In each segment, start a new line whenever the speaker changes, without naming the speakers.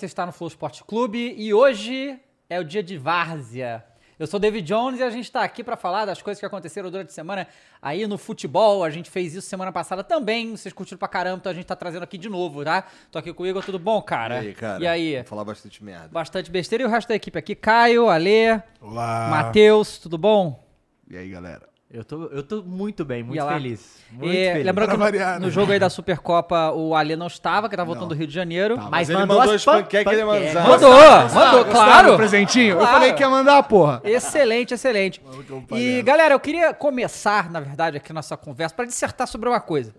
Você está no Flow Esporte Clube e hoje é o dia de várzea. Eu sou o David Jones e a gente está aqui para falar das coisas que aconteceram durante a semana aí no futebol. A gente fez isso semana passada também. Vocês curtiram pra caramba, então a gente tá trazendo aqui de novo, tá? Tô aqui com o Igor, tudo bom, cara?
E aí, cara?
E aí?
Vou falar bastante merda.
Bastante besteira e o resto da equipe aqui. Caio, Alê, Matheus, tudo bom?
E aí, galera?
Eu tô, eu tô muito bem, muito
Ia lá.
feliz. Muito
É,
feliz.
Lembrando que no-
variar,
no
né?
jogo aí da Supercopa o Alê não estava, que tá voltando do Rio de Janeiro.
Mas
ele
mandou
mandou
as
as panquecas e ele mandou.
panquecas.
Mandou, mandou, claro.
presentinho?
Claro.
Eu falei que ia mandar, porra.
Excelente, excelente. E galera, eu queria começar, na verdade, aqui nossa conversa para dissertar sobre uma coisa.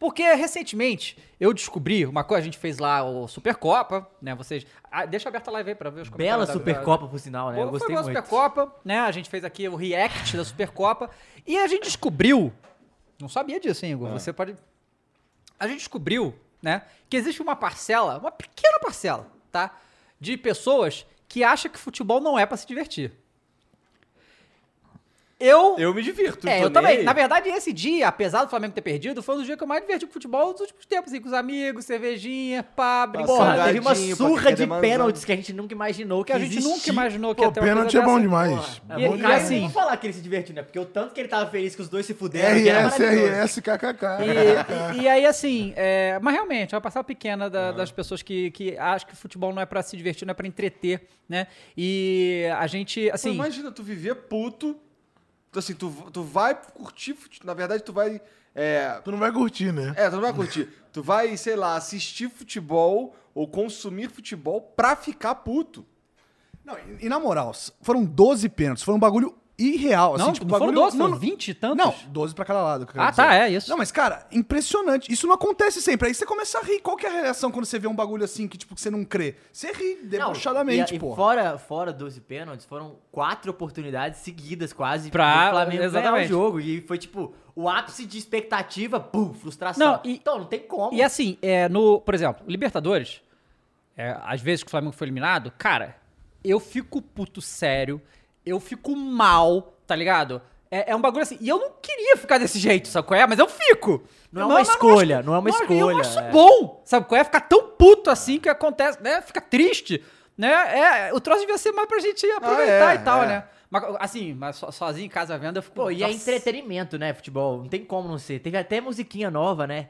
Porque recentemente eu descobri uma coisa, a gente fez lá o Supercopa, né? Vocês, ah, deixa aberta a live aí para ver os
Bela
comentários. da- da-
Supercopa, por sinal, né?
Pô,
eu gostei
foi boa a
muito.
Supercopa, né? A gente fez aqui o react da Supercopa e a gente descobriu, não sabia disso, hein, Igor? Você pode a gente descobriu, né, que existe uma parcela, uma pequena parcela, tá? De pessoas que acham que futebol não é pra se divertir. Eu.
Eu me divirto.
é,
tô
eu também.
nem
Na
aí.
verdade, esse dia, apesar do Flamengo ter perdido, foi um dos dias que eu mais diverti com futebol dos últimos tempos, assim, com os amigos, cervejinha, pá,
Porra,
brincando.
Saudade.
teve uma
Salgadinho,
surra
panqueca
de
de maçã.
pênaltis que a gente nunca imaginou que
Que a gente
existia.
nunca imaginou que
Pô,
ia ter uma coisa
pênalti é bom
dessa.
demais.
É,
E-
bom
e
demais.
assim-
Não vou falar que ele se divertiu, né? Porque o tanto que ele tava feliz que os dois se fuderam. que era
RS,
maravilhoso.
RS, KKK.
é E, e- e aí, assim, é, mas realmente, é uma parcela pequena da- das pessoas que, que acham que futebol não é pra se divertir, não é pra entreter, né? E a gente,
Pô,
assim.
imagina tu viver puto. Tu, assim, tu, tu vai curtir. fute- Na verdade, tu vai. É,
Tu não vai curtir, né?
é, tu não vai curtir. tu vai, sei lá, assistir futebol ou consumir futebol pra ficar puto.
Não, e- e na moral, s- foram 12 pênaltis. Foi um bagulho irreal.
Não,
assim, tipo,
não foram
bagulho,
12, foram 20 e tantos.
Não, 12 pra cada lado. que eu quero
Ah,
dizer.
tá, é isso.
Não, mas, cara, impressionante. Isso não acontece sempre. Aí você começa a rir. Qual que é a reação quando você vê um bagulho assim que, tipo, que você não crê? Você ri
Não,
debochadamente,
e,
pô.
E fora, fora 12 pênaltis, foram quatro oportunidades seguidas quase
Pra-
pro Flamengo ganhar
exatamente.
o jogo. E foi tipo, o ápice de expectativa, pum, frustração.
Não, e-
então, não tem como.
E assim, é, no, por exemplo, Libertadores, é, às vezes que o Flamengo foi eliminado, cara, eu fico puto sério, eu fico mal, tá ligado? É, é um bagulho assim. E eu não queria ficar desse jeito, sabe qual é? Mas eu fico.
Não é uma escolha, não é uma
Eu
escolha,
acho
é.
bom, sabe qual é? Ficar tão puto assim que acontece, né? Fica triste, né? É, o troço devia ser mais pra gente
Ah,
aproveitar e tal,
é.
né? Mas, assim, mas so- sozinho em casa vendo, eu fico.
Pô, e é
nossa.
entretenimento, né, futebol? Não tem como não ser. Teve até musiquinha nova, né?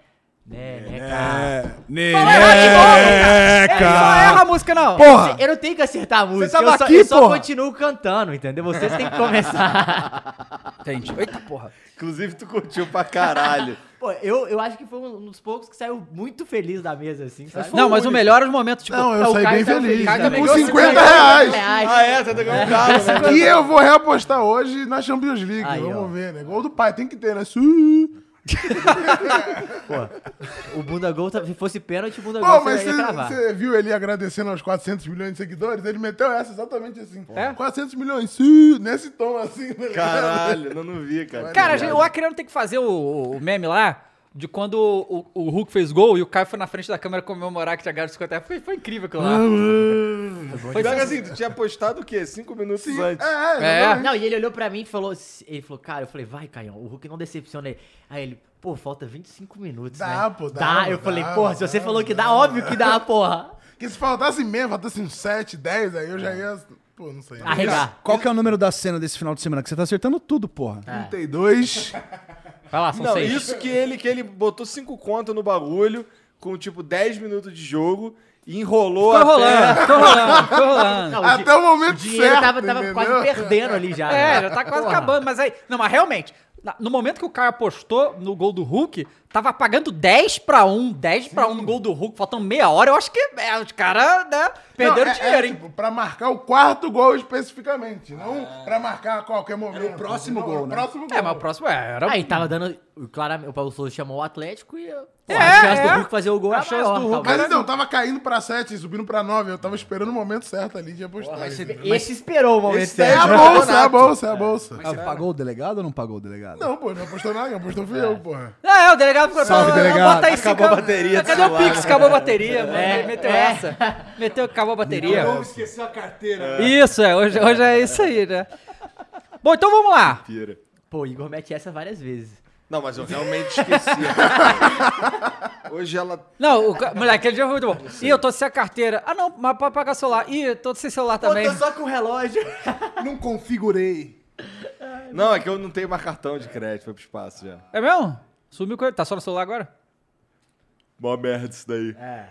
Né, né, cara?
É. Né,
Não erra de novo, cara. É, Não erra a música, não.
Porra!
Eu não tenho que acertar a música,
tava
eu, só,
aqui,
eu só
porra.
continuo cantando, entendeu? Vocês têm que começar.
Entendi. Eita porra.
Inclusive, tu curtiu pra caralho.
Pô, eu, eu acho que foi um dos poucos que saiu muito feliz da mesa, assim, sabe?
Não, mas o melhor é os momentos, tipo,
Não, eu
Não, o
saí
Caio
bem
saiu
feliz.
feliz, né?
Com
Ganhou
50
50
reais.
reais.
ah, é? Tá ganhando carro, né?
E eu vou reapostar hoje na Champions League.
Aí,
Vamos
ó.
ver, né? Gol do pai, tem que ter, né? Su-
O Bunda Gol, tá- se fosse pênalti, o Bunda
Pô,
Gol
mas
ia cravar.
você viu ele agradecendo aos 400 milhões de seguidores? Ele meteu essa exatamente assim.
É?
400 milhões, su- nesse tom assim. né?
Caralho, eu não vi, cara.
Cara, a gente- o Acreano tem que fazer o, o meme lá de quando o, o Hulk fez gol e o Caio foi na frente da câmera comemorar que tinha ganho 50 reais. Foi, foi incrível aquilo lá.
Foi Pior que assim, tu tinha postado o quê? Cinco minutos antes.
É,
É.
é, exatamente.
Não, e ele olhou pra mim e falou, ele falou, cara, eu falei, vai, Caio, o Hulk não decepciona ele. Aí ele, pô, falta 25 minutos,
Dá,
né?
pô, dá,
Dá,
pô,
eu
dá,
falei, porra, se
dá,
você falou que
dá,
dá, óbvio que dá, porra.
Porque se faltasse mesmo, faltasse uns 7, 10, aí eu já ia. Pô, não sei. né?
Arregar.
Qual que é o número da cena desse final de semana? Que você tá acertando tudo, porra.
32.
Vai lá, são
Não,
seis.
isso que ele, que ele botou cinco contas no bagulho, com tipo 10 minutos de jogo, e enrolou
Ficou
até-
é
rolando, ficou É, rolando, ficou rolando.
Não, o
Até o momento
O dinheiro
certo,
tava, tava quase
entendeu?
perdendo ali já.
É,
né?
já tá quase
Porra.
acabando, mas aí. Não, mas realmente, na- no momento que o Caio apostou no gol do Hulk, tava pagando 10 pra 1, 10 pra 1 no gol do Hulk, faltando meia hora. Eu acho que é, os caras, né, perderam
Não, é-
dinheiro,
é,
hein?
Tipo, pra marcar o quarto gol especificamente. Não pra marcar a qualquer momento. Era
o próximo gol, né?
próximo gol.
É, mas o próximo é, era.
Aí tava dando claramente, o Paulo Souza chamou o Atlético e pô, a chance do Hulk fazer o gol é
A chance
maior,
do Hulk
talvez.
Mas então, tava caindo pra 7, subindo pra 9. Eu tava esperando o momento certo ali de apostar. entendeu?
Esse esperou o momento
Esse
É
certo.
a bolsa, é a bolsa, é a bolsa. Ah,
Você pagou o delegado ou não pagou o delegado?
Não, pô, não apostou nada, quem apostou fui eu, porra.
Ah, é, o delegado ficou.
Salve,
"Não,
delegado.
Bota isso,
Acabou a bateria do
Cadê o
celular?"
Pix? Acabou a bateria, mano.
É,
Meteu
é.
essa. Meteu, acabou a bateria.
esqueceu a carteira.
Isso, é. Hoje, hoje é isso aí, né? Bom, então vamos lá.
Pô, o Igor mete essa várias vezes.
Não, mas eu realmente esqueci. a carteira. Hoje ela.
Não, o, ca- moleque, aquele dia foi muito bom. Ih, eu tô sem a carteira. Ah, não, mas pode pagar celular. Ih, eu tô sem celular também.
Pô, tô só com o relógio.
Não configurei.
Não, é que eu não tenho mais cartão de crédito, foi pro espaço já.
É mesmo? Sumiu com ele. Tá só no celular agora?
Mó merda isso daí. É.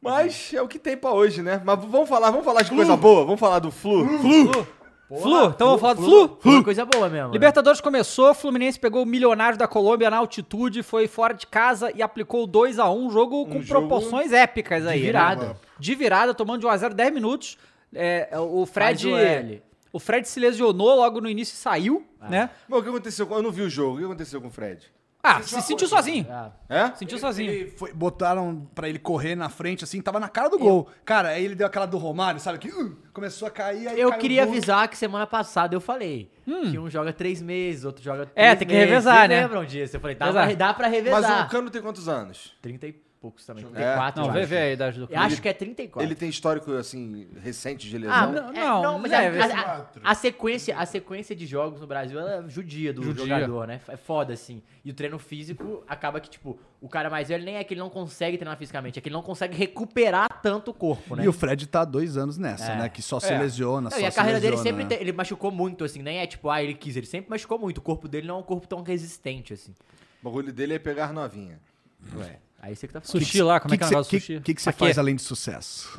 Mas é o que tem pra hoje, né? Mas vamos falar, vamos falar de coisa boa, vamos falar do flu. Flu!
flu, então vamos falar do flu?
Foi uma coisa boa mesmo. né?
Libertadores começou, Fluminense pegou o Milionário da Colômbia na altitude, foi fora de casa e aplicou 2 a 1 um jogo com
jogo
proporções épicas aí.
de virada.
né? De virada, tomando de 1x0 10 minutos. É, o Fred.
Faz o L.
O Fred se lesionou logo no início e saiu, né?
Mas o que aconteceu? com- Eu não vi o jogo. O que aconteceu com o Fred?
Ah, se sentiu sozinho.
Ah,
É?
Sentiu sozinho.
Ele foi- botaram pra ele correr na frente, assim, tava na cara do gol. Cara, aí ele deu aquela do Romário, sabe? Que uh, começou a cair, aí
Eu
caiu o
queria
gol.
avisar que semana passada eu falei que um joga três meses, outro joga três
Hum. É, tem que revezar,
Vocês
né?
lembram disso? Eu falei, dá,
Revezar.
pra, dá pra
Mas
revezar.
o Cano tem quantos anos?
30 e poucos também, 34
Não,
eu
vê,
acho.
vê a idade do
Eu acho que é 34.
Ele tem histórico, assim, recente de lesão?
Ah,
Não,
não,
não,
não, mas assim,
né,
a- a, a- a sequência, a sequência de jogos no Brasil ela é judia do
Judia.
jogador, né? É foda, assim. E o treino físico acaba que, tipo, o cara mais velho nem é que ele não consegue treinar fisicamente, é que ele não consegue recuperar tanto o corpo, né?
E o Fred tá há dois anos
É.
nessa, né? Que só se lesiona,
Não,
só
e a
se
carreira dele
lesiona,
sempre
né?
te- ele machucou muito, assim, nem é tipo, ah, ele quis, ele sempre machucou muito. O corpo dele não é um corpo tão resistente, assim.
O bagulho dele é pegar novinha.
Hum.
Ué, aí você que tá falando.
Sushi lá, como é que é o negócio do
que,
sushi?
que, que você
Aqui.
faz além de sucesso?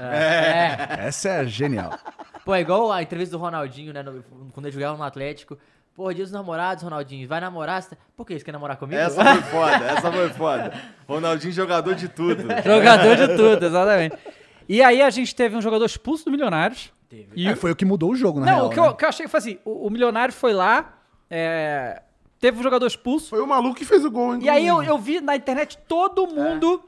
Essa é genial.
Pô, é igual a entrevista do Ronaldinho, né? no- quando ele jogava no Atlético. Pô, dia dos namorados, Ronaldinho, vai namorar? Você tá- Por que? Você quer namorar comigo?
Essa foi foda, essa foi foda. Ronaldinho jogador de tudo.
Jogador de tudo, exatamente. E aí a gente teve um jogador expulso do Milionários. E
É, foi o que mudou o jogo, na
Não,
real. né?
o que, eu, o que eu achei que foi assim: o, o milionário foi lá, é, teve um jogador expulso,
Foi o maluco que fez o gol,
e aí eu,
inclusive.
eu vi na internet todo mundo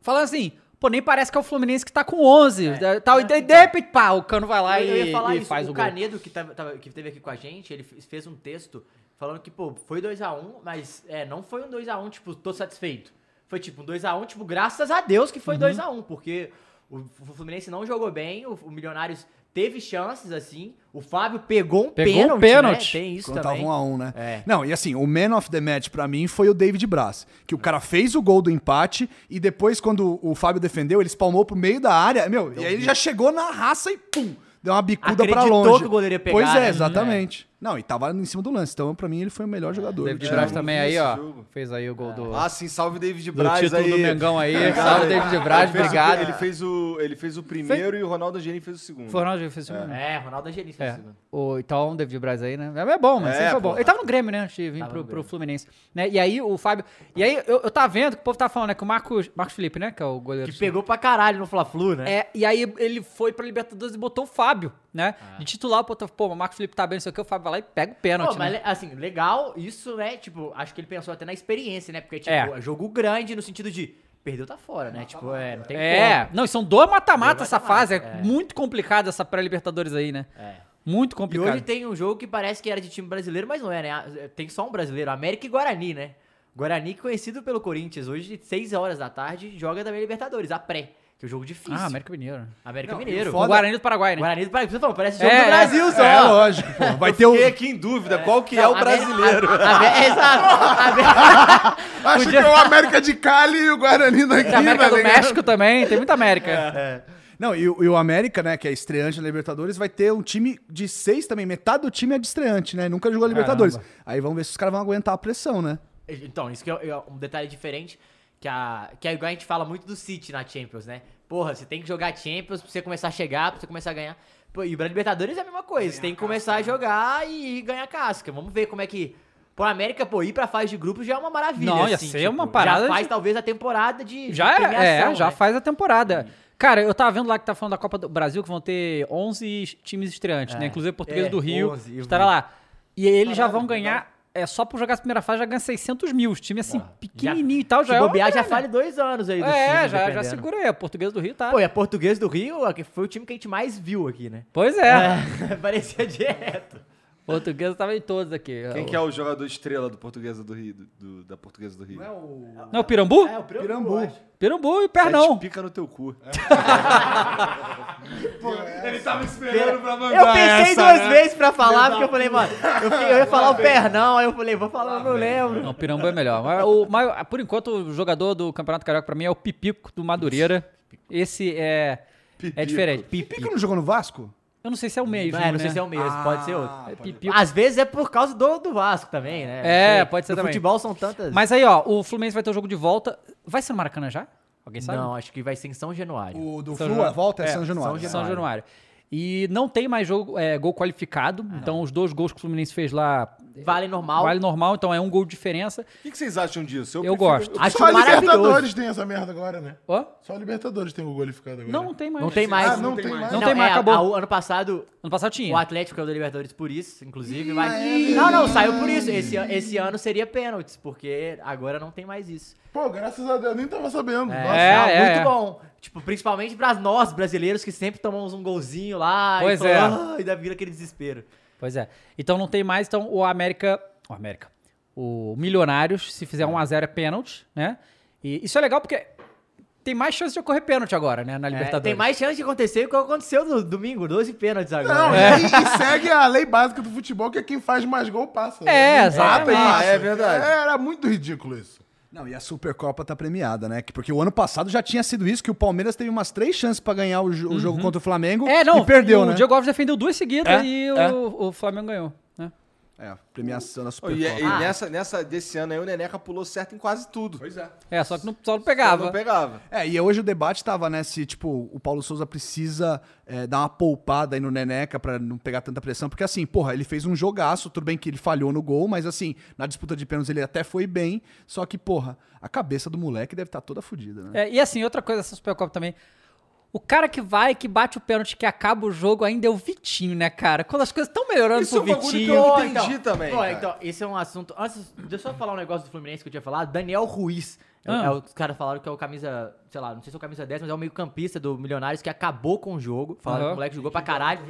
falando assim. Pô, nem parece que é o Fluminense que tá com 11. né, Tal, e daí, de repente, pá, o Cano vai lá
Eu- eu
e,
ia falar
e
isso.
faz o,
o
gol.
Canedo, que, tava- tava- que teve aqui com a gente, ele fe- fez um texto falando que, pô, foi 2x1, mas é, não foi um 2x1, tipo, tô satisfeito. Foi tipo um 2x1, tipo, graças a Deus que
Uhum.
foi 2x1, porque o, o Fluminense não jogou bem, o, o Milionários teve chances, assim, o Fábio pegou um
Pegou um
pênalti,
pênalti.
né? Tem isso
Quando tava
também.
um a um, né?
É.
Não, e assim, o man of the match pra mim foi o David Braz, que o cara fez o gol do empate e depois quando o Fábio defendeu, ele espalmou pro meio da área, meu, e aí ele já chegou na raça e pum, deu uma bicuda pra
um Acreditou
longe.
que o goleiro ia pegar,
Pois é,
né?
exatamente. Não, e tava em cima do lance, então pra mim ele foi
É,
o melhor jogador.
David
Tipo,
Braz também aí, ó.
jogo.
Fez aí o gol do,
Ah, sim, salve David
do
Braz
título
aí.
do Mengão aí.
Obrigado.
Salve, David Braz,
Ele fez o-
obrigado.
Ele fez o, ele fez o primeiro e o Ronaldo Angelini fez o segundo.
Foi o Ronaldo que fez o segundo.
É, Ronaldo Angelis fez
Uhum. É.
o segundo.
O, então, o David Braz aí, né? É bom, mas
É,
sempre foi
pô,
bom. Ele tava no Grêmio, né? Antes de vir
Tava
pro,
no
pro
Grêmio.
Fluminense. Né? E aí o Fábio. E aí eu, eu tava vendo que o povo tava falando, né? Que o Marcos, Marcos Felipe, né? Que é o goleiro.
Que pegou pra caralho no Fla-Flu, né?
É, e aí ele foi pra Libertadores e botou o Fábio, né? De titular, botou, pô, o Marcos Felipe tá bem, não sei o que, o Fábio vai lá e pega o pênalti.
Ah. Pô, mas
né?
le- assim, legal isso, né? Tipo, acho que ele pensou até na experiência, né? Porque, tipo,
É.
é. jogo grande no sentido de perdeu, tá fora, né? tipo, é, não tem
É,
como.
não, e são dois mata-mata
Dois
essa
mata-mata,
fase. É,
é.
muito complicada essa pré-Libertadores aí, né?
É.
Muito
E
complicado.
hoje tem um jogo que parece que era de time brasileiro, mas não é, né? A- Tem só um brasileiro, América e Guarani, né? Guarani, conhecido pelo Corinthians, hoje, 6 horas da tarde, joga também Libertadores, a pré, que é um jogo difícil.
Ah, América Mineiro.
América Mineiro.
O Guarani do Paraguai, né?
Guarani do Paraguai, você falou, parece jogo
É,
do Brasil só.
É lógico, pô. Vai ter o
Fiquei aqui em dúvida, qual que é
Não,
o
Ameri-
brasileiro?
a- a- é, Exato. América-
Acho que é o América de Cali e o Guarani daqui,
Tem América
tá
do
ligado?
México também, tem muita América.
É.
Não, e, o- e o América, né, que é estreante na Libertadores, vai ter um time de seis também. Metade do time é de estreante, né? Nunca jogou a Libertadores. Aí vamos ver se os caras vão aguentar a pressão, né?
Então, isso que é é um detalhe diferente que a que é igual a gente fala muito do City na Champions, né? Porra, você tem que jogar Champions pra você começar a chegar, pra você começar a ganhar. Pô, e pra Libertadores é a mesma coisa, você tem que começar a
né?
jogar e ganhar casca. Vamos ver como é que. Pô, a América, pô, ir pra fase de grupo já é uma maravilha.
Não, ia
assim,
ser uma parada
Já faz
de-
talvez a temporada de. de
Já é, é,
premiação,
já
né?
faz a temporada. Cara, eu tava vendo lá que tá falando da Copa do Brasil, que vão ter 11 times estreantes, né? Inclusive o Português
É,
do Rio
11, eu
estará
vi.
lá. E eles já vão ganhar é só por jogar a primeira fase já ganha 600 mil. O time assim, pequenininho e tal, já
Se
é uma
bobear, já
grana.
fale dois anos aí do
É,
time,
já, já
dependendo.
segura aí. A Portuguesa do Rio tá.
Pô, e a Portuguesa do Rio a que foi o time que a gente mais viu aqui, né?
Pois é.
Parecia direto.
Portuguesa tava em todos aqui.
Quem que é o jogador estrela do Portuguesa do Rio? do- do- da Portuguesa do Rio?
é
Não, o Pirambu?
o
Pirambu.
Pirambu e Pernão.
Pica no teu cu. é.
Eu pensei duas
né?
vezes pra falar, porque eu falei, mano, eu, fiquei- eu ia falar o Pernão, aí eu falei, vou falar, eu não lembro.
Não, o Pirambu é melhor. Mas o maior- por enquanto, o jogador do Campeonato Carioca pra mim é o Pipico do Madureira. Esse é. É diferente.
Pico não jogou no Vasco?
Eu não sei se é o mesmo.
É, não sei
né?
se é o mesmo, pode ser outro.
É Pipico.
Às vezes é por causa do, do Vasco também, né?
É,
Sei.
pode ser
no
também.
futebol são tantas...
Ah, Mas aí, ó, o Fluminense vai ter o jogo de volta. Vai ser no Maracanã já? Alguém sabe?
Não, acho que vai ser em São Januário.
O do
São
Flu,
Januário.
a volta é, São Januário.
São Januário. E não tem mais jogo, é, gol qualificado. então, os dois gols que o Fluminense fez lá.
Vale normal.
Vale normal, então é um gol de diferença.
O que, que vocês acham disso?
Eu
prefiro-
gosto.
Acho
Só a
maravilhoso.
Libertadores tem essa merda agora, né?
Ó,
Só a Libertadores tem o qualificado agora.
não, não tem mais.
Não tem mais.
Ah, não tem mais.
Não tem mais,
é,
acabou.
a- o ano passado,
Ano passado tinha.
o Atlético caiu da Libertadores por isso, inclusive. mas... Não, não, saiu por isso. Esse, an- esse ano seria pênaltis, porque agora não tem mais isso.
Pô, graças a Deus, nem tava sabendo. Nossa,
É,
Não,
é,
muito
é.
bom. Tipo, principalmente pra nós, brasileiros, que sempre tomamos um golzinho lá.
Pois
e fala,
é.
"Ah", e da vira aquele desespero.
Pois é. Então não tem mais, então o América. O América. O Milionários, se fizer 1x0 é pênalti, né? E isso é legal porque tem mais chance de ocorrer pênalti agora, né? Na
É,
Libertadores.
tem mais chance de acontecer do que aconteceu no domingo. 12 pênaltis agora.
Não,
é.
e, e segue a lei básica do futebol, que é quem faz mais gol passa. né?
É,
né?
Não
exatamente.
empata e passa.
É verdade.
Era muito ridículo isso.
Não, e a Supercopa tá premiada, né? Que- Porque o ano passado já tinha sido isso, que o Palmeiras teve umas três chances pra ganhar o, jo- o jogo contra o Flamengo
É, não.
e perdeu,
o
né?
Diego Alves defendeu duas seguidas
É,
e
é.
O, o Flamengo ganhou. Né?
É, a premiação da
Oh, e
é,
Supercopa.
e
Ah.
nessa, nessa desse ano aí o Neneca pulou certo em quase tudo. Pois é.
É, só que não, só não pegava.
Não pegava.
É, e hoje o debate tava, né, se, tipo, o Paulo Souza precisa é, dar uma poupada aí no Neneca pra não pegar tanta pressão, porque assim, porra, ele fez um jogaço, tudo bem que ele falhou no gol, mas assim, na disputa de pênaltis ele até foi bem, só que, porra, a cabeça do moleque deve estar toda fodida, né?
É, e assim, outra coisa dessa Supercopa também. O cara que vai, que bate o pênalti, que acaba o jogo, ainda é o Vitinho, né, cara? Quando as coisas estão melhorando
Isso é
pro
um bagulho que
Vitinho.
eu-
Pô,
entendi também,
pô,
cara.
então, esse é um assunto. Antes, deixa eu só falar um negócio do Fluminense que eu tinha falado. Daniel Ruiz. É-
Ah.
é o- os caras falaram que é o camisa, sei lá, não sei se é o camisa 10, mas é o meio-campista do Milionários que acabou com o jogo. Falaram
Aham.
que o moleque jogou pra caralho.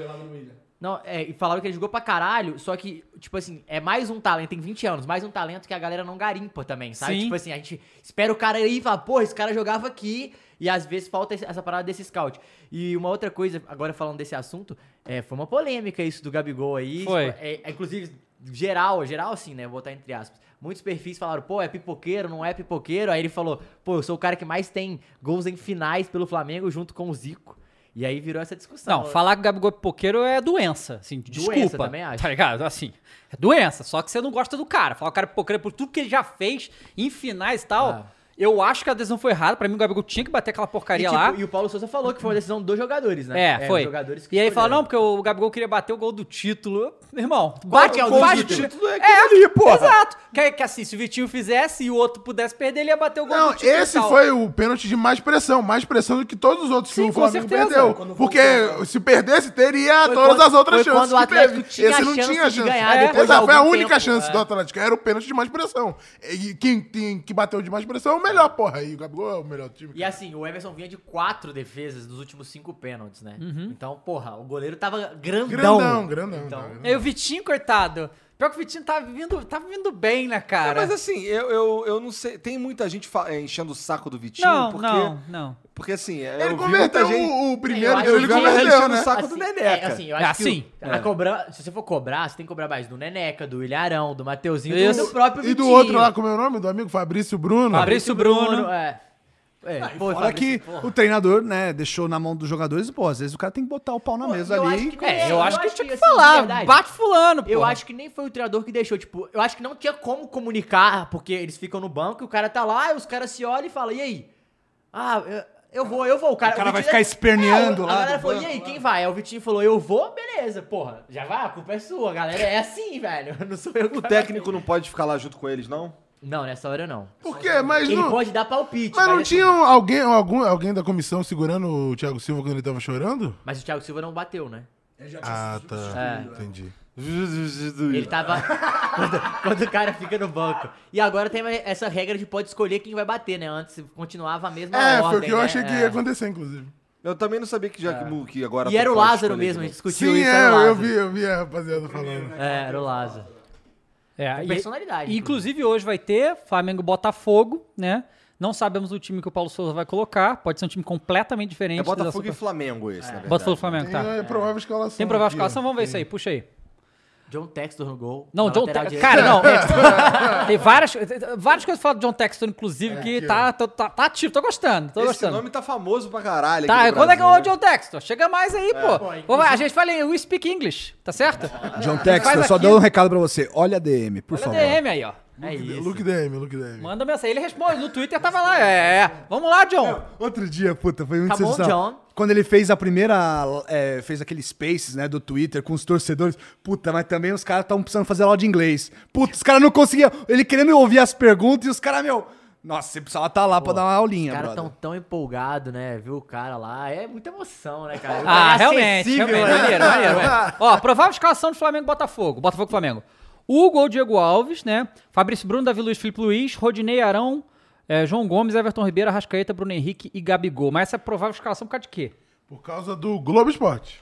Não, é, e falaram que ele jogou pra caralho, só que, tipo assim, é mais um talento, tem 20 anos, mais um talento que a galera não garimpa também, sabe?
Sim.
Tipo assim, a gente espera o cara ir e fala, porra, esse cara jogava aqui, e às vezes falta esse- essa parada desse scout. E uma outra coisa, agora falando desse assunto, é, foi uma polêmica isso do Gabigol aí.
Foi.
tipo, é, é, inclusive, geral, geral assim, né? Vou botar entre aspas. Muitos perfis falaram, pô, é pipoqueiro, não é pipoqueiro. Aí ele falou, pô, eu sou o cara que mais tem gols em finais pelo Flamengo junto com o Zico. E aí virou essa discussão.
Não, falar que o Gabigol é pipoqueiro é doença, assim, desculpa.
também acho.
Tá ligado? Assim, é doença, só que você não gosta do cara. Falar o cara é pipoqueiro por tudo que ele já fez em finais e tal.
Ah.
Eu acho que a decisão foi errada. Pra mim, o Gabigol tinha que bater aquela porcaria
e, tipo,
lá.
e o Paulo Souza falou que foi uma decisão dos jogadores, né?
É,
os
foi.
jogadores que
E aí fala,
escolheram.
não, porque o Gabigol queria bater o gol do título. Meu irmão, bate
é o
gol
do
do
título?
título. É, ali, pô. Exato. Que, que assim, se o Vitinho fizesse e o outro pudesse perder, ele ia bater o gol
Não,
do título. e
esse
tal.
foi o pênalti de mais pressão, mais pressão do que todos os outros
Sim,
que o
com
Flamengo
certeza.
perdeu.
Quando
Porque se perdesse, teria todas
quando-
as outras
né? foi
chances
quando o
que
Atlético
teve.
tinha
esse
a
não
chance
tinha
de
chance.
ganhar
É,
depois de
Exato, foi a
algum
única
tempo,
chance
é.
do Atlético. Era o pênalti de mais pressão. E quem, tem- que bateu de mais pressão é o melhor, porra. E o Gabigol é o melhor do time.
E assim, o Emerson vinha de quatro defesas dos últimos cinco pênaltis, né?
Uhum.
Então, porra, o goleiro tava grandão.
Grandão, grandão.
Então,
grandão.
E aí o Vitinho, coitado. Pior que o Vitinho tava vindo, tava vindo bem, né,
É,
cara?
mas assim, eu, eu, eu não sei. Tem muita gente fa- eh, enchendo o saco do Vitinho,
não,
porque.
não, não.
Porque assim, eh, eu
Ele
vi
converteu
muita gente.
o, o
Eu
primeiro,
acho
dele, ele
que-
converteu,
enchendo
né?
o saco do
assim,
Neneca.
É, assim, eu
É
acho
assim.
que o- a cobrança, se você for cobrar, você tem que cobrar mais do Neneca, do Ilharão, do Mateuzinho,
Isso.
do próprio
E do
Vitinho.
outro lá, como é o nome do amigo? Fabrício Bruno.
Fabrício Bruno.
É. É, pô,
Fora
Fabrício,
que
porra.
o treinador, né, deixou na mão dos jogadores, e, pô, às vezes o cara tem que botar o pau na
Pô,
mesa
eu
ali.
acho que-
É, eu, acho que tinha que
assim, de
falar.
verdade.
Bate fulano, pô.
Eu acho que nem foi o treinador que deixou, tipo, eu acho que não tinha como comunicar, porque eles ficam no banco e o cara tá lá, e os caras se olham e falam, e aí? Ah, eu, eu vou, eu vou. O cara,
O cara vai
Vitinho-
ficar esperneando
É, o-
lá
A galera
do
falou, e
banco,
aí,
lá.
quem vai? Aí o Vitinho falou, eu vou, beleza, porra. Já vai, a culpa é sua, a galera. É assim, velho. Não sou eu que
O
vai
técnico não pode ficar lá junto com eles, não?
fazer. Não, nessa hora não.
Por quê? Mas
Ele
não,
pode dar palpite.
mas não
assim,
tinha alguém, algum, alguém da comissão segurando o Thiago Silva quando ele tava chorando?
Mas o Thiago Silva não bateu, né?
É.
Ah, tá. Entendi.
Ele tava. quando, quando o cara fica no banco. E agora tem essa regra de pode escolher quem vai bater, né? Antes continuava a mesma
É,
ordem.
foi o que eu
né?
achei que
É.
ia acontecer, inclusive.
Eu também não sabia que
É.
já que mu- que agora.
E era o
tu pode
Lázaro
escolher
mesmo, a gente
também.
discutiu
Sim,
isso. era
é,
o Lázaro.
eu vi, eu vi a rapaziada falando.
É, era o Lázaro.
É, e-
personalidade,
e, inclusive, hoje vai ter Flamengo e Botafogo, né? Não sabemos o time que o Paulo Souza vai colocar. Pode ser um time completamente diferente.
É
da
Botafogo
Super-
e Flamengo esse, né? na verdade.
Botafogo e Flamengo,
Tem a
tá.
É, provável escalação.
Tem provável
aqui, ó.
escalação? Vamos ver isso aí. Puxa aí.
John Textor no gol.
Não,
na
John
lateral
Textor.
direita.
Cara, não. é- tem várias, várias coisas pra falar do John Textor, inclusive, que tá, tá, tá, tá ativo. Tô gostando, tô
É, Esse
gostando.
nome tá famoso pra caralho.
Tá,
aqui
e
no
quando é que é o
Brasil, né? É,
John Textor? Chega mais aí, pô. Pô, vai, a gente fala em We Speak English, tá certo?
John Texton,
Faz
só
aqui.
dou um recado pra você. Olha a DM, por
Manda
favor.
DM aí, ó.
É isso.
Look DM, look DM.
Manda mensagem. Ele responde. No Twitter tava lá. É, é. Vamos lá, John.
Outro dia, puta, foi muito
Tá bom,
sensacional.
John.
Quando ele fez a primeira. é, fez aquele Spaces, né, do Twitter com os torcedores. Puta, mas também os caras estavam precisando fazer aula de inglês. Puta, os caras não conseguiam. Ele querendo ouvir as perguntas e os caras, meu. Nossa, você precisava estar lá pra dar uma
Os
aulinha,
caras
brother.
tão tão empolgados, né? Viu o cara lá. É muita emoção, né, cara? O cara
Ah,
é
realmente.
acessível,
realmente.
né?
Maneiro, maneiro, maneiro. Ó, provável escalação do Flamengo e Botafogo. Botafogo e Flamengo. Hugo ou Diego Alves, né? Fabrício Bruno, Davi Luiz, Felipe Luiz, Rodinei Arão, eh, João Gomes, Everton Ribeiro, Arrascaeta, Bruno Henrique e Gabigol. Mas essa é a provável escalação por causa de quê?
Por causa do Globo Esporte.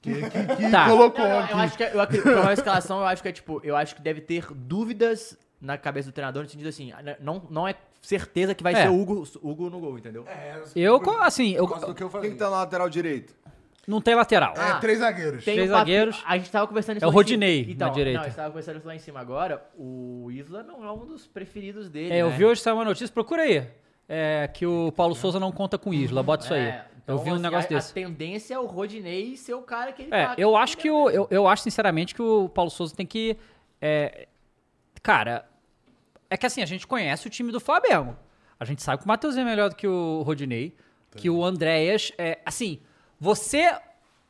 Que, que- que
Tá.
colocou
Não, não,
aqui.
eu acho que é, eu acredito, a escalação, eu acho que é tipo, eu acho que deve ter dúvidas na cabeça do treinador, no sentido assim, não, não é certeza que vai
É.
ser o Hugo, Hugo no gol, entendeu?
É,
Eu, co- assim, eu,
né? Quem que tá na lateral direito?
não tem lateral.
É, três zagueiros.
Tem
Três
um papo-
zagueiros.
A gente tava conversando isso
É o
lá em
Rodinei,
cima.
na
então,
direita.
Não, a gente tava conversando isso lá em cima agora. O Isla não é um dos preferidos dele.
É, eu
né?
vi hoje saiu uma notícia, procura aí. É, que o Paulo Souza não conta com Isla, bota isso aí.
É,
eu
então,
vi um
assim,
negócio
a,
desse.
A tendência é o Rodinei ser o cara que ele
É,
tá-
eu acho que o, eu, eu acho sinceramente que o Paulo Souza tem que. é, cara, é que assim, a gente conhece o time do Flamengo. A gente sabe que o Matheus é melhor do que o Rodinei, que o Andréas. É, assim, você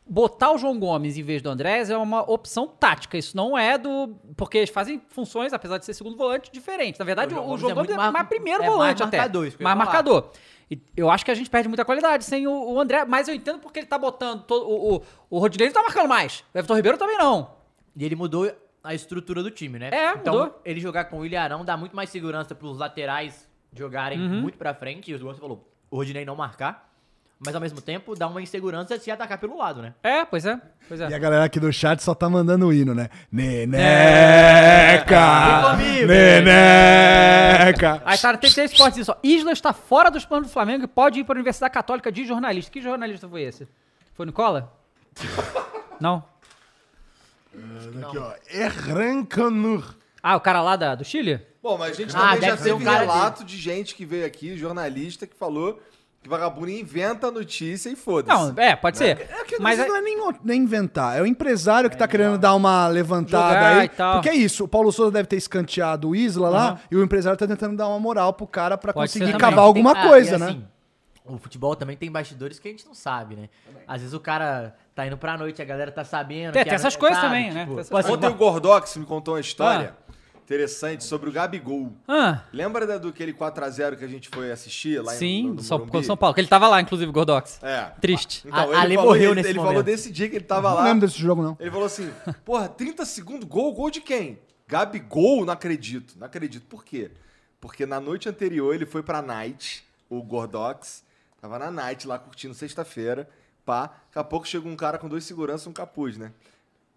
botar o João Gomes em vez do Andréas é uma opção tática. Isso não é do. Porque eles fazem funções, apesar de ser segundo volante, diferentes. Na verdade, o, o João Gomes é,
muito mar-
mais primeiro
é mais
volante até.
marcador, isso que eu ia
mais
falar.
marcador jogador. E eu acho que a gente perde muita qualidade sem o, o André, mas eu entendo porque ele tá botando. todo- o, o, o Rodinei não tá marcando mais. O Everton Ribeiro também não.
E ele mudou a estrutura do time, né?
É,
então,
mudou.
ele jogar com o Ilharão dá muito mais segurança pros laterais jogarem
Uhum.
muito pra frente. E os gols, você falou, o Rodinei não marcar. Mas ao mesmo tempo, dá uma insegurança se atacar pelo lado, né?
É, pois é. Pois é.
E a galera aqui do chat só tá mandando o hino, né? Neneca!
É. comigo,
Neneca!
Aí tá no TT Sports isso, ó. Isla está fora dos planos do Flamengo e pode ir para a Universidade Católica de jornalista. Que jornalista foi esse? Foi o Nicola? não.
Aqui, ó. É Errancanur.
Ah, o cara lá da- do Chile?
Bom, mas a gente
Ah,
também
deve
já
ser
teve
um cara
relato de gente que veio aqui, jornalista, que falou que vagabundo inventa notícia e foda-se.
Não, é, pode ser.
Mas
mas
isso
é,
não é nem, o- nem inventar, é o empresário que tá querendo dar uma levantada
Jogar
aí.
e tal.
Porque é isso, o Paulo Souza deve ter escanteado o Isla lá e o empresário tá tentando dar uma moral pro cara pra
Pode ser
conseguir
também.
cavar alguma
Tem- ah,
coisa,
e
né?
assim, O futebol também tem bastidores que a gente não sabe, né? Às vezes o cara tá indo pra noite, a galera tá
Tem-
sabendo. que
É, tem
a-
essas coisas
sabe? tipo,
também, né? Tem essas
pode- Ah.
Ontem o Gordox me contou uma história interessante sobre o Gabigol.
ah,
Lembra da, do aquele 4x0 que a gente foi assistir lá em-
sim,
no, no
só
Morumbi?
contra São Paulo. Que ele tava lá, inclusive, Gordox.
É.
Triste.
Então,
A-
ele
Ale
falou,
morreu
ele,
nesse
ele
momento.
falou desse dia que ele tava
Não
lá.
lembro desse jogo, não.
Ele falou assim: Porra, 30 segundos, gol, gol de quem? Gabigol, não acredito, não acredito. Por quê? Porque na noite anterior ele foi pra night, o Gordox, tava na night lá curtindo sexta-feira, pá. Daqui a pouco chega um cara com dois seguranças e um capuz, né?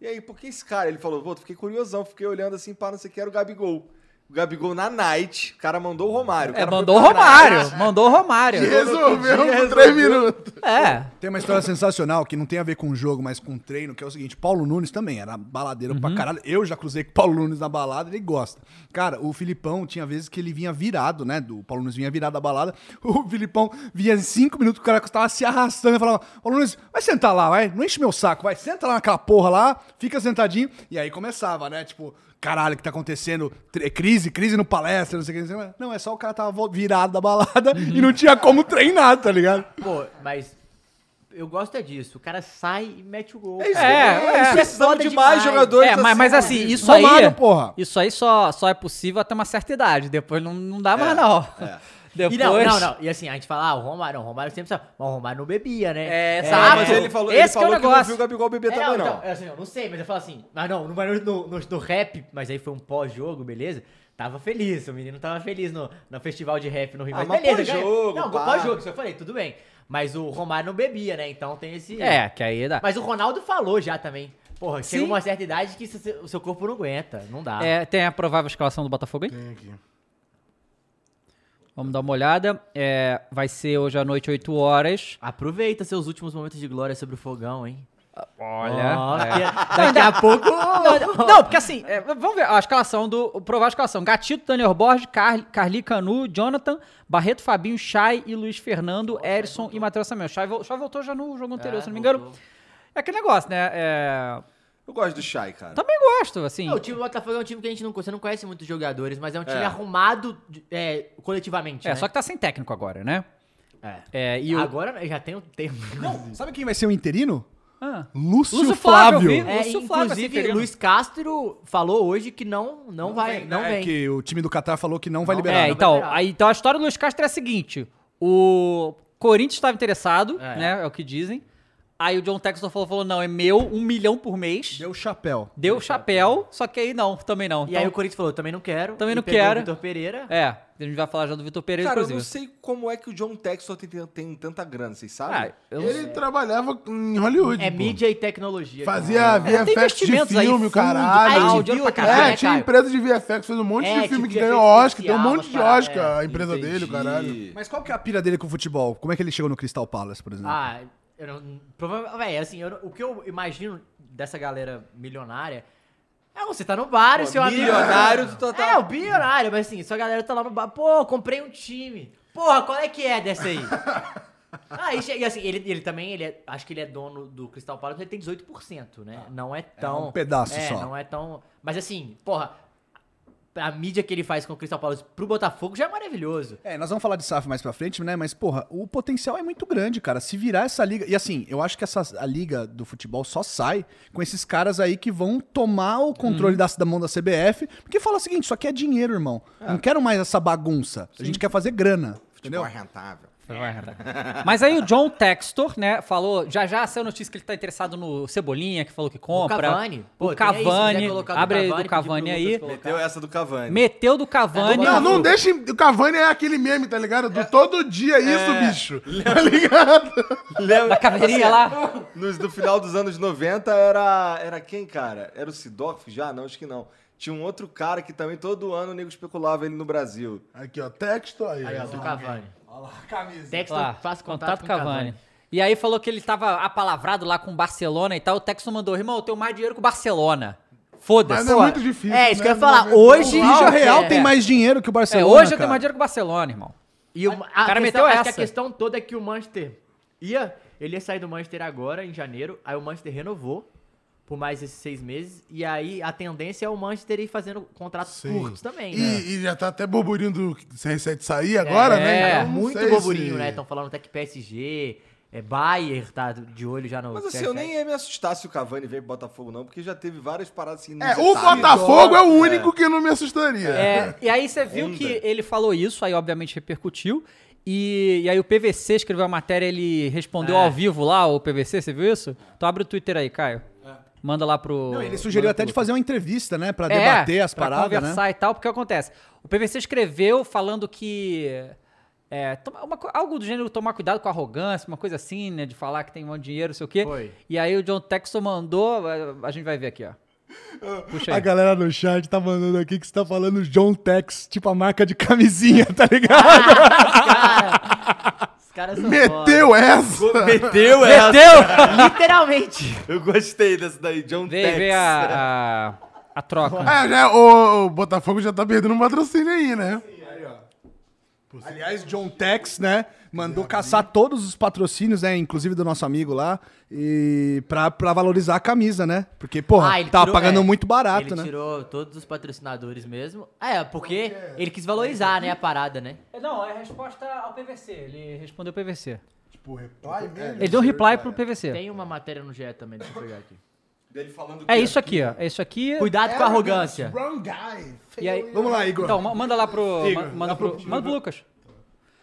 E aí, por que esse cara? Ele falou, pô, fiquei curiosão, fiquei olhando assim, pá, não sei o que, era o Gabigol. O Gabigol na night, o cara mandou o Romário.
É,
cara foi
mandou o
pra night.
Romário. Mandou o Romário.
Resolveu com três minutos.
É.
Tem uma história sensacional que não tem a ver com o jogo, mas com o treino, que é o seguinte: Paulo Nunes também era baladeiro pra caralho. Eu já cruzei com o Paulo Nunes na balada, ele gosta. Cara, o Filipão tinha vezes que ele vinha virado, né? Do o Paulo Nunes vinha virado da balada. O Filipão vinha em cinco minutos, o cara tava se arrastando e falava: Paulo Nunes, vai sentar lá, vai, não enche meu saco, vai, senta lá naquela porra lá, fica sentadinho. E aí começava, né? Tipo, caralho, o que tá acontecendo? Tre- Crise, crise no palestra, não sei o que. não sei o que. Não, é só o cara tava vo- virado da balada e não tinha como treinar, tá ligado?
Pô, mas eu gosto é disso. O cara sai e mete o gol.
É isso,
É,
é,
é.
isso precisamos
Foda
de mais
demais.
jogadores
É, mas, mas assim, isso
Romário,
aí.
porra.
É.
Isso aí só, só é possível até uma certa idade. Depois não, não dá mais, não. Depois...
E não, não, não. E assim, a gente fala, ah, o Romário, o Romário sempre sabe. Mas o Romário não bebia,
É,
né?
Ah,
sabe?
mas ele falou,
Esse
ele falou
que é o
que não
negócio.
viu o Gabigol beber
É,
também, não.
Então, é assim, eu não sei, mas eu falo assim, mas não, no, no, no, no rap, mas aí foi um pós-jogo, beleza? Tava feliz, o menino tava feliz no, no festival de rap no Rio.
Ah,
Mas
mas
beleza,
pós-jogo,
ganha- Não,
pá.
pós-jogo, isso eu falei, tudo bem. Mas o Romário não bebia, né? Então tem esse.
É, que aí dá.
Mas o Ronaldo falou já também. Porra, chega
Sim.
uma certa idade que se- se- o seu corpo não aguenta, não dá.
É, tem a provável escalação do Botafogo aí?
Tem aqui.
Vamos dar uma olhada. É, vai ser hoje à noite, 8 horas.
Aproveita seus últimos momentos de glória sobre o fogão, hein?
Olha.
Ó,
é.
daqui, daqui a pouco.
Não, não, porque assim, é, vamos ver a escalação do. o Provável escalação. Gatito, Daniel Borges, Car, Carli Canu, Jonathan, Barreto Fabinho, Chay e Luiz Fernando, Erison e Matheus Samuel. Chay, vol- Chay voltou já no jogo anterior,
É,
se não me
voltou.
engano. É aquele negócio, né? É,
Eu gosto do Shai, cara.
Também gosto, assim.
Não, o time do Botafogo é um time que a gente não, você não conhece muitos jogadores, mas é um time
É.
arrumado de- é, coletivamente.
É,
né?
só que tá sem técnico agora, né?
É.
É, e o.
Agora já tem um tempo.
Sabe quem vai ser o interino?
Ah.
Lúcio,
Lúcio Flávio,
Flávio.
vi.
É,
Lúcio Flávio, assim,
inclusive,
querendo.
Luiz Castro falou hoje que não, não, vai. não
é,
vem.
que o time do Catar falou que não vai
Não
liberar.
é,
né?
então,
liberar.
aí, então a história do Luiz Castro é a seguinte: o Corinthians estava interessado,
É.
né? É o que dizem. Aí o John Textor falou, falou: não, é meu, um milhão por mês. Deu,
Deu chapéu.
chapéu, só que aí não, também não.
E aí o Corinthians falou: também não quero.
Também
e
não
pegou
quero.
O Vitor Pereira.
É, a gente vai falar já do Vitor Pereira,
Cara, eu
inclusive.
não sei como é que o John Textor tem, tem, tem tanta grana, vocês sabem?
Ah, eu não
é
Ele trabalhava em Hollywood.
É,
pô.
mídia e tecnologia. É.
Fazia VFX de
investimentos aí,
filme, o
fundo,
caralho.
áudio,
dinheiro pra caralho,
É,
né,
tinha
Caio?
empresa de VFX, fez um monte
É,
de filme
tipo,
que
de
Ganhou
efeito
Oscar, deu um
especial,
monte
umas
de
paradas,
Oscar,
é.
a empresa dele, o caralho.
E-
Mas qual que é a pira dele com o futebol? Como é que ele chegou no Crystal Palace, por exemplo?
Ah, eu não. Provavelmente. Véi, assim, eu não- o que eu imagino dessa galera milionária. É, você tá no bar, e seu amigo.
milionário do total.
É, o bilionário, mas assim, sua galera tá lá no bar. Pô, comprei um time. Porra, qual é que é dessa aí? Aí chega, e assim, ele, ele também, ele é- acho que ele é dono do Crystal Palace, ele tem 18%, né? Não é tão.
um pedaço
é,
só.
Não é tão. Mas assim, porra, a mídia que ele faz com o Crystal Palace pro Botafogo já é maravilhoso.
É, nós vamos falar de SAF mais pra frente, né? Mas, porra, o potencial é muito grande, cara. Se virar essa liga. E assim, eu acho que essa a liga do futebol só sai com esses caras aí que vão tomar o controle da, da mão da CBF. Porque fala o seguinte: isso aqui é dinheiro, irmão. Não quero mais essa bagunça. A gente quer fazer grana.
Futebol é rentável.
Mas aí o John Textor, né, falou, já já saiu a notícia que ele tá interessado no Cebolinha, que falou que compra.
Cavani. Pô,
o
tem aí, se quiser
Cavani.
colocar do
abre aí
Cavani,
do
pedir pro
Cavani
Lucas
aí.
colocar.
Meteu essa do Cavani.
Meteu do Cavani. é
Não, não deixe. O Cavani é aquele meme, tá ligado? Do todo dia isso, bicho. Tá ligado?
Lembra-
Da caveirinha lá.
Nos, do final dos anos 90 era. Era quem, cara? Era o Sidorf já? Não, acho que não. Tinha um outro cara que também todo ano o nego especulava ele no Brasil.
Aqui, ó, texto aí.
Aí, ó,
ó.
do Cavani.
é. Olha lá, camisa.
Texto,
Lá,
faça contato, com o Cavani.
E aí falou que ele tava apalavrado lá com o Barcelona e tal. O Textor mandou, irmão, eu tenho mais dinheiro que o Barcelona.
Mas
Foda-se.
é muito difícil.
É, isso que eu ia
né?
falar.
Não,
Hoje-
O Lígia
Uau,
Real
é.
tem mais dinheiro que o
É,
Barcelona.
hoje eu
cara.
tenho mais dinheiro que o Barcelona, irmão.
E o, a,
cara
questão,
meteu
acho que a
essa.
questão toda é que o Manchester ia. Ele ia sair do Manchester agora, em janeiro. Aí o Manchester renovou por mais esses seis meses. E aí a tendência é o Manchester ir fazendo contratos
Sim.
curtos também,
E,
né?
e já tá até burburinho do CR7 sair agora,
É,
né?
é,
Então, não
Muito
sei
boburinho,
se-
né? Estão falando até que PSG, é, Bayer tá de olho já no.
Mas assim, eu nem ia me assustar se o Cavani vem pro Botafogo, não, porque já teve várias paradas assim.
É, o
inusitadas.
Botafogo é o único que não me assustaria.
É, e aí você viu
Onda.
que ele falou isso, aí obviamente repercutiu. E, e aí o PVC escreveu a matéria, ele respondeu
É.
ao vivo lá, o PVC, você viu isso? Então abre o Twitter aí, Caio.
É.
Manda lá pro.
Não, ele sugeriu até de fazer uma entrevista, né? Pra debater as
É, pra
paradas, né?
conversar e tal, porque acontece. O PVC escreveu falando que. É, toma- uma co- algo do gênero tomar cuidado com a arrogância, uma coisa assim, né? De falar que tem um monte de dinheiro, não sei o quê.
Foi.
E aí o John Texton mandou. a- A gente vai ver aqui, ó. Puxa
A
aí.
galera no chat tá mandando aqui que você tá falando John Tex, tipo a marca de camisinha, tá ligado?
Os caras são foda.
Meteu essa!
Meteu essa.
Meteu!
Literalmente.
Eu gostei dessa daí, John
Vem,
Tex.
vem a, a, a troca.
É, já, o, o Botafogo já tá perdendo um patrocínio aí, né?
Aliás, John Tex, né? Mandou caçar todos os patrocínios, né? Inclusive do nosso amigo lá, e pra, pra valorizar a camisa, né? Porque, porra,
ele
tava
tirou-
pagando
é,
muito barato,
ele
né?
tirou todos os patrocinadores mesmo. É, porque ele quis valorizar, né, a parada, né?
Não, é resposta ao PVC. Ele respondeu o PVC.
Tipo,
é
reply mesmo?
Ele deu um reply pro PVC.
Tem uma matéria no GE também, deixa eu pegar aqui.
Dele falando
É
que-
isso aqui, ó. É isso aqui.
Cuidado com a
é
arrogância.
um
Wrong guy.
E aí,
Vamos lá, Igor.
então, ma- manda lá pro. ma- manda, pro, manda pro Lucas.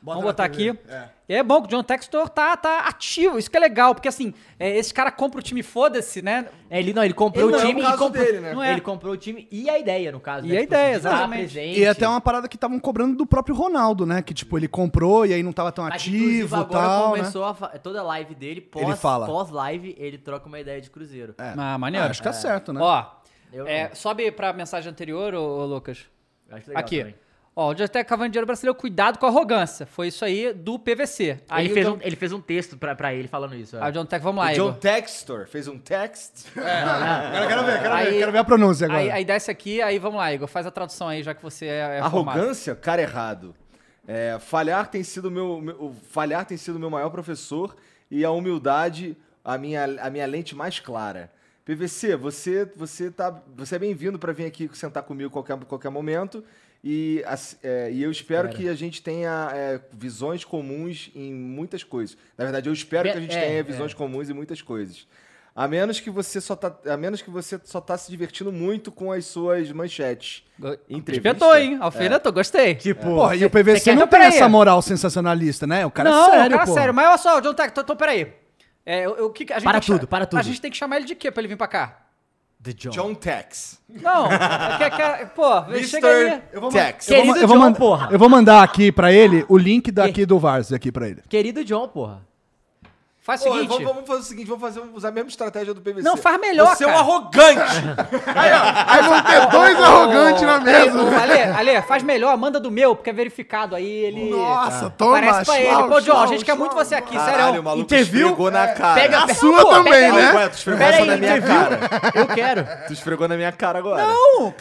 Vamos botar
na TV.
aqui.
É.
E é bom que o John Textor tá, tá ativo, isso que é legal, porque assim, é, esse cara compra o time, foda-se, né?
É, Ele não, ele comprou
Ele
o
não é o
time e
caso
comprou.
dele, né?
Não é.
Ele comprou o time e a ideia, no caso.
E
né?
a
Tipo, assim,
ideia,
de estar
exatamente.
presente.
E até uma parada que estavam cobrando do próprio Ronaldo, né? Que, tipo, ele comprou e aí não tava tão
Mas, Ah, inclusive,
ativo e
agora
tal, né?
começou a fa- toda live dele, pós,
Ele fala.
pós live, ele troca uma ideia de Cruzeiro.
Ah, maneiro.
Ah, acho que tá certo, né?
Ó,
Eu-
é, sobe pra mensagem anterior, ô, ô Lucas.
Eu acho legal
aqui.
também.
Ó, o Jotec Cavandiano brasileiro, cuidado com a arrogância. Foi isso aí do PVC. Aí
ele,
o
fez
John-
um, ele fez um texto pra, pra ele falando isso. é. ó.
Ah, o John Tech, vamos lá,
John
Igor.
Textor fez um text.
É,
Cara, quero ver, quero
Aí-
ver, quero ver a pronúncia agora.
Aí, aí desce aqui, aí vamos lá, Igor. Faz a tradução aí, já que você é, é formado.
Arrogância, cara errado. É, falhar tem sido meu, meu- o falhar tem sido meu maior professor e a humildade a minha, a minha lente mais clara. PVC, você você tá você é bem-vindo para vir aqui sentar comigo qualquer qualquer momento e, ass- é, e eu espero que a gente tenha é, visões comuns em muitas coisas. Na verdade, eu espero
Be-
que a gente
é,
tenha
é.
visões comuns em muitas coisas. A menos que você só tá, a menos que você só tá se divertindo muito com as suas manchetes.
Go-
Entrevista. É.
Espetou, hein? Alfinetou, gostei.
Tipo, porra, e o PVC
quer-
não
Então,
tem
peraí.
essa moral sensacionalista, né? O cara
não,
é sério,
cara,
pô.
sério. Mas olha só, John Tech, então, então peraí. É, eu- eu- o que que a gente
Para
tem que cha-
tudo, para tudo.
A gente tem que chamar ele de quê pra ele vir pra cá?
The John.
John Tex.
Não, é que- é que- pô, chega aí.
Mr. Tex.
Eu vou, ma-
Querido
eu vou
John,
mandar-
porra.
eu vou mandar aqui pra ele o link daqui do Vars aqui pra ele.
Querido John, porra.
Faz o
Pô,
seguinte.
vamos, vamos fazer o seguinte, vamos fazer, usar a mesma estratégia do PVC.
Não, faz melhor,
Você é um
cara.
arrogante.
Aí vão ter dois arrogantes na mesa.
Ô, Ale, Ale, faz melhor, manda do meu, porque é verificado. Aí ele.
Nossa, toma,
Parece pra ele.
chau,
Pô, John, a
chau,
gente quer
chau.
muito você aqui,
Caralho,
sério.
o maluco
interview?
esfregou na cara.
Pega
A sua
Pô,
também,
pega-
né?
Ué, tu esfregou
Pera
essa
aí,
na minha
interview?
cara.
Eu quero.
Tu esfregou na minha cara agora.
é
Não,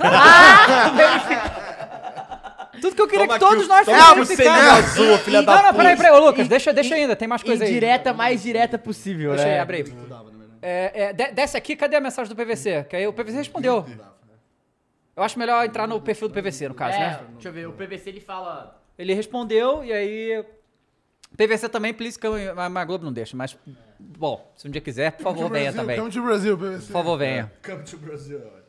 Tudo que eu queria que todos nós
Ah! Toma
fizéssemos
sem azul, filha
Não,
da
não,
puta.
peraí, peraí, ô Lucas, deixa, deixa ainda, tem mais coisa aí.
Indireta, mais direta possível,
Deixa aí,
né?
abre aí. É, é, de- desce aqui, cadê a mensagem do PVC? Que aí o PVC respondeu.
né?
Eu acho melhor entrar no perfil do PVC, no caso,
É,
né?
deixa eu ver. O PVC ele fala.
Ele respondeu e aí. PVC também, please come. Mas mas a Globo não deixa, mas. Bom, se um dia quiser, por favor, venha
assim,
também.
um
Come
Por
to Brasil, PVC.
favor,
né?
venha.
Come to Brasil. é ótimo.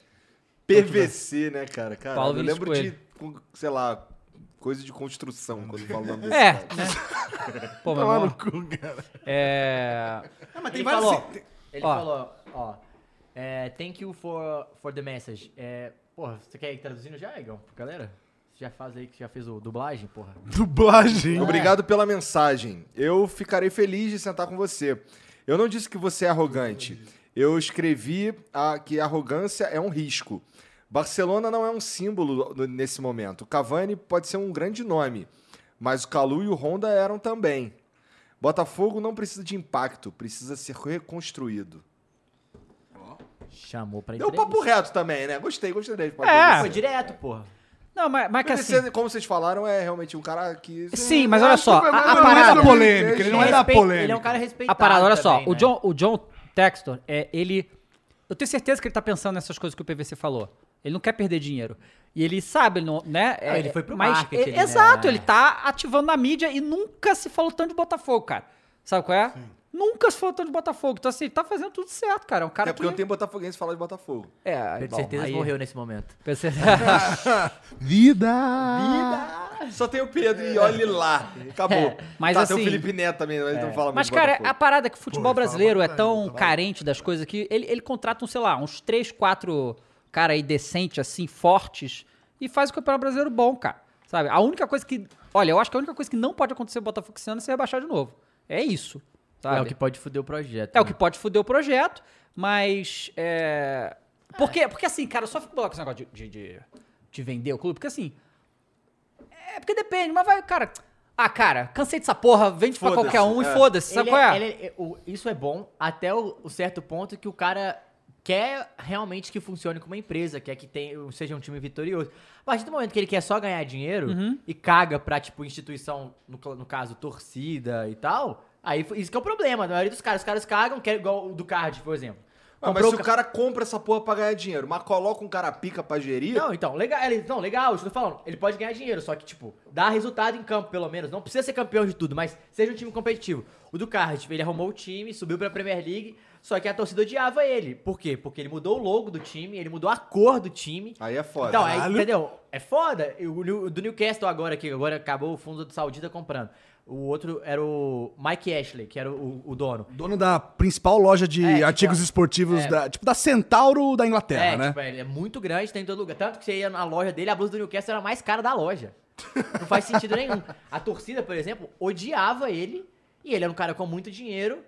PVC, né, cara? cara
Paulo
eu
Vinícius
lembro de, com- sei lá, coisa de construção quando falo o nome desse
É,
cara.
né? Pô, meu irmão. É.
ele falou. Ele
Ó.
falou, assim, ó. É, thank you for, for the message. É, porra, você quer ir traduzindo já, Igão? Galera? Você já faz aí que já fez o dublagem, porra?
Dublagem.
Obrigado pela mensagem. Eu ficarei feliz de sentar com você. Eu não disse que você é arrogante. Eu escrevi a- que a arrogância é um risco. Barcelona não é um símbolo no- nesse momento. O Cavani pode ser um grande nome, mas o Calu e o Honda eram também. Botafogo não precisa de impacto, precisa ser reconstruído.
Chamou pra
Deu um
entrevista.
papo reto também, né? Gostei, gostei da resposta.
É.
Foi direto, porra.
Não, mas, mas que assim.
Você, como vocês falaram, é realmente um cara que.
Sim, mas um olha só.
que foi
A, a
é mais
parada
ou menos
polêmica, ele não é da
Respeito-
polêmica.
Ele é um cara respeitado.
A parada, olha só,
também,
o,
né?
John, o John Textor, é, ele. Eu tenho certeza que ele tá pensando nessas coisas que o PVC falou. Ele não quer perder dinheiro. E ele sabe, ele não, né?
Ah, ele foi pro marketing,
ele-
né?
Exato, ele tá ativando na mídia e nunca se falou tanto de Botafogo, cara. Sabe qual é? Nunca se falou tanto de Botafogo. Então, assim, ele tá fazendo tudo certo, cara. É um cara que.
Até porque não tem Botafoguense falar de Botafogo.
É,
Com
bom,
certeza
aí-
morreu nesse momento.
PVC
Vida!
Só tem o Pedro e olhe lá. Acabou.
mas
tá, tem
assim-
o Felipe Neto também, mas ele não fala
Mas,
muito
cara,
Botafogo.
a parada é que o futebol
Pô, ele fala
brasileiro é
pra caralho,
tão
tá maluco.
carente das coisas que ele, ele contrata, um, sei lá, uns três, quatro cara aí decente, assim, fortes, e faz o campeonato brasileiro bom, cara. Sabe? A única coisa que. Olha, eu acho que a única coisa que não pode acontecer no Botafogo esse ano é se rebaixar de novo. É isso. Sabe?
É o que pode foder o projeto.
É o
né?
que pode foder o projeto, mas. É... Porque, porque assim, cara, eu só fico bolado com esse negócio de, de, de- de vender o clube, porque assim. É porque depende, mas vai, cara. Ah, cara, cansei dessa porra, vende pra
Foda-se,
qualquer um
é.
e foda-se, sabe
Ele
qual é?
é- ele é- o- isso é bom até o, o certo ponto que o cara quer realmente que funcione como uma empresa, quer que tenha, seja um time vitorioso. A partir do momento que ele quer só ganhar dinheiro
Uhum.
e caga pra, tipo, instituição, no, cl- no caso, torcida e tal, aí f- isso que é o problema. Na maioria dos caras, os caras cagam, quer, igual o do Cardiff, por exemplo. O
Ah, mas
Comprou
se o
ca-
cara compra essa porra pra ganhar dinheiro, mas coloca um cara pica pra gerir. é,
Não, então, legal, ele, não, legal, isso que eu tô falando. Ele pode ganhar dinheiro, só que, tipo, dá resultado em campo, pelo menos. Não precisa ser campeão de tudo, mas seja um time competitivo. O do Cardiff, ele arrumou o time, subiu pra Premier League, só que a torcida odiava ele. Por quê? Porque ele mudou o logo do time, ele mudou a cor do time.
Aí é foda.
Então, aí, entendeu? É foda. E O New- o do Newcastle agora, que agora acabou, o fundo do Saudita comprando. O outro era o Mike Ashley, que era o, o dono.
Dono da principal loja de
É, tipo,
artigos
a-
esportivos,
é.
da, tipo da Centauro da Inglaterra,
É,
né?
tipo, ele é muito grande, tem em todo lugar. Tanto que você ia na loja dele, a blusa do Newcastle era a mais cara da loja. Não faz sentido nenhum. A torcida, por exemplo, odiava ele. E ele era um cara com muito dinheiro,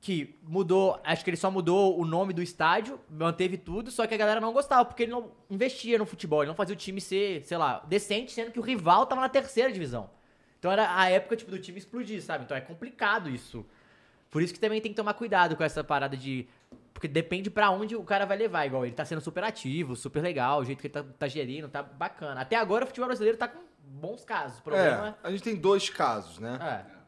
que mudou, acho que ele só mudou o nome do estádio, manteve tudo, só que a galera não gostava, porque ele não investia no futebol, ele não fazia o time ser, sei lá, decente, sendo que o rival tava na terceira divisão. Então era a época, tipo, do time explodir, sabe? Então é complicado isso. Por isso que também tem que tomar cuidado com essa parada de. Porque depende pra onde o cara vai levar, igual ele tá sendo super ativo, super legal, o jeito que ele tá, tá gerindo, tá bacana. Até agora o futebol brasileiro tá com bons casos. O
É,
problema
a gente tem dois casos, né?
é. é.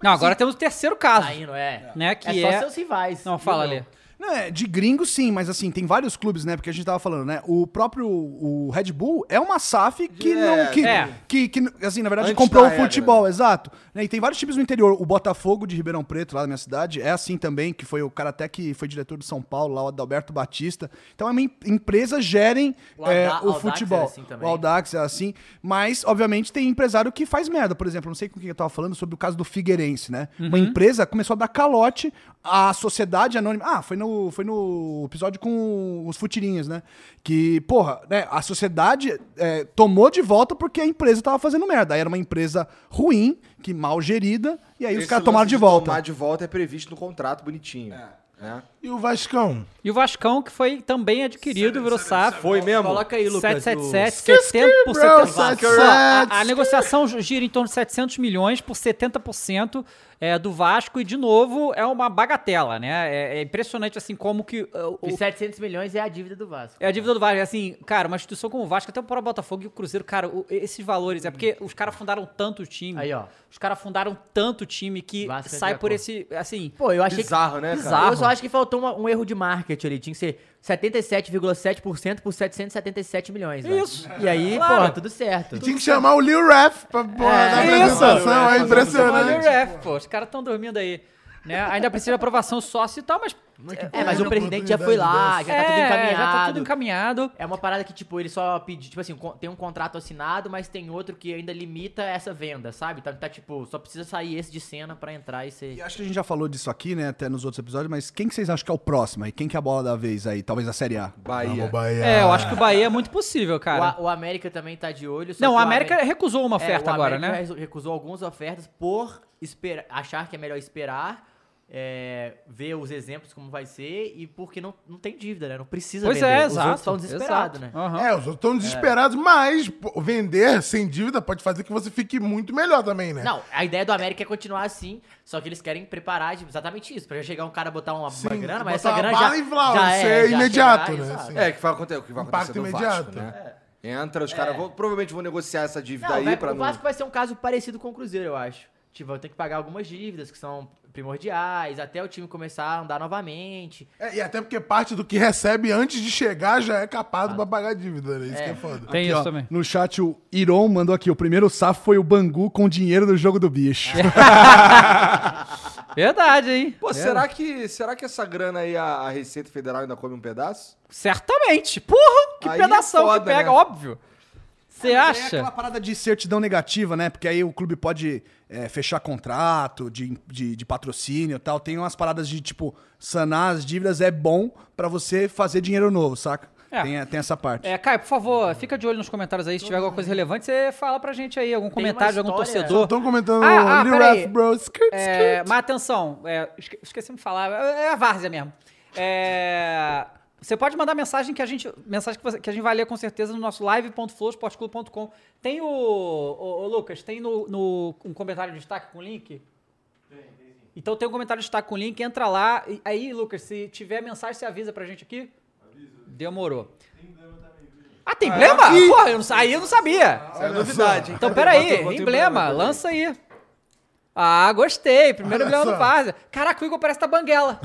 Não, agora temos o terceiro caso.
Tá indo, é.
Né, que
só
é-
seus rivais.
Não, fala
viu,
ali.
meu?
Não, é, de gringo sim, mas assim, tem vários clubes, né? Porque a gente tava falando, né? O próprio o Red Bull é uma SAF que não. Que,
é.
que, que, assim, na verdade,
Antes
comprou
da
o
era,
futebol, exato. Né, E tem vários times no interior. O Botafogo de Ribeirão Preto, lá da minha cidade, é assim também, que foi o cara até que foi diretor de São Paulo, lá, o Adalberto Batista. Então, é uma em- empresa gerem
O
é,
Alda-
o
Aldax era
futebol.
assim também.
O Aldax é assim. Mas, obviamente, tem empresário que faz merda. Por exemplo, não sei com quem eu tava falando sobre o caso do Figueirense, né? Uma empresa começou a dar calote à sociedade anônima. Ah, foi no, foi no episódio com os futirinhas, né? Que, porra, né? A sociedade é, tomou de volta porque a empresa tava fazendo merda. Aí era uma empresa ruim, que mal gerida, É, e aí os
Esse
caras tomaram
lance
de volta.
Tomar de volta é previsto no contrato, bonitinho. né?
E o Vascão?
E o Vascão, que foi também adquirido, virou SAF.
Foi mesmo?
Coloca aí, Lucas.
777, 70 por 70. Ó, A, a negociação gira em torno de 700 milhões por 70% é, do Vasco e, de novo, é uma bagatela, né? É, é impressionante, assim, como que... é, o-
O... E 700 milhões é a dívida do Vasco.
É a dívida do Vasco, assim, cara, uma instituição como o Vasco, até o próprio Botafogo e o Cruzeiro, cara, o- esses valores, é porque os caras fundaram tanto time.
Aí, ó.
Os caras fundaram tanto time que
Vasco é entra
sai
na
por
conta.
esse, assim...
Pô, eu achei
Bizarro, né,
que...
cara?
Bizarro. Eu só acho que faltou uma- um erro de marketing ali. Tinha que ser 77,7% por 777 milhões, velho.
Isso.
E aí,
Claro.
porra, tudo certo.
Tinha que chamar o Lil Ref pra porra, da
isso.
né?
apresentação,
um
é
Olha o
Tipo,
impressionante.
ref, pô, os caras estão dormindo aí. Né? Ainda precisa de aprovação sócio e tal, mas
É, mas o presidente já foi lá, já tá tudo
é,
encaminhado.
já tá tudo encaminhado.
É uma parada que, tipo, ele só pediu, tipo assim, con- tem um contrato assinado, mas tem outro que ainda limita essa venda, sabe? Tá, tá, tipo, só precisa sair esse de cena pra entrar e ser...
E acho que a gente já falou disso aqui, né, até nos outros episódios, mas quem que vocês acham que é o próximo aí? Quem que é a bola da vez aí? Talvez a Série A.
Bahia.
Bahia.
É, eu acho que o Bahia é muito possível,
O,
cara.
A- o América também tá de olho. só
Não,
que
o América
Ameri-
recusou uma
É,
oferta
o
agora,
América
né?
recu- Recusou algumas ofertas por espera- achar que é melhor esperar, é, ver os exemplos como vai ser e porque não, não tem dívida, né? Não precisa
Pois
vender.
é,
os
exato.
outros estão desesperados,
exato.
né?
Aham.
É, os outros estão desesperados, mas pô, vender sem dívida pode fazer que você fique muito melhor também, né?
Não, a ideia do América é continuar assim, só que eles querem preparar tipo, exatamente isso, pra já chegar um cara botar uma, uma
Sim,
grana, mas
botar
essa
uma
grana
bala
já,
e vlau,
já
isso é
já chegar,
imediato, né?
exato.
Sim.
É, que vai acontecer, o que vai
Impacto
acontecer no
imediato.
Vasco, né? Entra, os caras vão, provavelmente vão negociar essa dívida
Não,
aí
vai-
pra
o
não...
Vasco vai ser um caso parecido com o Cruzeiro, eu acho. Tipo, vai ter que pagar algumas dívidas que são primordiais, até o time começar a andar novamente.
É, e até porque parte do que recebe antes de chegar já é capado pra pagar dívida, né? Isso que é foda.
Tem
Aqui,
isso
ó,
também.
No chat, o Iron mandou aqui: o primeiro safo foi o Bangu com o dinheiro do jogo do bicho.
Verdade, hein? É.
Pô, será que, será que essa grana aí, a, a Receita Federal ainda come um pedaço?
Certamente. Porra, que
Aí é
pedação
foda,
que pega,
né? Ah,
óbvio. Você
É
acha?
aquela parada de certidão negativa, né? Porque aí o clube pode é, fechar contrato de, de, de patrocínio e tal. Tem umas paradas de, tipo, sanar as dívidas é bom pra você fazer dinheiro novo, saca?
É.
Tem, tem essa parte.
É, Caio, por favor, fica de olho nos comentários aí. Se tiver alguma coisa relevante, você fala pra gente aí. Algum comentário de algum
história-
torcedor.
Estão comentando
Ah, ah,
Lil
peraí.
Ref, bro. Skirt,
É,
skirt.
mas atenção, é, esque- esqueci de falar, é é a várzea mesmo. É, você pode mandar mensagem que a gente, mensagem que, você- que a gente vai ler com certeza no nosso live.flowsportclub.com. Tem o, o- o Lucas, tem no, no- um comentário de destaque com link? Então tem um comentário de destaque com link, entra lá. E, aí, Lucas, se tiver mensagem, você avisa pra gente aqui? Demorou. Ah, tem emblema? Porra, eu não, sa- aí eu não sabia.
É novidade, hein?
Então, peraí,
Bota- bota o
emblema, lança aí. Ah, gostei.
Olha
Primeiro emblema do
só.
Várzea. Caraca, o Igor parece da Banguela.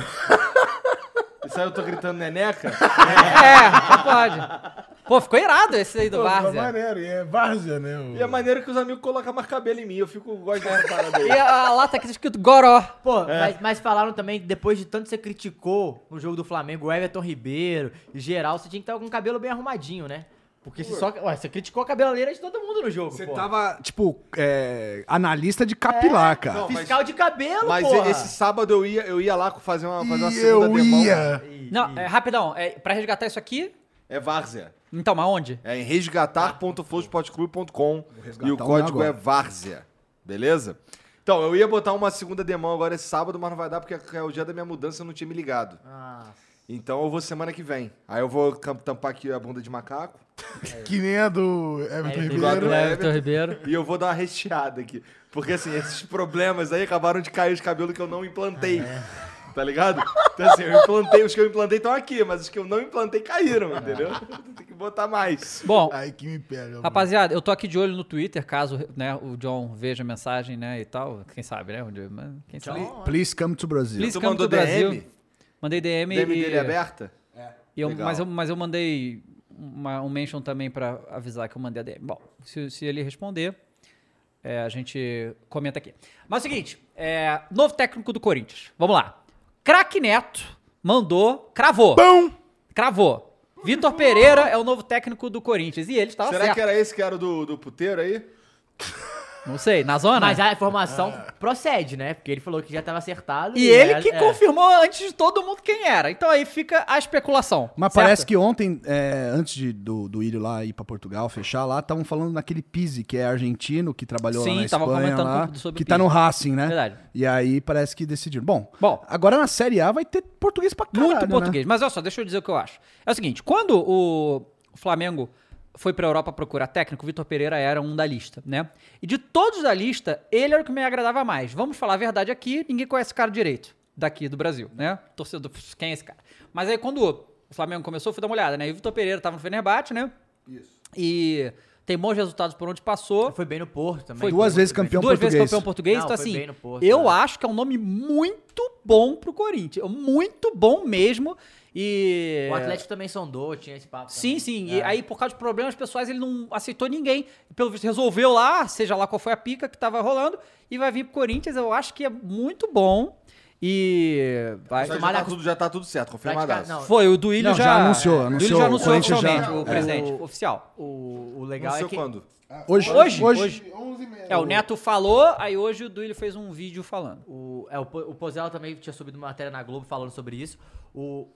E saiu eu tô gritando neneca.
É, não pode. Pô, ficou irado esse aí do
Pô, mas
Várzea.
maneiro, e é várzea, né? o-
E é maneiro que os amigos colocam mais cabelo em mim. Eu fico gosto dessa parada aí.
E a, a lata aqui tá escrito Goró.
Pô, mas, mas falaram também que depois de tanto que você criticou no jogo do Flamengo, o Everton Ribeiro e geral, você tinha que estar com o cabelo bem arrumadinho, né? Porque se só. Ué, você criticou a cabeleira de todo mundo no jogo,
Você
pô.
tava, tipo, é, analista de
É,
capilar, cara.
Não,
Fiscal de cabelo,
Mas
porra.
esse sábado eu ia, eu ia lá fazer uma, fazer uma
E
segunda
eu
demão.
ia.
Não, é, rapidão, é, pra resgatar isso aqui.
É várzea.
Então, mas onde?
É em resgatar.flowspotclub.com e o
um
código
agora.
é várzea. Beleza? Então, eu ia botar uma segunda demão agora esse sábado, mas não vai dar porque é o dia da minha mudança eu não tinha me ligado.
Ah,
Então eu vou semana que vem. Aí eu vou cam- tampar aqui a bunda de macaco
Que nem a do Everton
É,
Ribeiro.
do
Everton
Everton
Ribeiro.
e eu vou dar uma recheada aqui. Porque assim, esses problemas aí acabaram de cair os cabelos que eu não implantei. Tá ligado? Então assim, eu implantei, os que eu implantei estão aqui, mas os que eu não implantei caíram, entendeu? Tem que botar mais.
Bom,
Aí que me pega. mano.
rapaziada, eu tô aqui de olho no Twitter, caso né, o John veja a mensagem, né, e tal. Quem sabe, né? um dia, mas Quem sabe.
Please come to Brasil.
Please
Tu
come
mandou
to Brasil.
DM?
Mandei DM,
DM
e,
dele é aberta?
e eu,
Legal.
mas, eu, mas eu mandei uma- um mention também pra avisar que eu mandei a DM. Bom, se, se ele responder, é, a gente comenta aqui. Mas é o seguinte, é, novo técnico do Corinthians. Vamos lá. Craque Neto mandou, cravou.
Pão!
Cravou. Vitor Pereira é o novo técnico do Corinthians. E ele estava
Será
Tá certo.
que era esse que era o do, do puteiro aí?
Não sei, na zona?
Mas a informação procede, né? Porque ele falou que já tava acertado.
E ele
é-
que
é.
confirmou antes de todo mundo quem era. Então aí fica a especulação.
Mas
certo?
parece que ontem, é, antes de- do, do Írio lá ir pra Portugal, fechar lá, estavam falando naquele Pizzi, que é argentino, que trabalhou lá
Sim,
na
tava
Espanha,
comentando
lá,
tudo sobre
que
o
tá
Pizzi.
no Racing, né?
Verdade.
E aí parece que decidiram. Bom,
Bom.
agora na Série A vai ter português pra caralho,
Muito
né?
português. Mas olha só, deixa eu dizer o que eu acho. É o seguinte, quando o Flamengo foi pra Europa procurar técnico, o Vitor Pereira era um da lista, né? E de todos da lista, ele era o que me agradava mais. Vamos falar a verdade aqui, ninguém conhece esse cara direito daqui do Brasil, né? Torcedor, pff, quem é esse cara? Mas aí quando o Flamengo começou, eu fui dar uma olhada, né? E o Vitor Pereira tava no Fenerbahçe, né? Isso. E tem bons resultados por onde passou.
Foi bem no Porto também.
Foi
Duas
Foi
vezes
muito bem.
campeão
Duas
português.
vezes campeão português,
Não,
então
foi
assim,
bem no Porto,
eu
né?
acho que é um nome muito bom pro Corinthians, É muito bom mesmo e...
O Atlético também sondou, tinha esse papo.
é. Sim,
também.
sim,
É.
e aí por causa de problemas pessoais ele não aceitou ninguém, pelo visto resolveu lá, seja lá qual foi a pica que tava rolando, e vai vir pro Corinthians, eu acho que é muito bom e... Vai...
Já,
tomar
tá
na-
tudo, já tá tudo certo, confirmadaço.
Praticamente,
Foi, o Duílio
Não, já anunciou,
o Duílio
anunciou,
já
o
anunciou
Corinthians já-
oficialmente, o
é.
presidente, o oficial.
O, o
Não
legal
sei
é que.
quando.
Hoje,
Hoje,
hoje,
hoje.
11 e meia.
É, o Neto falou, aí hoje o Duílio fez um vídeo falando.
O, é, o, Po- o Pozella também tinha subido uma matéria na Globo falando sobre isso. O,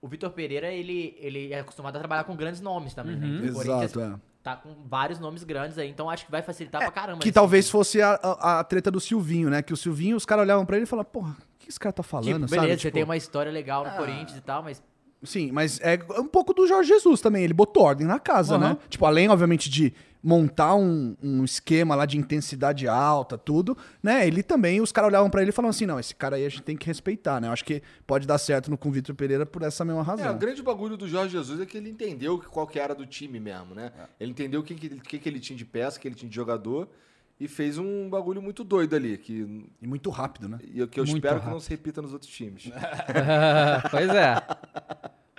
o Vitor Pereira, ele, ele é acostumado a trabalhar com grandes nomes também, né? Então, o
Exato,
Corinthians
é.
Tá com vários nomes grandes aí, então acho que vai facilitar pra caramba.
Que
esse-
talvez fosse a, a- a treta do Silvinho, né? Que o Silvinho, os caras olhavam pra ele e falavam, porra, o que esse cara tá falando,
Tipo, beleza,
sabe?
você
Tipo,
tem uma história legal no Corinthians e tal, mas
Sim, mas é um pouco do Jorge Jesus também. Ele botou ordem na casa, né? Tipo, além, obviamente, de montar um, um esquema lá de intensidade alta, tudo, né? Ele também, os caras olhavam pra ele e falavam assim, não, esse cara aí a gente tem que respeitar, né? Eu acho que pode dar certo no, com o Vitor Pereira por essa mesma
É, o
razão.
grande bagulho do Jorge Jesus é que ele entendeu que qual que era do time mesmo, né?
É.
Ele entendeu quem que, que que ele tinha de peça, que ele tinha de jogador e fez um bagulho muito doido ali, que,
E muito rápido, né?
e eu- que eu
Muito
espero que
rápido.
não se repita nos outros times.
pois é.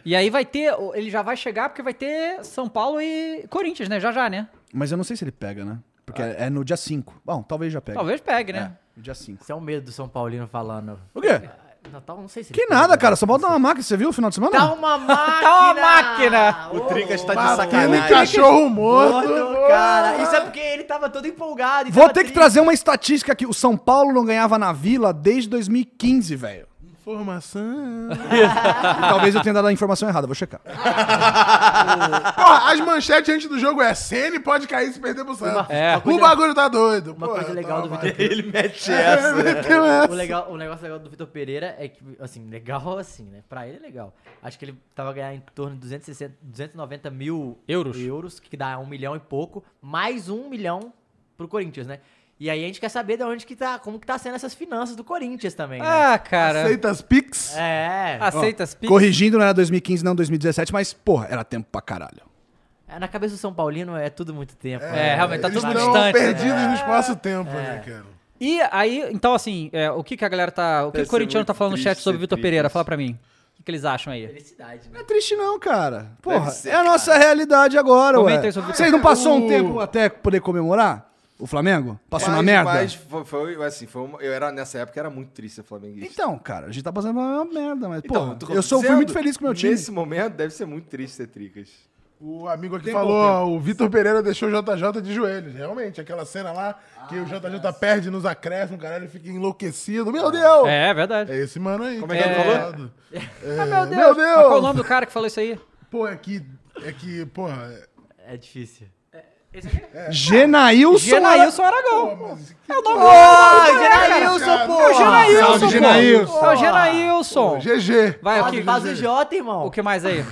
E aí vai ter, ele já vai chegar porque vai ter São Paulo e Corinthians, né? Já já, né?
Mas eu não sei se ele pega, né? Porque é, é no dia 5. Bom, talvez já pegue.
Ah. Talvez pegue, né?
É, no dia 5.
isso é um medo do São Paulino falando.
O quê?
Natal, não sei se.
Que
ele-
nada, cara. Só bota uma máquina. Você viu o final de semana?
Tá uma máquina!
É
Tá uma máquina!
O Tricas tá de
Batendo em
sacanagem.
cachorro morto.
Outro cara! Isso é porque ele tava todo empolgado. e
Vou
tava
ter que
triste.
trazer uma estatística aqui. O São Paulo não ganhava na Vila desde 2015, velho.
Informação.
Talvez eu tenha dado a informação errada, vou checar.
Porra, as manchetes antes do jogo é CN pode cair se perder pro Santos.
É.
O bagulho tá doido.
Uma
Porra,
coisa legal do
toma.
Vitor
Ele mete essa.
Meteu essa.
O, legal, o negócio legal do Vitor Pereira é que, assim, legal assim, né? Pra ele é legal. Acho que ele tava ganhando em torno de 260, 290 mil
Euros.
que dá um milhão e pouco, mais um milhão pro Corinthians, né? E aí a gente quer saber de onde que tá, como que tá sendo essas finanças do Corinthians também, né?
Ah, cara.
Aceita
Aceita,
as pics.
É,
as piques.
Corrigindo, não era 2015, não 2017, mas, porra, era tempo pra caralho.
É, Na cabeça do São Paulino é tudo muito tempo.
É, realmente, tá
Eles
tudo muito
estão
distante. né?
perdidos no espaço-tempo, né, cara?
E aí, então assim, é, o que que a galera tá... O que
Deve
o
ser
corintiano
muito
tá falando no
triste
chat sobre o
ser
Vitor Pereira?
triste.
Fala pra mim. que, que eles acham aí?
Felicidade, né?
Não é triste não, cara. Porra,
ser,
é a nossa realidade agora,
Comenta
ué.
aí sobre o
Vocês não passou um tempo até poder comemorar? O Flamengo? Passou na merda?
Mas foi, foi, assim, foi uma- eu era, nessa época era muito triste ser flamenguista.
Então, cara, a gente tá passando uma merda, mas,
Então,
porra,
tô
eu sou, fui
dizendo,
muito feliz com o meu time.
Nesse momento deve ser muito triste ser tricas.
O amigo aqui falou, ó, o Vitor Pereira deixou o JJ de joelhos. Realmente, aquela cena lá que
Ah,
o JJ perde nos acréscimos, caralho, ele fica enlouquecido. Meu Deus! É,
É, é verdade. Ah,
esse mano aí. tá É,
Como é que ele falou?
Ah,
meu Deus!
Mas Qual o nome do cara que falou isso aí?
Pô, é que, é que, porra... é-
É difícil.
Genailson.
Genailson Aragão.
Pô, mas
É o nome do cara,
cara,
É o Genailson,
Salve,
pô.
Genailson.
É o Genailson.
GG.
Vai, o
Ah, Faz, faz o
que,
Jota, irmão.
o que mais aí?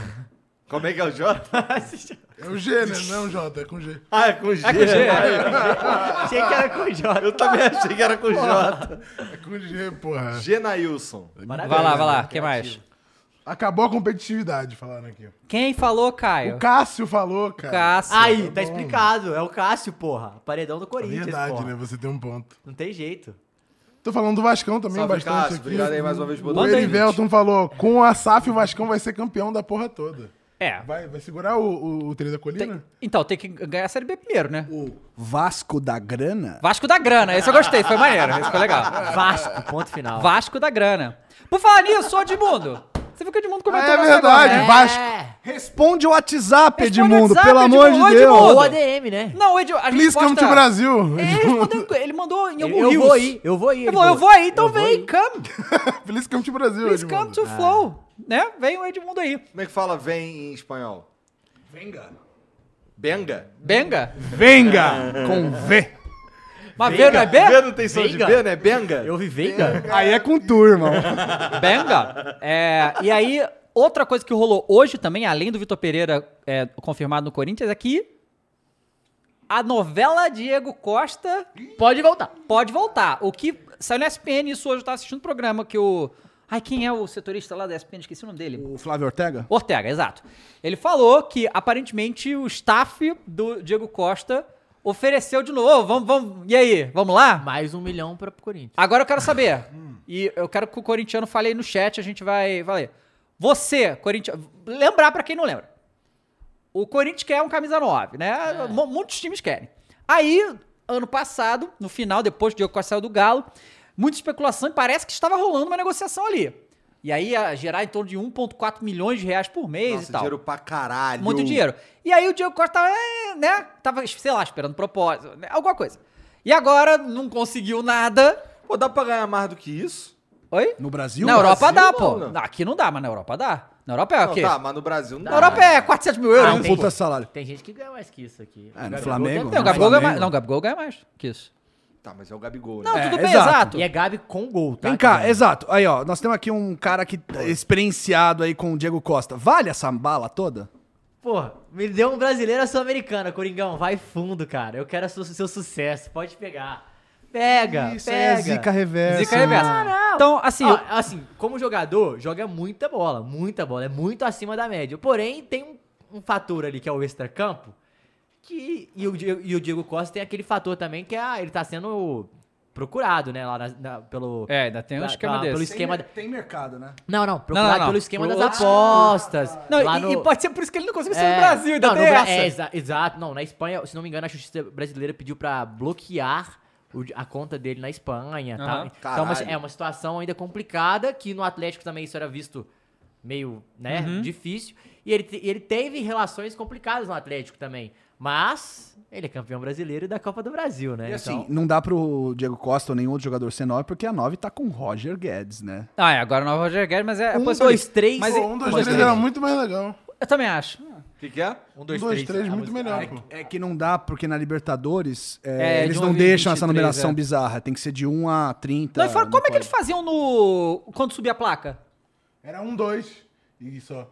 Como é que é o Jota?
É o G, né? Não é o J, é com G.
Ah, é com G.
Achei que era com o Jota.
Eu também achei que era com J.
É com G, porra.
Genailson.
Vai lá, vai lá. O que mais?
Acabou a competitividade, falaram aqui.
Quem falou, Caio?
O Cássio falou, cara.
Cássio.
Aí, tá explicado. É o Cássio, porra. Paredão do Corinthians,
Verdade,
porra.
né? Você tem um ponto.
Não tem jeito.
Tô falando do Vascão também
Salve,
bastante
Cássio.
aqui.
Obrigado aí mais uma vez por
O
botar aí,
Erivelton falou, com a SAF o Vascão vai ser campeão da porra toda.
É.
Vai, vai segurar o, o, o Três da
né?
Colina?
Então, tem que ganhar a Série B primeiro, né?
Vasco da Grana?
Vasco da Grana. Esse eu gostei, foi maneiro. Esse foi legal.
Vasco, ponto final.
Vasco da Grana. Por falar nisso, ô Edmundo. Você viu que o Edmundo
Ah,
comentou
é
no
verdade,
Instagram, né?
Vasco.
É,
Responde o WhatsApp,
Responde o
Edmundo,
WhatsApp,
pelo amor
Edmundo. Ô,
de Deus.
Edmundo.
Ou ADM, né?
Não, o Ed, a gente
Please
um
come
posta-
to Brasil.
É, Ele, respondeu- ele mandou em algum
Eu
Reels.
vou aí, eu vou aí.
Ele falou, eu vou aí, então vem, come.
Please come to Brasil,
Please
Edmundo.
come to flow. Né? Vem o Edmundo aí.
Como é que fala vem em espanhol? Benga. Benga?
Benga.
Venga com V.
Mas V não é B?
B não tem som de
Benga?
B, né? Benga?
Eu vivei, cara.
Aí é com tu, irmão.
Benga. É, e aí, outra coisa que rolou hoje também, além do Vitor Pereira é, confirmado no Corinthians, é que a novela Diego Costa
Pode voltar.
pode voltar. O que saiu na SPN, isso hoje eu tava assistindo o programa que o... Ai, quem é o setorista lá da SPN? Esqueci o nome dele.
O Flávio Ortega?
Ortega, exato. Ele falou que aparentemente o staff do Diego Costa ofereceu de novo. Ô, vamos, vamos. E aí, vamos lá?
Mais um milhão para o Corinthians.
Agora eu quero saber. e eu quero que o corintiano fale aí no chat, a gente vai. vai ler. Você, corintiano. Lembrar pra quem não lembra. O Corinthians quer um camisa 9, né? Mu- Muitos times querem. Aí, ano passado, no final, depois que o Diego Costa saiu do Galo, muita especulação e parece que estava rolando uma negociação ali. E aí ia gerar em torno de 1,4 milhões de reais por mês
Nossa,
e tal.
dinheiro pra caralho.
Muito dinheiro. E aí o Diego Costa tava, é, né? Tava, sei lá, esperando propósito, né? alguma coisa. E agora não conseguiu nada.
Pô, dá pra ganhar mais do que isso?
Oi?
No Brasil?
na Europa
Brasil,
dá, pô.
não, né?
Não, aqui não dá, mas na Europa dá. Na Europa é o
Não,
quê?
tá, mas no Brasil não
Na Europa é 400 mil euros.
É um
né?
tem,
puta
pô.
salário.
Tem gente que ganha mais que isso aqui.
É, no
Gabigol
Não, o
deve
Flamengo, né?
ganhar
Gabigol ganha
Flamengo.
mais. Não, o Gabigol ganha mais que isso.
Tá, mas é o Gabigol, né?
Não,
É,
tudo bem,
exato.
exato.
E é Gabi com gol, tá?
Vem cá,
Que
exato. Aí, ó, nós temos aqui um cara que experienciado aí com o Diego Costa. Vale essa bala toda?
Porra, me deu um brasileiro a sul-americana, Coringão. Vai fundo, cara. Eu quero o seu sucesso. Pode pegar. Pega, pega.
é reversa.
é Zica reversa. Então, assim,
é Ah, Ó,
eu-
assim, como jogador, joga muita bola, muita bola, é muito acima da média. Porém, tem um, um fator ali que é o extracampo, que e o, Diego- e o Diego Costa tem aquele fator também que é, a- ele tá sendo procurado, né, lá na- na- pelo
É, ainda tem um
da-
esquema
da-
desse.
Pelo esquema da-
Tem mercado, né?
Não, não, procurado
Não, não, não.
pelo esquema
Pro-
das apostas.
Não,
lá
e,
no-
e pode ser por isso que ele não conseguiu sair
é,
do Brasil, ainda
não,
tem
no Bra-
essa.
é, exa- exato, não, na Espanha, se não me engano, a justiça brasileira pediu pra bloquear o di- a conta dele na Espanha,
Aham.
tá? Então, mas
Caralho.
é uma situação ainda complicada, que no Atlético também isso era visto meio, né, difícil. E ele, te- ele teve relações complicadas no Atlético também, mas ele é campeão brasileiro e da Copa do Brasil, né?
E assim,
então,
não dá pro Diego Costa ou nenhum outro jogador ser 9, porque a 9 tá com o Roger Guedes, né?
Ah, é, agora não é o Roger Guedes, mas é... é
um,
posição
dois,
ali.
três,
Mas
Pô,
e-
um, dois,
dois,
três
três.
era muito mais legal.
Eu também acho.
O que, que é?
um,
Um,
dois,
dois, três,
a
muito
música.
melhor, pô.
É que não dá, porque na Libertadores
É,
é, eles
de
não
1 a
deixam essa
23,
numeração
é.
bizarra. Tem que ser de 1 a 30.
Não, e fora,
não
como é que
pode.
eles faziam no... quando subia a placa?
Era um, dois. E só.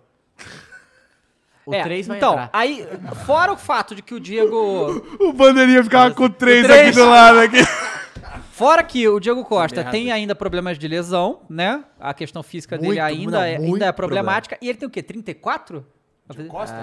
O
É,
três vai
Então,
entrar.
aí, fora o fato de que o Diego...
O bandeirinha ficava com três
assim, três.
lado. Aqui.
Fora que o Diego Costa tem ainda problemas de lesão, né? A questão física dele
Muito,
ainda,
não,
é,
muito
ainda é problemática. E ele tem o quê? 34?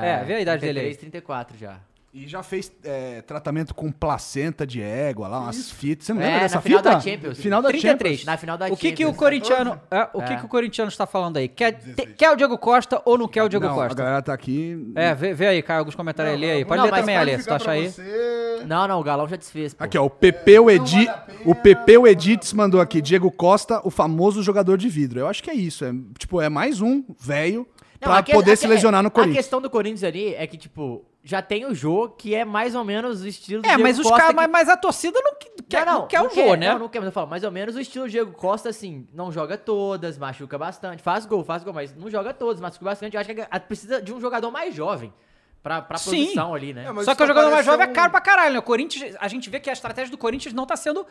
É, vê a idade dele aí.
33, 34 já.
E já fez é, tratamento com placenta de égua lá, umas fitas. Você não
É,
lembra
na
dessa
final
fita?
da Champions.
Final da
33.
Champions.
Na final da
o que que o
Champions.
corintiano, é, o que
É.
que o corintiano está falando aí? Quer, te- quer o Diego Costa ou não quer o Diego
Não, a
Costa?
galera tá aqui.
É, vê, vê aí, Caio, alguns comentários aí, lê aí. Pode
não,
ler
mas
também,
pode
Ale, se tu achar aí. É,
Não, não, o Galão já desfez. Pô.
Aqui, ó, o Pepeu Edi, o Pepeu Edits mandou aqui, Diego Costa, o famoso jogador de vidro. Eu acho que é isso, é, tipo, é mais um velho
Não,
pra
a que-
poder
a
se
que-
lesionar no
A
Corinthians.
questão do Corinthians ali é que, tipo, já tem o jogo que é mais ou menos o estilo do
É,
Diego
mas os
Costa
caras,
que-
mas, mas a torcida não, que- quer, não, quer o jogo, né?
Não, não quer, mas eu falo, mais ou menos o estilo Diego Costa, assim, não joga todas, machuca bastante, faz gol, faz gol, mas não joga todas, machuca bastante. Eu acho que a- precisa de um jogador mais jovem pra, pra
Sim.
posição ali, né?
É, mas
Só
isso
que o jogador mais
parece
jovem
um-
é caro pra caralho, né? O Corinthians, a gente vê que a estratégia do Corinthians não tá sendo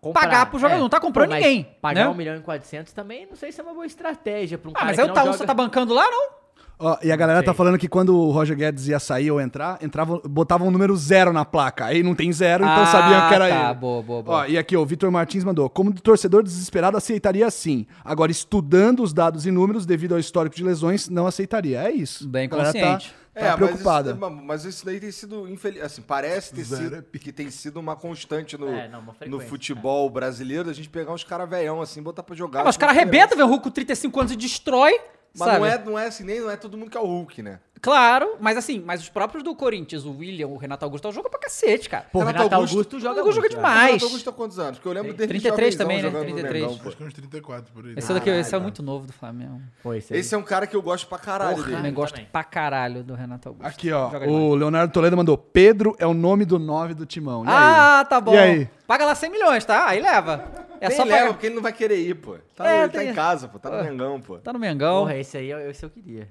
Comprar, É.
pagar pro jogador, não tá comprando
mas
ninguém,
Pagar
né?
1 milhão e 400 também, não sei se é uma boa estratégia pra um
Ah,
cara
mas
que
aí o
não
Taúsa
joga-
tá bancando lá, não?
Ó, e a galera tá
Sei.
falando que quando o Roger Guedes ia sair ou entrar, entrava, botava um número zero na placa. Aí não tem zero, então
Ah,
sabiam que era
tá,
ele.
boa, boa, boa.
Ó, e aqui, ó, o Vitor Martins mandou, como torcedor desesperado aceitaria sim, agora estudando os dados e números devido ao histórico de lesões, não aceitaria. É isso.
Bem
A galera
consciente.
É,
Tá, tá preocupada.
É, Mas isso, mas isso daí tem sido infeliz. Assim, parece ter sido, que tem sido uma constante no,
É, não, uma
no
frequência,
futebol brasileiro, a gente pegar uns caras velhão assim, botar pra jogar.
Ah, né? mas os caras arrebentam, vê o Hulk com 35 anos e destrói,
Mas
sabe?
não é, não é assim, nem não é todo mundo que é o Hulk, né?
Claro, mas assim, mas os próprios do Corinthians, o William, o Renato Augusto, jogam pra cacete, cara.
Pô,
Renato
Renato,
Augusto-
Augusto,
joga,
joga,
joga,
muito, né? cara.
demais.
Renato Augusto há quantos anos? Porque eu lembro dele
33
jovenzão
também, né?
jogando no
33.
Mengão, pô.
Acho que uns 34 por aí.
Esse daqui, esse é muito novo do Flamengo.
Pô, esse aí-
Esse é um cara que eu gosto pra caralho
Porra,
dele.
também gosto
também.
pra caralho do Renato Augusto.
Aqui, ó.
Joga demais.
O Leonardo Toledo mandou: Pedro é o nome do nove do timão. E aí?
Ah, tá bom.
E aí?
Paga lá 100 milhões, tá? Aí leva. É
Nem
só
leva,
pagar.
porque ele não vai querer ir, pô. Tá,
É,
ele tá
tem-
em casa, pô. Tá no Mengão, pô.
Tá no Mengão.
Porra, esse aí eu- esse eu queria.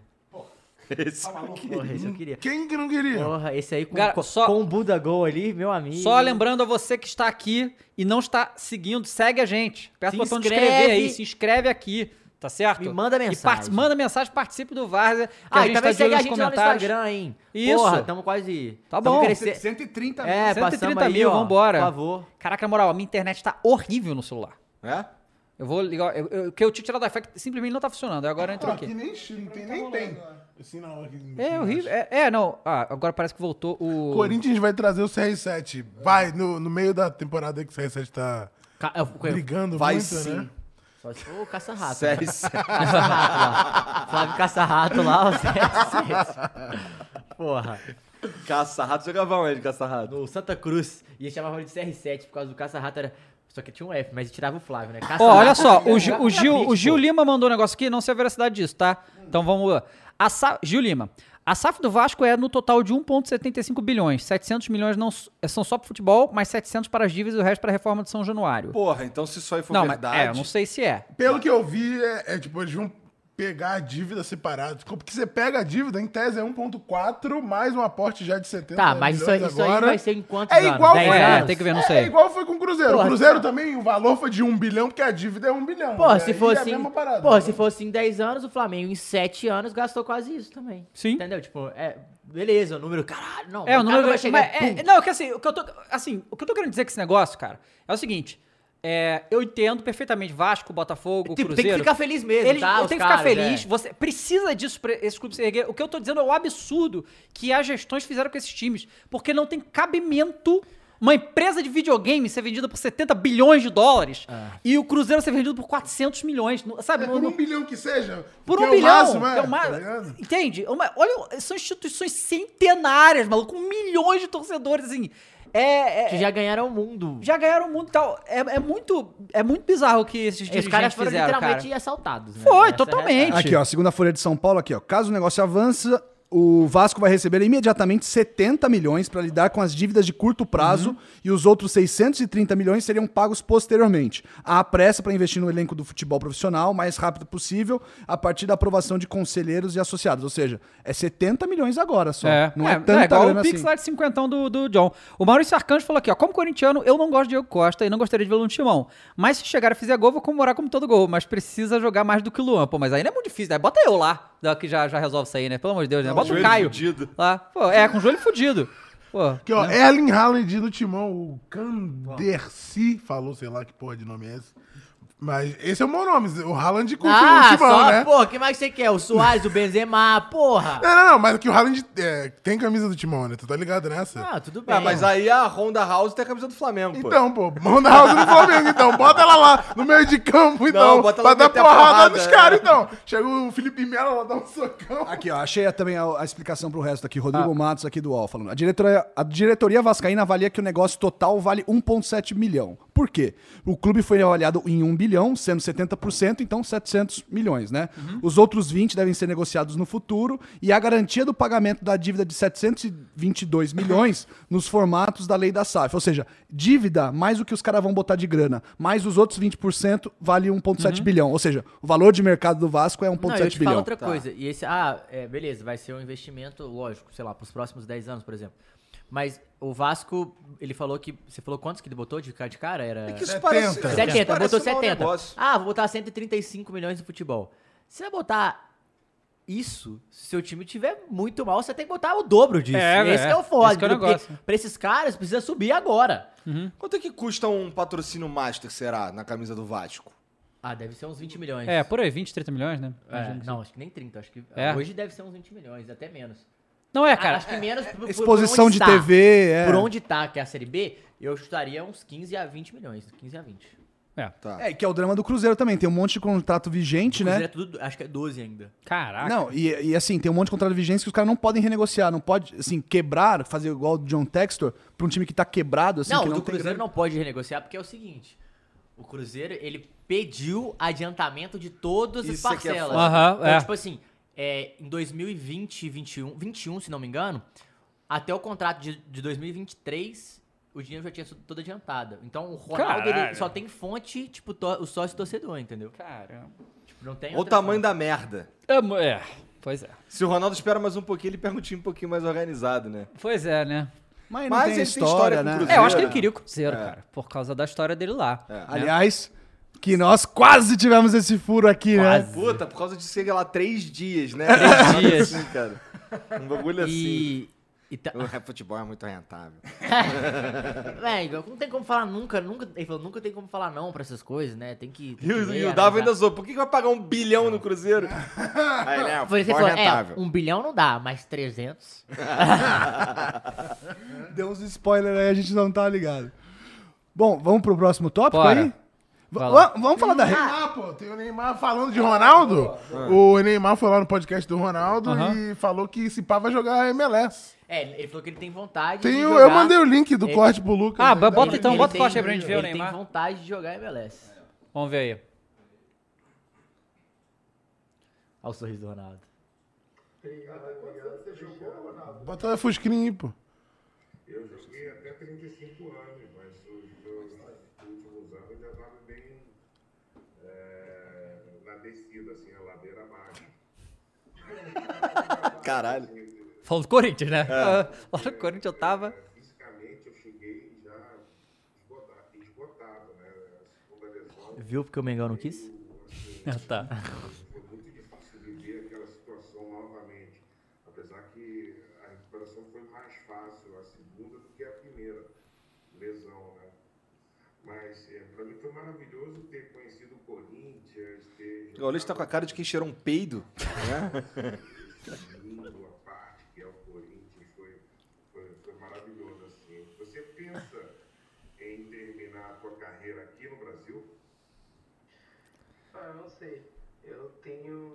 Esse-
Porra, esse eu queria.
Quem que não queria?
Porra, esse aí com,
Cara,
com,
só-
com o Buda Gol ali, meu amigo.
Só lembrando a você que está aqui e não está seguindo, segue a gente. Aperta
Se
o botão de
inscreve.
inscrever aí, se inscreve aqui, tá certo?
Me manda
E
mensagem.
parti- manda mensagem, participe do Várzea, que
Ah,
a
e
gente tá
também
de olho
segue a
nos
gente lá no
comentários.
Instagram, hein?
Isso.
Porra, tamo quase...
Tá
tamo
bom.
crescendo.
130 mil.
É,
130
130
mil, vambora.
Por favor.
Caraca, na moral, a minha internet tá horrível no celular.
né?
Eu vou ligar, eu, eu, que eu tinha tirado da FAQ, simplesmente não tá funcionando, aí agora entrou
Ah,
aqui.
aqui nem, não tem, nem tem. Assim, não, aqui-
É horrível, é, é, não, ah, agora parece que voltou o...
Corinthians vai trazer o CR7. Vai, no, no meio da temporada aí que o CR7 tá
Ca- eu- eu-
brigando
Vai
muito,
sim.
né?
Só se for o caça-rato.
né?
né?
Sério, sério.
Caça-rato lá. Flávio Caça-Rato lá, o CR7. Porra.
Caça-rato, jogava onde, caça-rato?
No Santa Cruz. E eles chamavam ele de CR7 por causa do caça-rato. Era... Só que tinha um F, mas tirava o Flávio, né? Caça-rato.
Ó, olha só, o, Gi-
Era
o Gil, o
Pitbull.
Gil Lima mandou um negócio aqui, não sei a veracidade disso, tá? Então vamos lá. A Sa- Gil Lima. A SAF do Vasco é no total de 1,75 bilhões. 700 milhões não, s- é, são só pro futebol, mais 700 para as dívidas e o resto para a reforma de São Januário.
Porra, então se isso aí for
não, mas
verdade.
é, eu não sei se é.
Pelo que eu vi, é, é tipo, eles vão pegar a dívida separada. Desculpa, Porque você pega a dívida, em tese é 1.4 mais um aporte já de 70
Tá, mas isso,
milhões
isso aí
agora.
vai ser em quantos
É
anos?
igual,
Dez
foi,
É,
anos?
tem que ver, não
é,
sei.
é igual foi com o Cruzeiro.
Porra.
O Cruzeiro também, o valor foi de 1 bilhão, porque a dívida é 1 bilhão.
Porra,
né?
se
Aí
fosse,
é a mesma parada.
porra, se fosse em 10 anos, o Flamengo em 7 anos gastou quase isso também.
Sim.
Entendeu? Tipo, é, beleza, o número, caralho, não.
É, o
nunca
número
vai
vai
chegar. é,
chegar.
pum.
não, que assim, o que eu tô. Assim, o que eu tô querendo dizer com esse negócio, cara, é o seguinte. é, eu entendo perfeitamente Vasco, Botafogo,
Tipo, tem
Cruzeiro.
que ficar feliz mesmo,
Eles
tá?
têm
Os
que ficar
caras,
feliz.
é.
Você precisa disso pra esses clubes se erguer. O que eu tô dizendo é o absurdo que as gestões fizeram com esses times. Porque não tem cabimento uma empresa de videogame ser vendida por 70 bilhões de dólares
É.
e o Cruzeiro ser vendido por 400 milhões. não- Sabe?
É,
não-
por um bilhão que seja.
por
que
um
é o
bilhão.
máximo, é,
é o ma-
tá ligado?
Entende? Uma- olha, são instituições centenárias, maluco, com milhões de torcedores, assim. É, é-
Que já ganharam o mundo.
já ganharam muito e tal. É, é muito, é muito bizarro o que esses
Esses
dirigentes
caras foram
fizeram, cara.
literalmente assaltados, né?
Foi,
Essa é a
totalmente.
realidade.
Aqui, ó, segunda folha de São Paulo, aqui, ó. Caso o negócio avança, o Vasco vai receber imediatamente 70 milhões para lidar com as dívidas de curto prazo
Uhum.
e os outros 630 milhões seriam pagos posteriormente. Há pressa para investir no elenco do futebol profissional o mais rápido possível, a partir da aprovação de conselheiros e associados. Ou seja, é 70 milhões agora só. Não é, tanta
é igual
grana
o Pix
assim.
lá de cinquentão do, do John. O Maurício Arcanjo falou aqui, ó. Como corintiano, eu não gosto de Diego Costa e não gostaria de vê-lo no timão. Mas se chegar a fazer gol, vou comemorar como todo gol. Mas precisa jogar mais do que o Luan. Pô, mas aí não é muito difícil, né? Bota eu lá, da- que já, já resolve isso aí, né? Pelo amor de Deus, né? Bota o
joelho
Caio.
fudido.
Lá. Pô, é, com o joelho fudido. Pô.
Aqui,
Né?
ó, Erling Haaland no timão. O Candersi falou, sei lá que porra de nome é esse. Mas esse é o meu nome, o Haaland continua o
Ah,
timão,
só,
né?
porra, quem mais você quer? O Soares, o Benzema, porra.
Não, não, não, mas que o Haaland é, tem camisa do timão, né? Tu tá ligado nessa?
Ah, tudo bem.
Ah, mas aí a Honda House tem a camisa do Flamengo, pô.
Então, pô, manda a House no Flamengo, então. Bota ela lá no meio de campo, então.
bota
pra
ela
dar
meter a
porrada,
porrada,
nos
né?
caras, então. Chega o Felipe Melo, ela dá um socão.
Aqui, ó, achei a- também a, a explicação pro resto aqui. Rodrigo
Ah.
Matos aqui do UOL falando. A diretoria, a diretoria Vascaína avalia que o negócio total vale 1,7 milhão. Por quê? O clube foi avaliado em 1 bilhão, sendo 70%, então 700 milhões, né?
Uhum.
Os outros 20 devem ser negociados no futuro e a garantia do pagamento da dívida de 722 milhões nos formatos da lei da SAF. Ou seja, dívida mais o que os caras vão botar de grana, mais os outros 20% vale 1,7 bilhão. Ou seja, o valor de mercado do Vasco é
Uhum. Não, eu
1,7
te falo
bilhão.
outra
Tá.
coisa. E esse, ah, é, beleza, vai ser um investimento, lógico, sei lá, pros próximos 10 anos, por exemplo. Mas o Vasco, ele falou que. Você falou quantos que ele botou de cara de cara? Era.
É que isso
70.
parece-
Cara,
parece
70, botou
um mau
70.
negócio.
Ah, vou botar 135 milhões no futebol. Você vai botar isso, se seu time tiver muito mal, você tem que botar o dobro disso.
É,
esse
é.
que é o foda.
Esse que é o
porque
negócio.
pra esses caras, precisa subir agora.
Quanto é que custa um patrocínio Master, será, na camisa do Vasco?
Ah, deve ser uns 20 milhões.
É, por aí, 20, 30 milhões, né?
É,
Imagino que sim.
não, acho que nem 30, acho que
É?
hoje deve ser uns 20 milhões, até menos.
Não é,
Ah,
cara.
acho que menos por- por- por
Exposição
onde
de
tá.
TV, é.
Por onde tá, que é a Série B, eu chutaria uns 15 a 20 milhões, 15 a 20.
É.
Tá.
É, que é o drama do Cruzeiro também. Tem um monte de contrato vigente,
Cruzeiro
né?
é tudo, acho que é 12 ainda.
Caraca.
Não, e, e assim, tem um monte de contrato vigente que os caras não podem renegociar, não pode, assim, quebrar, fazer igual o John Textor pra um time que tá quebrado, assim,
não,
que
o do
tem
Cruzeiro
grana.
não pode renegociar porque é o seguinte, o Cruzeiro, ele pediu adiantamento de todas as
Isso aqui é
parcelas.
foda. Aham,
então,
é.
tipo assim, é, em 2020 e 21, 21, se não me engano, até o contrato de, de 2023, o dinheiro já tinha sido todo adiantado. Então, o Ronaldo, ele
Caralho.
só tem fonte, tipo, to- o sócio torcedor, entendeu?
Caramba.
Tipo, não tem
Olha o
outra
tamanho
fonte.
da merda.
É, mo- É, pois é.
Se o Ronaldo espera mais um pouquinho, ele pega um time um pouquinho mais organizado, né?
Pois é, né?
Mas
Mas, não tem
ele tem
história,
história com o
né?
Cruzeiro.
É, eu acho que ele
né?
queria o Cruzeiro,
É.
cara. Por causa da história dele lá.
É. Aliás, que nós quase tivemos esse furo
É.
aqui, né?
Puta, por causa de ser lá três dias, né?
Três dias.
Assim, cara. Um bagulho assim.
E... e ta-
O futebol é muito rentável.
Véi, é, então, não tem como falar nunca, nunca. Ele falou, nunca tem como falar não pra essas coisas, né? Tem que.
E
Tem que
o,
ver,
e o Dava
analisar.
ainda zoou. Por que, que vai pagar um bilhão no Cruzeiro? Aí, né?
Ah,
O
Por isso
futebol é
ele falou, é,
rentável.
um bilhão não dá, mas 300.
Deu uns spoilers aí, a gente não tá ligado. Bom, vamos pro próximo tópico
Bora.
aí? V-
Vai
va-
lá.
vamos falar da... re-
Neymar, pô, tem o Neymar falando de Ronaldo.
Ah.
O Neymar foi lá no podcast do Ronaldo
Aham.
e falou que esse pá vai jogar MLS.
É, ele falou que ele tem vontade
Tem
de
o-
jogar.
eu mandei o link do
É.
corte pro Lucas.
Ah,
aí,
mas
tá?
bota então,
Ele
bota o
tem-
corte aí pra gente ver o
Ele
Neymar.
tem vontade de jogar MLS.
Vamos ver aí.
Olha o sorriso do Ronaldo.
Bota a Fuscrim, aí, pô.
Caralho.
Falando do Corinthians, né? Ah, Lá no Corinthians eu tava.
Viu porque o Mengão não quis?
Ah, tá.
É
O Paulista tá com a cara de quem cheirou um peido.
Ah, não sei. Eu tenho.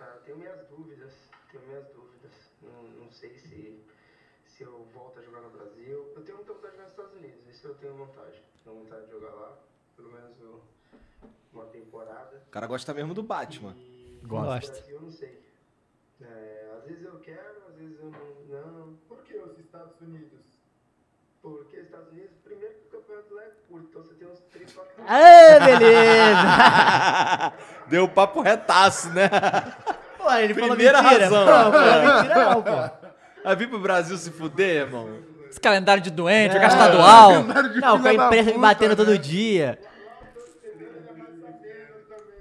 Ah, tenho minhas dúvidas. Tenho minhas dúvidas. Não, não sei se, se eu volto a jogar no Brasil. Eu tenho um muita vontade de jogar nos Estados Unidos. Isso eu tenho vontade. Tenho vontade de jogar lá. Pelo menos eu- uma temporada.
O cara gosta mesmo do Batman.
Gosto.
Brasil, Eu não sei. É, às vezes eu quero, às vezes eu não. não. Por que os Estados Unidos? Porque os Estados Unidos, primeiro que o campeonato lá é curto, então você tem uns 3, 4
Ah, beleza!
Deu papo retaço, né?
Pô, ele falou
Primeira
mentira.
razão.
Pô, falou mentira não, pô.
Aí vir pro Brasil se fuder, irmão.
Esse calendário de doente, jogar estadual.
Não, com a
da
imprensa me
puta, né?
batendo todo dia.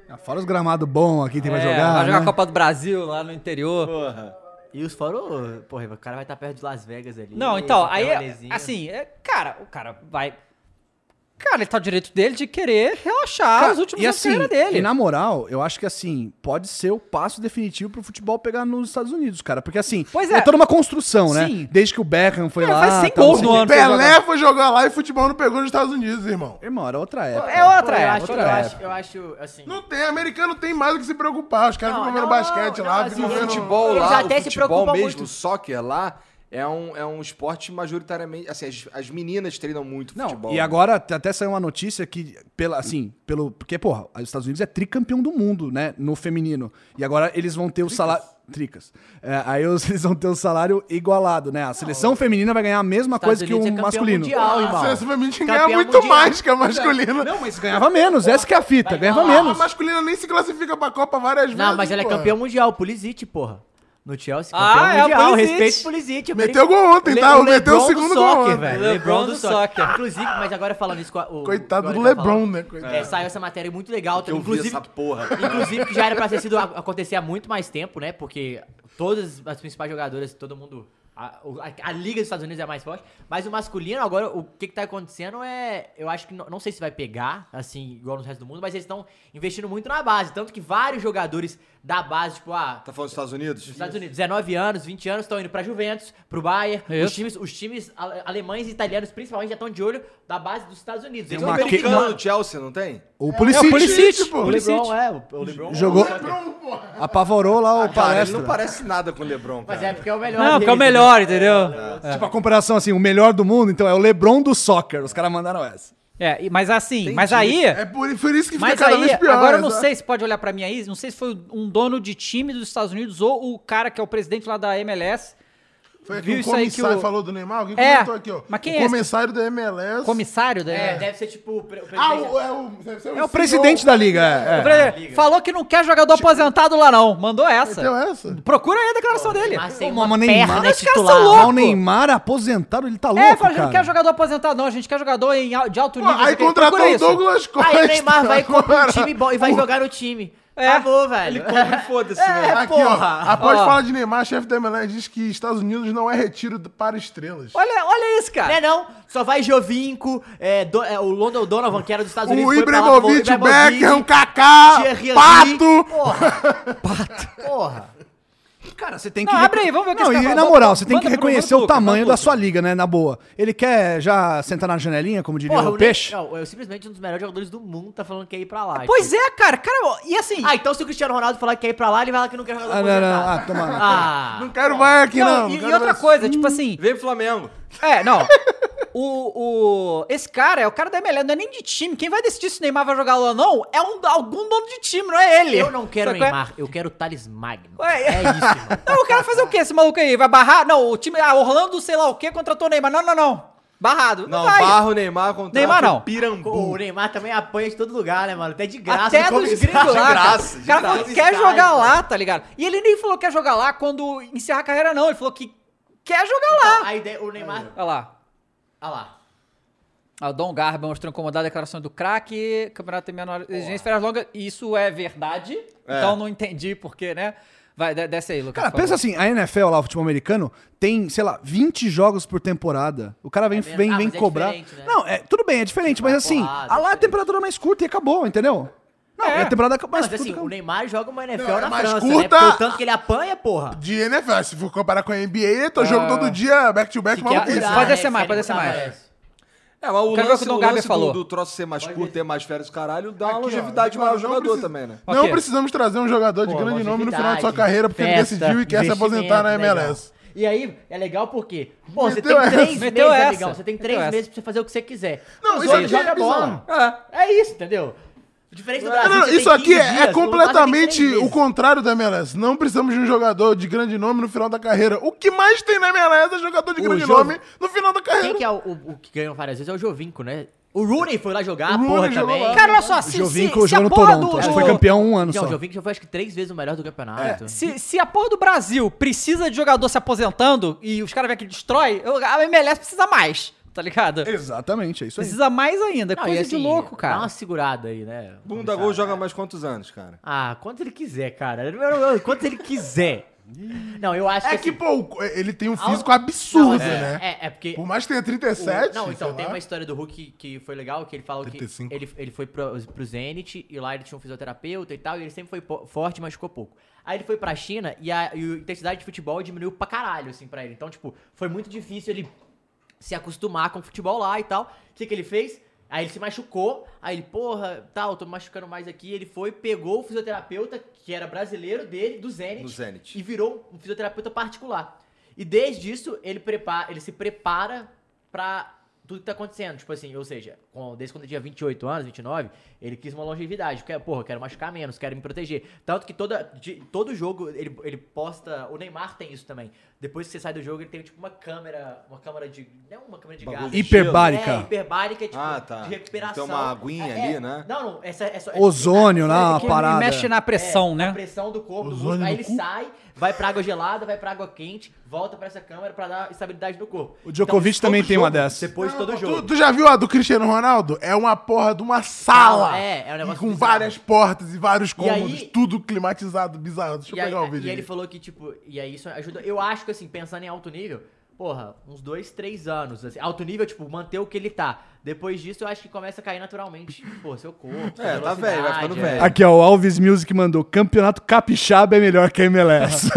Ah, Fora os gramados bons aqui, tem pra
É,
jogar,
vai jogar
né?
a Copa do Brasil lá no interior.
Porra.
E os fora, ô, porra, o cara vai estar perto de Las Vegas ali.
Não, então,
qualquer
aí, é-
rolezinho.
assim, é, cara, o cara vai Cara, ele tá o direito dele de querer relaxar
Cara,
os últimos
e
anos
assim,
da carreira dele.
E na moral, eu acho que assim, pode ser o passo definitivo pro futebol pegar nos Estados Unidos, cara. Porque assim,
Pois é.
toda uma construção, né?
Sim.
Desde que o Beckham foi
Cara,
lá.
faz 100
tal,
gols
não
no
sei o
ano.
quê.
Pelé foi jogar lá e futebol não pegou nos Estados Unidos, irmão.
Irmão, era outra época.
É outra
eu,
época.
acho,
outra
eu,
época.
acho, eu acho, assim...
Não tem, americano tem mais o que se preocupar. Os caras
Não,
ficam vendo
não,
basquete
não,
lá,
assim,
ficam
O
eu-
vendo...
futebol
Eles
lá,
até
o
se
futebol
preocupam
mesmo,
muito.
o soccer lá, é um, é um esporte majoritariamente... Assim, as, as meninas treinam muito
Não,
futebol.
e agora t- até saiu uma notícia que, pela, assim, pelo. Porque, porra, os Estados Unidos é tricampeão do mundo, né? No feminino. E agora eles vão ter o salário. Tricas. É, aí os- eles vão ter o salário igualado, né? A seleção feminina vai ganhar a mesma
Estados
coisa que
Unidos é
o
campeão
masculino.
mundial, irmão.
Ah, A seleção feminina
Campeão
ganha muito
mundial.
mais que a masculina.
Não, mas ganhava menos, essa que é a fita, ganhava
A
menos.
masculina nem se classifica pra Copa várias vezes.
Não, mas ela é
porra.
campeão mundial, Pulisic, porra. No Chelsea,
Ah,
campeão
é,
mundial,
Pulisic.
respeito o Pulisic. eu
Meteu
brinco.
gol ontem,
Le-
tá? Meteu o
Lebron do
segundo gol
soccer,
ontem.
velho.
Lebron
Lebron
do
do soccer.
soccer.
Inclusive, mas agora falando isso... com a- o-
Coitado
agora
do
que eu tava
Lebron,
falando.
né? Coitado.
É, saiu essa matéria muito legal.
Eu vi
inclusive,
essa porra.
Inclusive, que já era pra ter sido acontecer há muito mais tempo, né? Porque todas as principais jogadoras, todo mundo. A, o- a- a Liga dos Estados Unidos é mais forte. Mas o masculino, agora, o que, que tá acontecendo é. Eu acho que. Não, não sei se vai pegar, assim, igual no resto do mundo, mas eles estão investindo muito na base. Tanto que vários jogadores da base, tipo, ah.
Tá falando dos Estados Unidos?
Nos Estados Unidos, 19 anos, 20 anos, estão indo pra Juventus, pro Bayern. Os times, os times ale- alemães e italianos, principalmente, já estão de olho da base dos Estados Unidos. Então, Eles
O
vão ver-
um americano do Chelsea, não tem?
O
É o
Pulisic
Pulisic.
pô.
O
Pulisic.
LeBron, é, o- o LeBron.
jogou, apavorou
Ah,
lá
Cara,
o
ele não
palestra.
parece nada com o LeBron, cara.
Mas é porque é o melhor.
Não, porque é o
deles, né?
melhor, entendeu?
Tipo, a comparação assim, o melhor do mundo, então é o Lebron do soccer. Os caras mandaram essa.
É, e- mas assim, mas aí.
É por, por isso que fica
Mas
cada
aí,
vez pior. né?
agora eu não
essa-
sei, se pode olhar pra mim aí, não sei se foi um dono de time dos Estados Unidos ou o cara que é o presidente lá da MLS,
Foi aqui
viu
um
isso aí que
comissário
o-
falou do Neymar? Alguém
É,
comentou aqui, ó.
mas quem
o
é esse?
comissário da MLS.
comissário da
É,
MLS.
deve ser tipo. o pre- o
Ah,
presidente-
o, é o, deve ser
É o
CEO.
presidente da liga, é. é.
Falou que não quer jogador
Tipo,
aposentado lá não, mandou essa.
Então é essa.
Procura aí a declaração dele.
Mas sem
Pô, mas
uma
Neymar-
perna
Mas
os caras são
titular.
loucos.
Mas O Neymar aposentado, ele tá louco,
É, fala, a gente
cara.
não quer jogador aposentado não, a gente quer jogador em al- de alto
Pô, aí
nível. não sei o quê.
contratou
Procura
o
isso.
Douglas Costa.
Aí o Neymar vai e compra um
agora.
time bom e vai jogar no time.
É.
Acabou, velho.
Foda-se, velho.
Aqui, ó.
porra.
Após
Ó.
falar de Neymar, chefe da MLS diz que Estados Unidos não é retiro para estrelas.
Olha, olha isso,
Não é
cara.
não, só vai Jovinco, é, do- é, o London Donovan, que era dos Estados Unidos,
O
foi pra lá, voltou,
Ibrahimovic, o
Ibrahimovic,
Beckham, o Kaká,
Thierry Henry.
Pato.
Porra. Pato. Porra.
Cara, você tem
Não,
recon-
abre aí, vamos ver o que
Não,
esse
e
cara
na
fala.
moral,
Manda-
você tem que
manda pro-
reconhecer
manda pro
o
Lucas,
tamanho
manda pro
da sua liga, né? Na boa. Ele quer já sentar na janelinha, como diria
Porra,
o peixe.
Não, eu simplesmente um dos melhores jogadores do mundo tá falando que é ir pra lá.
Pois é, cara. Cara, ó, e assim...
Ah, então se o Cristiano Ronaldo falar que quer ir pra lá, ele vai lá que não quer jogar
Ah, não, não, ah, toma.
Ah,
Não quero mais aqui, não.
não,
não
e, e
quero
outra
mais.
coisa, tipo assim...
Vem pro Flamengo.
É, não. O, o, esse cara é o cara da MLS, não é nem de time. Quem vai decidir se o Neymar vai jogar lá ou não é um, algum dono de time, não é ele.
eu não quero
Sabe qual é?
Neymar, eu quero o Thales Magno.
Ué,
É isso, mano.
Não, o cara vai fazer o quê, esse maluco aí? Vai barrar? Não, o time. Ah, Orlando, sei lá o quê, contratou o Neymar. Não, não, não. Barrado.
Não,
Então vai.
Barro, Neymar contra
Neymar não.
Pô,
Pirambu.
o Neymar também apanha de todo lugar, né, mano? Até de graça.
Até
no
dos
começo.
gringos lá. cara.
graça,
o
de
cara falou
graça.
que quer
Estádio.
jogar lá, tá ligado? E ele nem falou que quer jogar lá quando encerrar a carreira, não. Ele falou que quer jogar lá.
A ideia, o Neymar...
Olha lá.
Olha lá.
Ah, O Dom Garba mostrou incomodado a declaração do craque, campeonato tem menor exigência, férias longas. E Isso é verdade, então não entendi porque, né? Vai, de- desce aí, Lucas.
Cara,
por favor.
pensa assim, a NFL lá, o futebol americano, tem, sei lá, 20 jogos por temporada. O cara vem,
mesmo?
vem,
Ah,
vem
mas é
cobrar.
diferente, né?
Não, é, tudo bem, é diferente, mas assim,
porrada,
a lá a
diferente.
temperatura é mais curta e acabou, entendeu? Não,
É.
é a temporada mais
Mas assim,
curta.
o Neymar joga uma NFL
Não, é
na
mais
França, né?
curta-
Porque o tanto que ele apanha, porra.
De NFL, se for comparar com a NBA, tô
Ah.
jogo todo dia, back-to-back,
Que
maluquice.
apurar,
Pode
né?
descer mais,
Querem
pode descer
botar
mais.
parece.
É, mas o
Quero ver o
lance,
que o
o
Dom Gabi
lance
falou.
do, do troço ser mais curto, ter mais férias, caralho, dá
Aqui,
uma
ó,
longevidade
não
maior ao
precisa-
jogador também, né?
Não
Ok.
precisamos trazer um jogador de
Pô,
grande nome no final de sua
longevidade,
carreira porque ele
festa,
decidiu e quer se aposentar na
investimento,
MLS.
legal. E aí, é legal porque, pô, você
Meteu
tem
essa.
três
Meteu
meses,
essa.
amigão. Você tem
Meteu
três
essa.
meses pra você fazer o que você quiser.
Não,
Os
isso
outros
aqui é
jogam
bizarro.
bola. É. isso, entendeu? Diferente do Brasil,
Não, não,
você tem
isso aqui é,
15 dias,
é
no Lombardi tem três
completamente o
meses.
contrário da MLS. Não precisamos de um jogador de grande nome no final da carreira. O que mais tem na MLS é jogador de
O
grande
jogo-
nome no final da
Quem
carreira.
que é o, o- o que ganhou várias vezes é o Jovinco, né? O Rooney foi lá jogar,
O Rooney
porra,
jogou
também.
lá.
Cara, olha só, se,
Jovinco
se, se
jogou
a
no
porra
Toronto,
do.
acho
do-
que foi campeão um ano
Não, o
só.
Jovinco já foi acho que três vezes o melhor do
É.
campeonato.
Se, se a porra do Brasil precisa de jogador se aposentando e os caras vêm aqui e destrói, eu- a MLS precisa mais, tá ligado?
Exatamente, é isso aí.
Precisa mais ainda.
Não, e
Coisa de
assim,
louco,
Dá
cara.
uma segurada aí, né?
Bunda Gol joga mais quantos anos, cara?
Ah, é quanto ele quiser, cara. Quanto ele quiser. Não, eu acho
É
que.
que,
assim,
pô, ele tem um
Al-
físico absurdo,
Não, é-
né?
É, é porque.
Por mais que tenha 37,
o- não, então,
sei
tem
lá.
uma história do Hulk que, que foi legal, que ele fala
35.
que ele, ele foi pro, pro Zenit e lá ele tinha um fisioterapeuta e tal, e ele sempre foi po- forte, mas ficou pouco. Aí ele foi pra China e a, e a intensidade de futebol diminuiu pra caralho, assim, pra ele. Então, tipo, foi muito difícil ele se acostumar com o futebol lá e tal. O que, que ele fez? Aí ele se machucou, aí ele, porra, tal, tô me machucando mais aqui. Ele foi, pegou o fisioterapeuta, que era brasileiro dele, do Zenit,
Do Zenit.
e virou um fisioterapeuta particular. E desde isso, ele, prepara, ele se prepara pra tudo que tá acontecendo. Tipo assim, ou seja, com- desde quando ele tinha 28 anos, 29, ele quis uma longevidade. Porque, porra, quero machucar menos, quero me proteger. Tanto que toda, de- todo jogo ele, ele posta. O Neymar tem isso também. Depois que você sai do jogo, ele tem tipo uma câmera. Uma câmera de. Não é uma câmera de
Bagulho
gás.
de
Hiperbárica.
É, hiperbárica, tipo,
Ah, tá.
de recuperação.
Tem uma aguinha
É,
ali,
é.
né?
Não, não, essa é só. é-
Ozônio,
É
lá, uma
que
parada.
Mexe na pressão,
é,
né?
A pressão do corpo, do
Ozônio
músculo. Aí
no
ele
cu.
sai, vai pra água gelada, vai pra água quente, volta pra essa câmera pra dar estabilidade no corpo. Então,
O Djokovic também
todo
tem
jogo,
uma dessa.
Depois de todo
Tu-
jogo.
Tu, já viu a do Cristiano Ronaldo? É uma porra de uma sala.
É, é um negócio
e com
bizarro.
várias portas e vários cômodos,
aí-
tudo climatizado, bizarro. Deixa eu
E aí,
pegar o vídeo. aqui.
e ele falou que, tipo, e aí isso ajuda. Eu acho que, assim, pensando em alto nível, porra, uns dois, três anos. assim. alto nível, tipo, manter o que ele tá. Depois disso, eu acho que começa a cair naturalmente, pô, seu corpo. sua
É, tá velho, vai ficando
velocidade,
velho.
é.
Aqui, ó, o Alves Music mandou: Campeonato Capixaba é melhor que a MLS.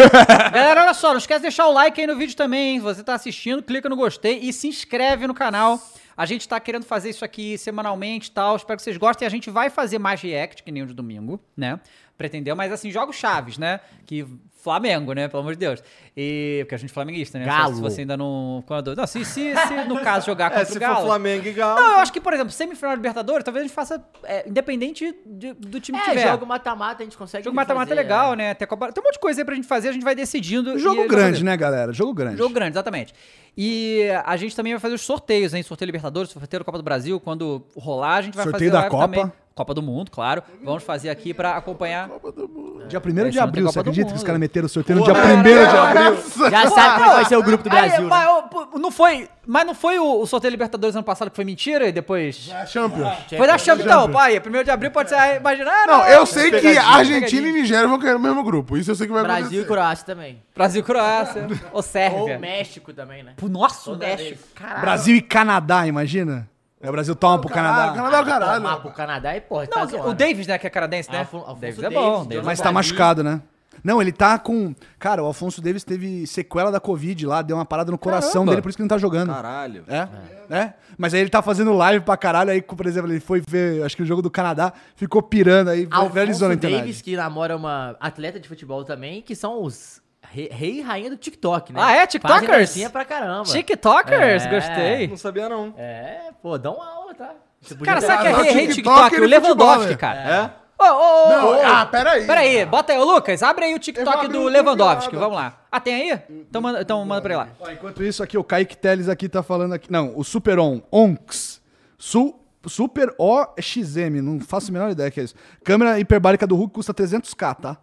Galera, olha só, não esquece de deixar o like aí no vídeo também, hein? Se Você tá assistindo, clica no gostei e se inscreve no canal. A gente tá querendo fazer isso aqui semanalmente e tal. Espero que vocês gostem. A gente vai fazer mais react, que nem o de domingo, né? Pretendeu, mas assim, jogos chaves, né? Que Flamengo, né? Pelo amor de Deus. E porque a gente é flamenguista, né? Só
Galo.
Se você ainda não. Quando... Não, se, se, se no caso jogar contra
É,
o
se for
Galo.
Flamengo e
Não, eu
Galo.
acho que, por exemplo, semifinal de Libertadores, talvez a gente faça é, independente de- do time que
É,
tiver.
jogo mata-mata, a gente consegue.
Jogo mata-mata é
fazer,
legal, né? Tem, Copa- tem um monte de coisa aí pra gente fazer, a gente vai decidindo. e a
Jogo
gente vai
grande,
fazer.
né, galera? Jogo grande.
Jogo grande, exatamente. E a gente também vai fazer os sorteios, hein? Sorteio Libertadores, sorteio da Copa do Brasil. Quando rolar, a gente vai fazer
Sorteio da
live
Copa.
também. Copa do Mundo, claro. Vamos fazer aqui pra acompanhar.
Dia 1
É,
de
senão tem
abril, você
Copa do
acredita que
Mundo.
os caras meteram o sorteio no dia 1 de abril?
Já sabe como é que vai ser o grupo do Brasil.
Aí,
né?
mas, ó, pô, não foi, mas não foi o, o sorteio Libertadores ano passado que foi mentira e depois.
É Champions.
Foi da Champions, então, pai. 1 de abril pode ser. aí, Imagina, ah,
Não, eu sei que
pegadinha,
Argentina e
pegadinha.
Nigéria vão cair no mesmo grupo. Isso eu sei que vai
Brasil e
acontecer.
Croácia também.
Brasil, e Croácia. ou Sérvia.
Ou México também, né?
Pô, Nossa, o
Toda
México.
vez.
Brasil e Canadá, imagina? É, o Brasil toma pro
Ah,
Canadá.
Canadá é o caralho.
Tomar pro Canadá e porra. tá
Não,
zoando.
o Davis, né, que é canadense, né?
Alfon- Alfonso
Davis é
Davis,
bom.
Jonathan
Davis.
Mas
Mas
tá
tá
machucado, né? Não, ele tá com. Cara, o Alfonso Davis teve sequela da Covid lá, deu uma parada no coração
Caramba.
dele, por isso que ele não tá jogando.
Caralho.
É? É. Mas aí ele tá fazendo live pra caralho, aí, por exemplo, ele foi ver, acho que o jogo do Canadá, ficou pirando aí, viralizou na
Alfonso
internet.
Davis, que namora uma atleta de futebol também, que são os re- rei e rainha do TikTok, né?
Ah, é?
Fazem
TikTokers?
dancinha pra caramba.
TikTokers,
É.
gostei.
Não sabia, não.
É, pô, dá uma aula, tá? Você podia
Cara,
ter-
sabe que é
Mas
rei,
o
rei
TikTok
TikTok?
é
O
de futebol,
Lewandowski,
né?
cara.
É?
Ô, ô, ô,
Não,
ô.
ah, peraí.
Peraí, bota aí. Ô, Lucas, abre aí o TikTok
abrir
do
um
Lewandowski.
compilado.
Vamos lá. Ah, tem aí? Então manda, então manda pra ele lá.
Ó, enquanto isso aqui, o Kaique Teles aqui tá falando aqui. Não, o Super On, Onx. Su, Super OXM, não faço a menor ideia que é isso. Câmera hiperbárica do Hulk custa 300k, tá?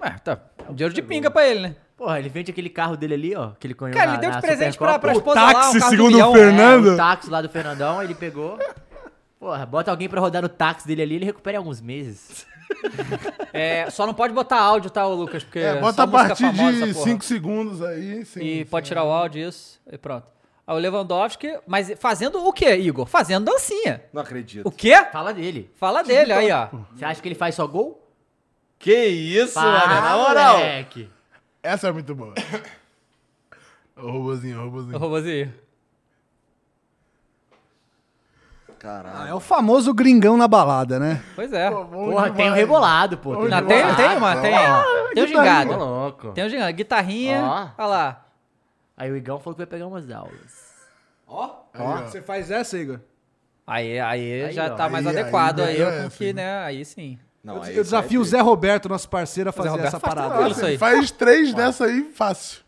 Ué, tá. Dinheiro de pinga pra ele, né?
Porra, ele vende aquele carro dele ali, ó, que ele ganhou
Cara,
na-
ele deu
na
de presente pra,
Supercopa.
pra
O
esposa lá,
táxi,
um carro de um
segundo
milhão.
o Fernando.
É, o táxi lá do Fernandão, ele pegou. Porra, bota alguém pra rodar no táxi dele ali, ele recupera em alguns meses.
É, só não pode botar áudio, tá, ô, Lucas? Porque
É,
só
bota a
música
partir
famosa,
de
porra.
5 segundos aí. sim.
E pode tirar o áudio, isso. E pronto. Ah, o Lewandowski, mas fazendo o quê, Igor? Fazendo dancinha.
Não acredito.
O quê?
Fala dele.
Fala dele, aí, ó.
Você acha que ele faz só gol?
Que isso, mano? Na
Fala,
moral.
moleque.
Essa é muito boa. O robozinho, o robozinho.
O robôzinho.
Caralho.
É o famoso gringão na balada, né?
Pois é.
Porra, tem o rebolado, pô.
Hoje
Não,
eu
tem,
vou-
tem uma, tem. Tem o
Ô,
gingado.
louco.
Tem o gingado. Guitarrinha.
Ó.
Olha lá.
Aí o Igão falou que vai pegar umas aulas.
Você faz essa, Igor?
Aí, aí,
Aí,
já
ó.
tá mais
Aí,
adequado
aí
aí,
melhor
com
essa,
que, né? Aí sim.
Não, aí é
Eu desafio o
vai ter.
Zé Roberto, nosso parceiro, a fazer
Roberto
essa
faz
parada.
tranquilo,
Olha,
isso aí.
Faz três dessa aí, fácil.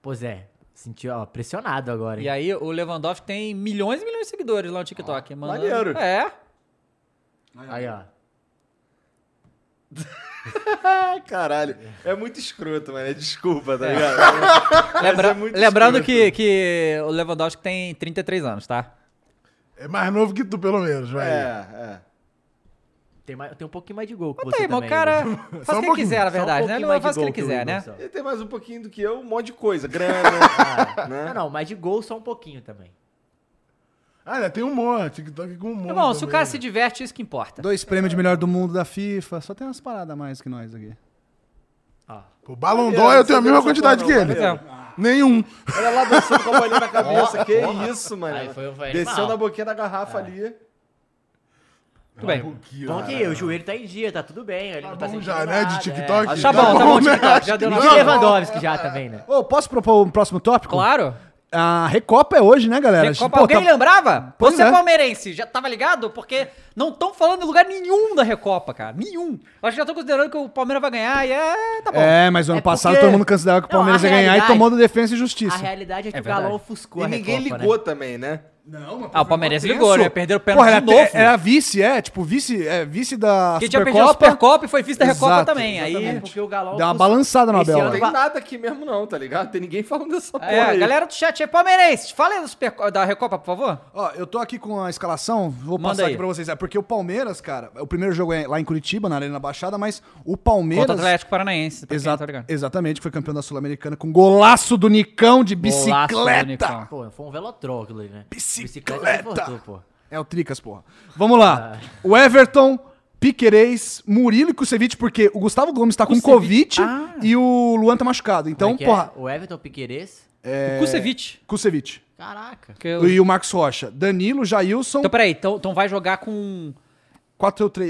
Pois é. Sentiu, ó, pressionado agora, hein?
E aí o Lewandowski tem milhões e milhões de seguidores lá no TikTok. mandando-
maneiro.
É.
Aí, ó.
Ah, caralho. É muito escroto, mano. Desculpa, tá ligado?
Lembra-
é muito
lembrando
escroto.
que, que o Lewandowski tem 33 anos, tá?
É mais novo que tu, pelo menos,
é,
vai.
é.
Tem, mais, tem um pouquinho mais de gol que
Mas
você
tá aí, mas o
também,
cara
Wilson.
faz Só o um que ele pouquinho. quiser, na
Só um
verdade, né?
pouquinho
Ele
mais de
faz o que ele
gol o
quiser, né?
Wilson.
Ele tem mais um pouquinho do que eu, um monte de coisa. Grana. né?
Não, não, mas de gol só um pouquinho também.
Ah, ainda tem humor, TikTok com humor.
Irmão, se o
também.
cara se diverte, isso que importa.
um Dois prêmios de melhor do mundo da FIFA. Só tem umas paradas a mais que nós aqui.
Ah.
O Ballon d'Or eu tenho a mesma quantidade que ele.
é.
Nenhum.
Olha lá dançando com a bolinha na cabeça. que isso, mano.
Aí
um
foi- foi
Desceu
animal.
na boquinha da garrafa ali.
Tudo bem.
Bom que o joelho tá em dia, tá tudo bem. Ele não tá sentindo
já, né, de
nada,
TikTok?
É.
Tá
Tá bom, tá bom,
né?
TikTok, já deu
E
na
de Lewandowski já também, né?
Ô, posso propor um próximo tópico?
Claro.
A Recopa é hoje, né, galera?
Recopa,
Pô,
alguém
tá-
lembrava?
Pois
Você
é.
é palmeirense, já tava ligado? Porque não estão falando em lugar nenhum da Recopa, cara. Nenhum. Eu acho que já estão considerando que o Palmeiras vai ganhar e é. tá bom.
É, mas o ano
É
passado
porque-
todo mundo considerava que o
Não,
Palmeiras
a
ia ganhar e
realidade-
tomou do Defensa e
A
Justiça.
realidade é que
É
o Galão
verdade.
ofuscou
E
a
ninguém
Recopa,
ligou
Né?
também, né?
Então,
Ah, o Palmeirense ligou,
Isso.
né? Perderam o pênalti
Porra,
de novo.
Era, até- era vice, é, tipo, vice, é, vice da
Porque tinha perdido a
Supercopa.
Supercopa e foi vice da Recopa
Exato,
também.
É
Aí.
porque o Galão
Dá uma
ofuscou-
balançada na né?
Esse
Bela.
Não
ano
tem
ba-
nada aqui mesmo, não, tá ligado? Tem ninguém falando dessa porra.
É, a
aí.
galera do chat é palmeirense. Fala aí do Superco- da Recopa, por favor.
Ó, eu tô aqui com a escalação, vou
Manda
passar
aí.
aqui pra vocês. É porque o Palmeiras, cara, o primeiro jogo é lá em Curitiba, na Arena da Baixada, mas o
Contra o
Palmeiras.
Atlético Paranaense. pra quem
Exa
tá ligado.
exatamente, foi campeão da Sul-Americana com golaço do Nicão de bicicleta.
Golaço do Nicão.
Pô, foi um velotrol aquilo ali, né?
Bicicleta.
Bicicleta confortou, pô.
É o Tricas, porra. Vamos lá.
É.
O Everton, Piquerez, Murilo e Kusevich, porque o Gustavo Gomes tá com Covid
Ah.
e o Luan tá machucado. Então,
Como é que é?
porra,
O Everton Piqueires.
O Kusevich.
Kusevich.
Caraca.
que eu-
E É. o Marcos Rocha. Danilo, Jailson,
Então, peraí. Então, então vai jogar com.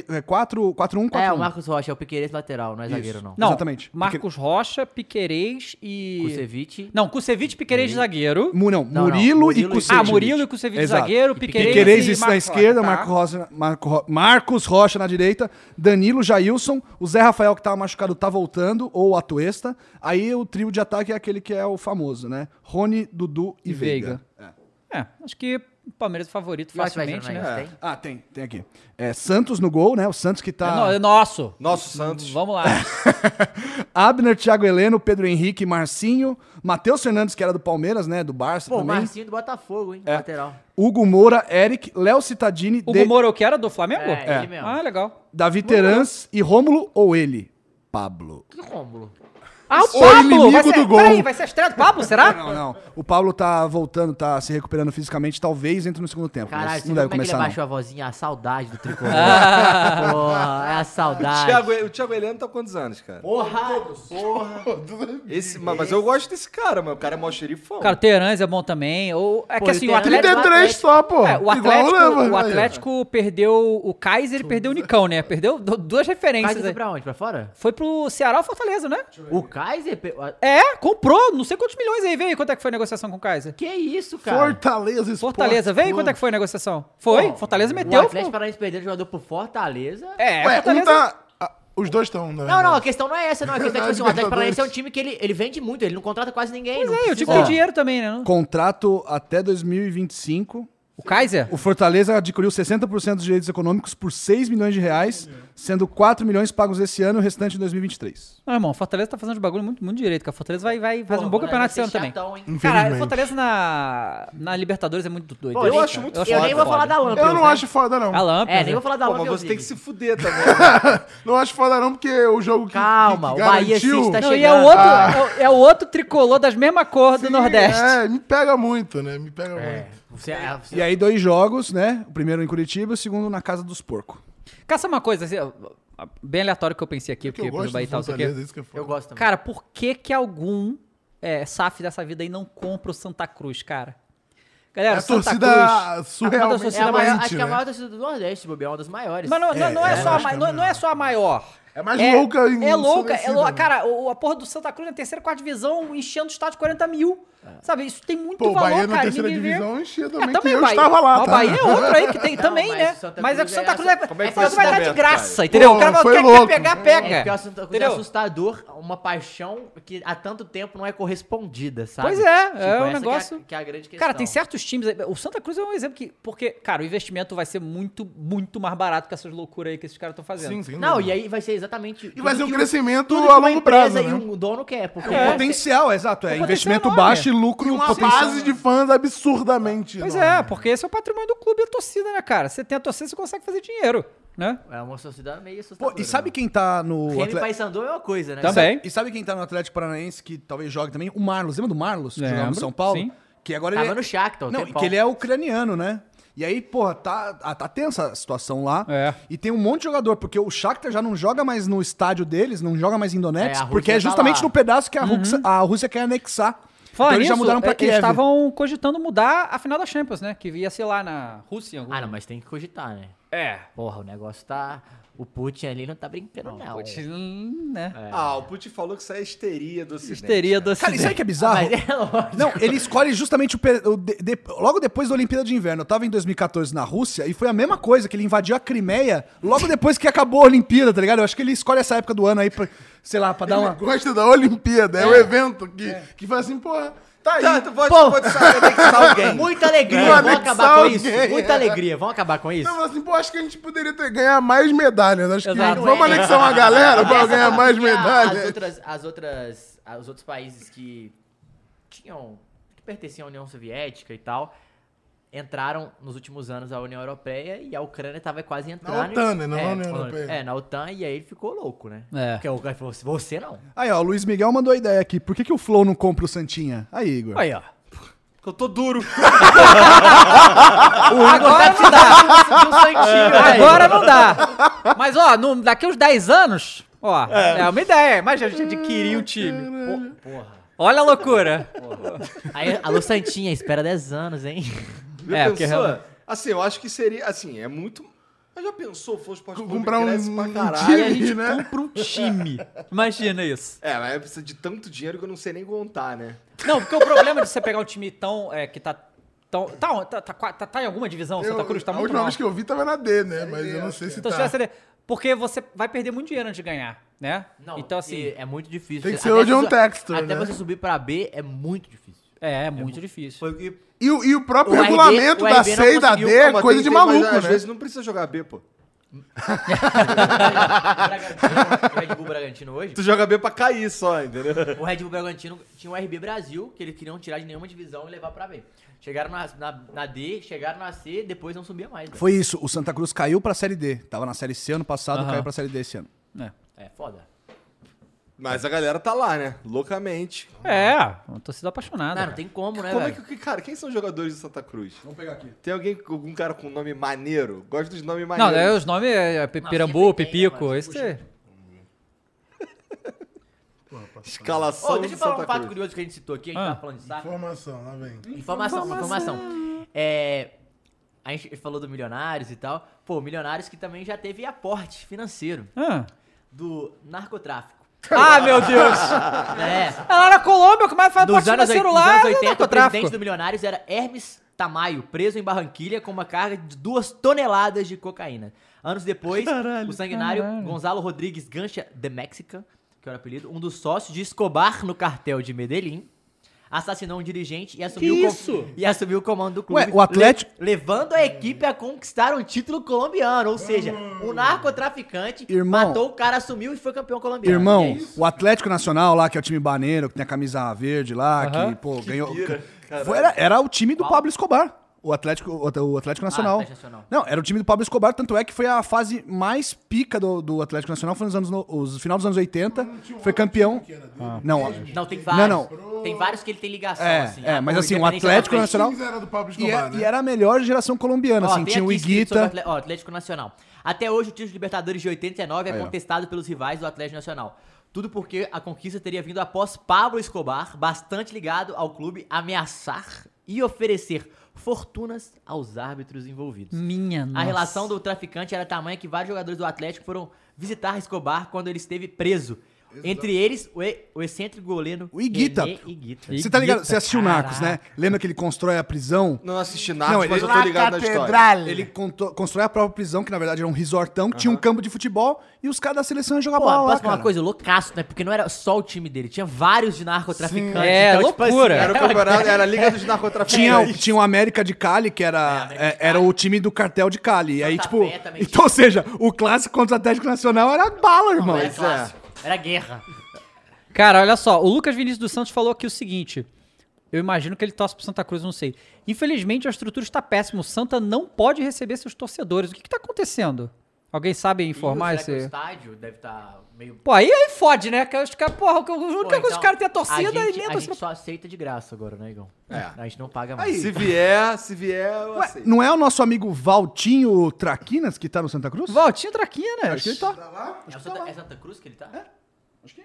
é, 4-1-4-1.
É, o Marcos Rocha é o Piqueires lateral, não é zagueiro, não.
Não,
Exatamente.
Marcos Rocha, Piquerez e.
Kusevich.
Não, Kusevich, Piquerez de zagueiro.
Mu- não,
Não, não.
Murilo, e
Murilo e-
Kusevich.
Ah, Murilo e Kusevich de
Exato.
zagueiro, Piquerez,
Piquerez
e
isso na
Marcos Rocha,
esquerda,
tá?
Marco Rosa- Marco Ro- Marcos Rocha na direita, Danilo, Jailson, o Zé Rafael que tava machucado tá voltando, ou a Tuesta. Aí o trio de ataque é aquele que é o famoso, né? Rony, Dudu e,
E
Veiga.
Veiga. É, acho que o Palmeiras é favorito
E o Atlético
facilmente, né?
Paranaense tem?
Ah, tem, tem aqui. É, Santos no gol, né? O Santos que
É no-
tá...
é nosso.
Nosso Santos.
Vamos lá.
Abner, Thiago Heleno, Pedro Henrique, Marcinho, Matheus Fernandes, que era do Palmeiras, né? Do Barça
Pô, o
também. É.
Marcinho do Botafogo, hein?
É.
Lateral.
Hugo Moura, Eric, Léo Citadini,
O
De-
Gomoro que era do Flamengo?
É, ele mesmo.
Ah, legal.
Davi Terans e Rômulo ou ele? Pablo.
Que Rômulo.
Ah, o
Ou
Pablo!
inimigo
Vai ser,
do gol.
Peraí, vai ser a estreia do Pablo, será?
Não, não. O Pablo tá voltando, tá se recuperando fisicamente, talvez entre no segundo tempo.
Caralho,
mas
você viu
não deve
como é que ele
começar.
baixou a vozinha? A saudade do tricolor.
Ah,
Porra, é a saudade.
Thiago, o Thiago Heleno tá com quantos anos, cara?
Porra.
Esse, mas, mas eu gosto desse cara, mano. O cara é mó xerifão.
Cara, o Terãs é bom também. Ou, é
Pô,
que assim,
o
o
Terãs-
Atlético...
33 só, pô.
É, o
Igual né?
Atlético,
Lever,
o
aí, ó.
Atlético perdeu o Kaiser e perdeu o Nicão, né? Perdeu du- duas
O Kaiser
referências.
foi
aí.
pra onde? Pra fora?
Foi pro Ceará ou Fortaleza, né?
O Kaiser... pe- a-
É, comprou, não sei quantos milhões aí. Vem aí quanto é que foi a negociação com o Kaiser.
Que isso, cara?
Fortaleza Esporte
Fortaleza, vem aí
Clube.
quanto é que foi a negociação. Foi, Fortaleza
O
meteu.
Atlético Paranaense perdeu o jogador pro Fortaleza.
Ué,
É,
um
Fortaleza...
tá... ah, os dois estão, né?
Não, não, a questão não é essa, não. A questão é que tipo assim, o Atlético
Libertadores.
Paranaense é um time que ele, ele vende muito, ele não contrata quase ninguém.
Pois
não
é, o time
precisa-
tem
Ó,
dinheiro também, né? não?
Contrato até 2025.
O Kaiser?
O Fortaleza adquiriu 60% dos direitos econômicos por 6 milhões de reais, sendo 4 milhões pagos esse ano e o restante em 2023.
Não, irmão, o Fortaleza tá fazendo de bagulho muito, muito direito, cara. O Fortaleza vai, vai fazer
Porra,
um bom
mano,
campeonato esse
vai
ano
ser
também.
chatão, hein?
Cara,
Infelizmente.
o Fortaleza na, na Libertadores é muito doido.
Pô, eu
Né,
acho muito
Eu,
Eu nem vou
foda.
falar da Lampions,
Eu não
né?
acho foda, não.
A Lampions,
É, nem
né?
vou falar da
Pô,
Lampions.
mas você tem que
League.
se fuder também. né?
Não acho foda, não, porque o jogo que.
Calma,
que
o Bahia assiste, tá
Não, e é
chegando.
o outro, é, o- é o outro tricolor das mesmas cores do
Sim,
Nordeste.
É, me pega muito, né? Me pega muito.
Você- é, você-
E aí, dois jogos, né? O primeiro em Curitiba e o segundo na Casa dos Porcos.
Caça uma coisa, assim, ó, bem aleatório que eu pensei aqui,
Que eu
porque pelo
gosto
Bahia e
do
tal, não sei o
Fortaleza,
quê.
isso que é foda.
Eu gosto também.
Cara, por que que algum é, SAF dessa vida aí não compra o Santa Cruz, cara? Galera,
É a
Santa
torcida
Cruz...
surrealmente
uma das
é a
torcidas
maior-
Gente,
mais-
acho que é a
né?
maior torcida do Nordeste, se bobear, é uma das maiores.
Mas não, não- não é,
é, eu
só a
acho
mai-
que é
não, não é só a maior.
É mais louca em
É louca. É
ensandecida,
louca.
né?
Cara, o, a porra do Santa Cruz na terceira, quarta divisão enchendo o estádio 40 mil. Sabe, isso tem muito
Pô, o
valor,
Bahia na
cara.
terceira
ninguém vê.
divisão enchia
É,
também, que
também
eu
Bahia.
estava lá,
Mas
tá?
O Bahia é outro aí que tem também,
mas
né?
o Santa
Mas é que
Cruz
o Santa
é
Cruz é,
Como é que
é
foi
que
esse
vai dar de
momento,
graça,
cara?
entendeu?
Pô,
o cara
foi
vai
louco.
quer pegar,
É porque o
pega.
assunto é
Entendeu?
assustador, uma paixão que há tanto tempo não é correspondida, sabe? Tipo,
Pois é, é um
essa que
negócio-
Que é a grande questão.
Cara, tem certos times. aí- O Santa Cruz é um exemplo que. Porque, cara, o investimento vai ser muito, muito mais barato que essas loucuras aí que esses caras estão fazendo.
Sim, sim.
Não, e aí vai ser exatamente.
E vai ser um crescimento
tudo que
a
uma
longo prazo.
empresa
Né?
E um dono quer, porque
O potencial, exato. É
É. potencial
investimento
enorme.
baixo e lucro
E uma
potencial.
base de fãs absurdamente.
Pois
enorme.
é, porque esse é o patrimônio do clube, a torcida, né, cara? Você tem a torcida, você consegue fazer dinheiro. né?
É uma sociedade meio
Pô,
assustadora.
e sabe quem tá no.
Remy
Atle-
Paysandu é uma coisa, né?
Sabe- E sabe quem tá no Atlético Paranaense que talvez jogue também? O Marlos. Lembra do Marlos? Que
Lembro,
jogava no São Paulo?
sim.
Que agora
Tava
ele. é-
no Shakhtar, um
Não,
tempão.
que ele é ucraniano, né? E aí, porra, tá, ah, tá tensa a situação lá.
É.
E tem um monte de jogador, porque o Shakhtar já não joga mais no estádio deles, não joga mais
É,
em
a
Donetsk,
Rússia
porque é
tá
justamente
lá.
no pedaço que a, Rússia, a Rússia quer anexar.
Fala
então eles já
Uhum. nisso,
mudaram pra
é,
Kiev.
Eles estavam cogitando mudar a final da Champions, né? Que ia ser lá na Rússia.
Ah, não, mas tem que cogitar, né?
É.
Porra, o negócio tá. O Putin ali não tá brincando, não.
o Putin, né?
Ah, o Putin falou que isso é histeria do ocidente.
Histeria do
Cara, e sabe o que é bizarro?
Ah,
Não, ele escolhe justamente o, pe- o de- de- logo depois da Olimpíada de Inverno. Eu tava em 2014 na Rússia e foi a mesma coisa que ele invadiu a Crimeia logo depois que acabou a Olimpíada, tá ligado? Eu acho que ele escolhe essa época do ano aí pra, sei lá, pra dar uma
Gosta da Olimpíada, é, um evento que, que faz assim, porra, tá aí.
Tá, tu pode, pode saber anexar alguém.
Muita alegria,
Não,
vamos
anexar
acabar com isso.
alguém,
Muita
é.
alegria, vamos acabar com isso.
Não, mas assim, pô, acho que a gente poderia ter, ganhar mais medalhas. Acho
Exato.
que vamos anexar uma galera pra ganhar é mais
Porque a- As
medalhas.
outras, as outras, os outros países que tinham, que pertenciam à União Soviética e tal, entraram nos últimos anos à União Europeia e a Ucrânia tava quase entrando.
OTAN, né? Não
é,
na União Europeia.
É, na OTAN, e aí ele ficou louco, né?
É.
Porque o cara falou assim, você não.
Aí, ó, o Luiz Miguel mandou a ideia aqui. Por que, que o Flow não compra o Santinha? Aí, Igor.
Aí, ó.
Eu tô duro.
Agora não dá.
Conseguiu o santinho, velho.
Agora não dá. Mas, ó, no- daqui uns 10 anos, ó, é. uma ideia. Imagina a gente adquirir o time.
Porra.
Olha a loucura.
Aí, alô Santinha, espera 10 anos, hein?
Já
É,
é,
porque
pensou?
realmente-
Assim, eu acho que seria. Assim, é muito. Mas já pensou o Flow Esporte Clube
Comprar um-
cresce pra
um
Aí
caralho?
a gente
né?
compra um time. Imagina isso.
É, mas precisa de tanto dinheiro que eu não sei nem contar, né?
Não, porque o problema de você pegar um time tão. é, que tá. Tão, tá, tá, tá, tá- tá em alguma divisão,
Eu-
Santa Cruz tá
a
muito
última
mal.
vez que eu vi tava na D, né? Mas eu não sei se
Então, se
tá.
tivesse ali- Porque você vai perder muito dinheiro antes de ganhar, né?
Não,
então,
e
assim,
é muito difícil.
Tem que
Até
ser o
você
um
John
su-
Textor,
Até
né?
você subir pra B é muito difícil.
é, é muito difícil.
Foi o que
E, o- e o próprio
O RB
regulamento
o
da
RB não
C e da
conseguiu,
D
Não,
é
Ah, mas
coisa
tem-
de
tem- mas
maluco,
Às
né?
vezes não precisa jogar B, pô.
o Bragantino- o Red Bull Bragantino hoje,
Tu joga B pra cair só, entendeu?
o Red Bull Bragantino tinha o RB Brasil, que eles queriam tirar de nenhuma divisão e levar pra B. Chegaram na, na, na D, chegaram na C, depois não subia mais. né? velho.
Foi isso. O Santa Cruz caiu pra Série D. Tava na Série C ano passado, caiu pra Série D esse ano.
É, foda.
Mas a galera tá lá, né? Loucamente.
É, uma torcida apaixonada.
Não, não
cara.
tem como, né,
Como é
velho?
que. Cara, quem são os jogadores do Santa Cruz?
Vamos pegar aqui.
Tem alguém, algum cara com nome maneiro? Gosto de nome
Não,
maneiro.
é, os nomes é, é Pi-
Não,
Pirambu,
sempre tem,
Pipico,
mas,
esse é. que...
Escalação
Ô, deixa
do
eu falar
Santa
um fato
Cruz.
curioso que a gente citou aqui, a gente
Ah.
tava falando de saco.
Informação, lá vem.
Informação, informação. É, a gente falou do Milionários e tal. Pô, Milionários que também já teve aporte financeiro
Ah.
do narcotráfico.
Ah, meu Deus!
É.
Ela na Colômbia, como é que faz
Nos
parte
anos,
do
oit- nos
celular?
né,
anos
é
80, o
narcotráfico.
presidente do Milionários era Hermes Tamayo, preso em Barranquilha com uma carga de duas toneladas de cocaína. Anos depois, o sanguinário Gonzalo Rodrigues Gancha de Mexican, que era o apelido, um dos sócios de Escobar no cartel de Medellín, assassinou um dirigente e assumiu, o com- e assumiu o comando do clube.
Ué, o Atlético-
le- levando a equipe a conquistar um título colombiano, ou seja, o narcotraficante
Hum. Irmão.
matou o cara, assumiu e foi campeão colombiano. E é
Irmão,
isso.
o Atlético Nacional lá, que é o time baneiro, que tem a camisa verde lá, que,
Aham.
pô, ganhou. Foi- era, era o time do Pablo Escobar. O Atlético, o o Atlético Nacional.
Ah, Atlético Nacional.
Não, era o time do Pablo Escobar, tanto é que foi a fase mais pica do, do Atlético Nacional, foi nos anos, no- os final dos anos 80,
um
foi campeão. Ah. Não,
assim,
Não, tem vários.
Não,
Tem vários que ele tem ligação,
É,
assim.
é,
Ah,
mas
o
assim, o
Independência
Atlético
da Fé-
Nacional.
Quem era do Pablo
E,
Escobar,
é-
né?
e era a melhor geração colombiana,
Ó,
assim,
tem
tinha o
aqui escrito sobre
Iguita.
Atle- ó, Atlético Nacional. Até hoje, o título de Libertadores de 89 é
Aí, ó.
contestado pelos rivais do Atlético Nacional. Tudo porque a conquista teria vindo após Pablo Escobar, bastante ligado ao clube, ameaçar e oferecer fortunas aos árbitros envolvidos.
Minha nossa.
A relação do traficante era tamanha que vários jogadores do Atlético foram visitar Escobar quando ele esteve preso. Entre eles, o, e- o excêntrico goleiro
O Higuita.
René Higuita.
Você tá ligado?
Iguita,
Você assistiu Narcos, né? Lembra que ele constrói a prisão?
Não assisti nada,
Não,
mas
ele- é
eu tô ligado na história.
Ele conto- constrói a própria prisão, que na verdade era um resortão, que tinha um campo de futebol e os caras da seleção iam jogar
Pô,
bola
posso
lá,
falar
cara.
uma coisa? Loucaço, né? Porque não era só o time dele. Tinha vários de narcotraficantes. Então, tipo assim,
Sim. É, loucura.
Era o campeonato, era a Liga dos
Tinha, um. o-
Narcotraficantes.
tinha o América de Cali, que era,
É, América de
é, era
Cali.
o time do cartel de Cali. E aí,
Santa
tipo.
Fé também
Então, ou seja, o clássico contra o Atlético Nacional era bala, irmão.
era, clássico, era guerra.
Cara, olha só, o Lucas Vinícius dos Santos falou aqui o seguinte. Eu imagino que ele torce pro Santa Cruz, não sei. Infelizmente, a estrutura está péssima. O Santa não pode receber seus torcedores. O que, que tá acontecendo? Alguém sabe informar
Ih, será que tá-
esse.
o estádio deve estar meio.
Pô, aí, aí fode, né? Que Os caras, porra, o que- a única
Pô,
coisa que os
então,
caras têm é torcida
a
e
gente,
nem a
a
torcida.
gente só aceita de graça agora, né, Igão?
É.
A gente não paga mais.
Aí, se vier, se vier, eu aceito.
Não é o nosso amigo Valtinho Traquinas que tá no Santa Cruz?
Valtinho Traquinas.
Acho que ele tá.
É, o
Então
Santa, é Santa Cruz que ele tá? É,
Acho que é.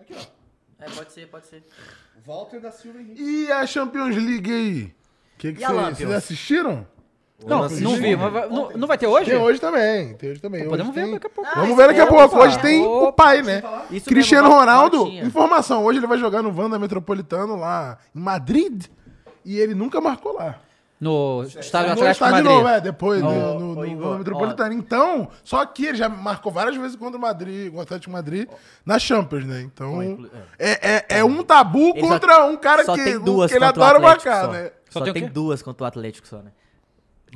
Aqui, ó. É, pode ser, pode ser.
Walter da Silva Henrique.
E a Champions League aí? Que que
E a
vocês
Lampions?
vocês assistiram?
Não,
assisti
não vi.
ontem.
Mas vai- não, não vai ter hoje?
Tem hoje também, tem hoje também.
Então
Hoje
podemos ver
tem-
daqui a pouco.
Vamos ver daqui a
isso
pouco.
mesmo,
Hoje tem
Opa,
o pai, né?
Isso
Cristiano
mesmo,
Ronaldo,
Valtinha.
informação, hoje ele vai jogar no Wanda Metropolitano lá em Madrid e ele nunca marcou lá.
No
Ah,
estádio
Agora
Atlético de
está de
Madrid.
novo, é, depois
Ô,
no, no-
ô,
no
Igor,
Wanda Metropolitano. Então, só que ele já marcou várias vezes contra o Madrid, contra o Atlético de Madrid, na Champions, né? Então,
inclu-
é, é, é um tabu
Ele só-
contra um cara
só
que,
tem duas
que ele
contra o
adora
Atlético
marcar,
só.
né?
Só
Só,
tem o
tem
quê?
duas contra o Atlético só, né?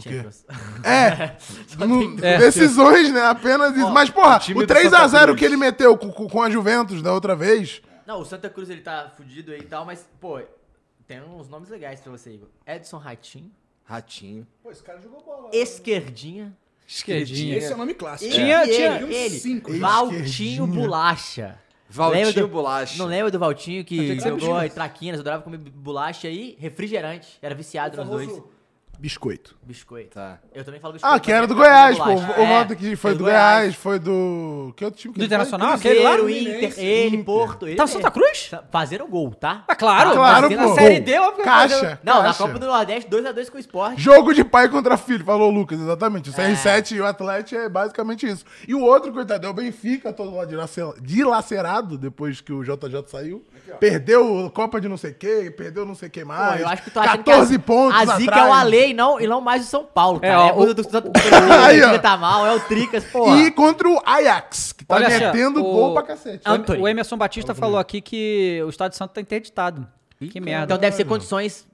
Champions.
É.
tem
no- decisões, né? Apenas isso. Mas, porra,
time
o
do
3x0
Santa
que ele meteu com, com- com a Juventus da outra vez.
Não, o Santa Cruz ele tá fudido aí e tal, mas, pô, tem uns nomes legais pra você, Igor. Edson Ratinho,
Ratinho.
Pô, esse cara jogou bola.
Esquerdinha.
Esquerdinha.
Esse é o nome clássico.
Tinha-
e
tinha-
ele, um ele,
cinco.
Valtinho Bolacha.
Valtinho
Lembra do-
Bolacha.
Não lembra do Valtinho que,
Achei que você
jogou
era
em traquinas, adorava comer bolacha e refrigerante. Era viciado nos dois.
Biscoito.
Biscoito.
Tá.
Eu também falo biscoito.
Ah, que era do
mas eu
Goiás,
gosto
pô.
de
O
bolacha.
voto que
É,
foi do Goiás, foi do. Que outro time que
Do
ele foi?
Internacional? Aquele lá?
Cruzeiro, Inter, ele, Porto, ele.
né? Tá no Santa Cruz?
Tá Fazendo gol, tá?
Ah, claro.
Claro,
mas Na
pô.
Série D, óbvio. que
Caixa.
Não, na
caixa.
Copa do Nordeste, 2x2 com o Sport.
Jogo de pai contra filho, falou o Lucas,
É.
exatamente. O CR7 e o Atlético é basicamente isso. E o outro, coitado, é o Benfica, todo lá dilacer- dilacerado depois que o JJ saiu. perdeu a Copa de não sei o quê, perdeu não sei o que mais.
Pô, eu acho que tu acha
14
que a,
pontos
a zica
atrás.
é o Ale e não, e não mais o São Paulo, cara.
ó,
É, a coisa
o-
do Santa Cruz, o
Aí, ó.
Zica tá mal, é o Tricas, pô.
E contra o Ajax, que tá
Olha só,
metendo
o-
gol pra cacete.
O Em-
Anthony.
O Emerson Batista falou aqui que o Estado de Santo tá interditado. Que merda.
Então deve ser condições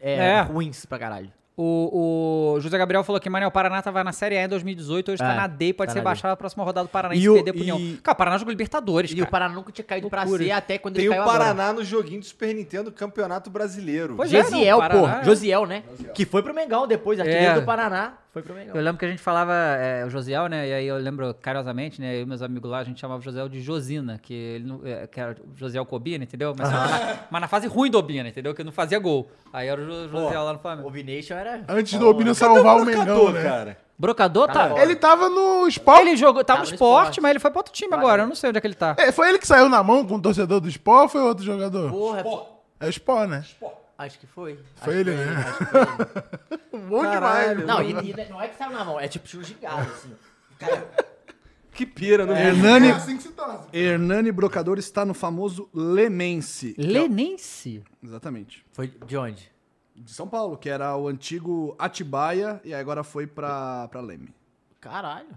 é,
É.
ruins pra caralho.
O, o José Gabriel falou que Mané, o Paraná tava na Série A em 2018, hoje tá
É,
na D e pode
tá
ser
na D.
baixado a próxima rodada do Paraná e,
E
se
o-
perder pro União.
e-
Cara, o Paraná jogou Libertadores,
E
cara.
o Paraná nunca tinha caído pra
Loucura.
C até quando
Tem
ele
o
caiu agora.
Paraná no joguinho do Super Nintendo do Campeonato Brasileiro.
Pois é.
Josiel,
não, Paraná,
pô.
é.
Josiel, né? Que foi pro Mengão depois, artilheiro
É.
do Paraná. Foi pro Mengão.
Eu lembro que a gente falava é, o Josiel, né? E aí eu lembro carinhosamente, né? Eu e meus amigos lá, a gente chamava o Josiel de Josina, que ele não, é, que era o Josiel Cobina, entendeu? Mas, na, mas na fase ruim do Obina, entendeu? Que não fazia gol. Aí era o Jo-
Pô,
Josiel lá no Flamengo.
O Vination era.
Antes do Obino salvar o Mengão,
Mercador,
né?
cara.
Brocador tá.
fora.
Ele tava no Sport.
Ele jogou, tava no
no
esporte,
Sport.
mas ele foi pra outro time agora. Eu não sei onde é que ele tá.
É, foi ele que saiu na mão com o torcedor do Sport ou foi outro jogador?
Porra,
É o Sport, né?
acho que foi.
Foi ele, né? Bom
Caralho.
demais.
Não, e, e não é que saiu na mão, é tipo tinha um gigado, assim. Cara,
Que pira, não é.
Hernani,
assim que se torce.
Hernani Brocador está no famoso Lemense.
é
é
Lenense?
Exatamente.
foi de onde?
De São Paulo, que era o antigo Atibaia e agora foi pra, pra Leme.
Caralho.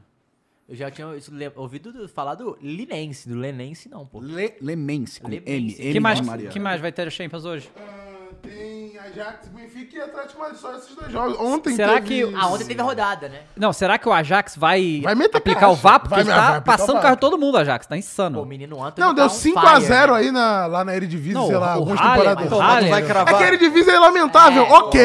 Eu já tinha isso le- ouvido do- falar do Linense, do Lenense não, pô.
Le- Lemense, com M.
Lemense.
M
Que mais,
de Maria.
que mais vai ter a Champions hoje?
Ah, Tem Ajax, Benfica e Atlético Madrid, só esses dois jogos. Ontem
Será
teve...
que-
Ah, ontem teve a rodada, né?
Não, será que o Ajax vai,
Vai meter
aplicar
caixa.
o VAR? Porque
Vai-
ele
vai
tá
aplicar o
passando
VAR.
o carro todo mundo, Ajax. Tá
Pô, o
insano.
menino ontem.
Não,
tá
deu
on
5x0
fire, né?
aí na, lá na Eredivisie,
um Não,
sei lá,
o
algumas
Haller,
temporadas.
mas
o
Haller-
Vai cravar.
É que a Eredivisie é lamentável,
É,
ok.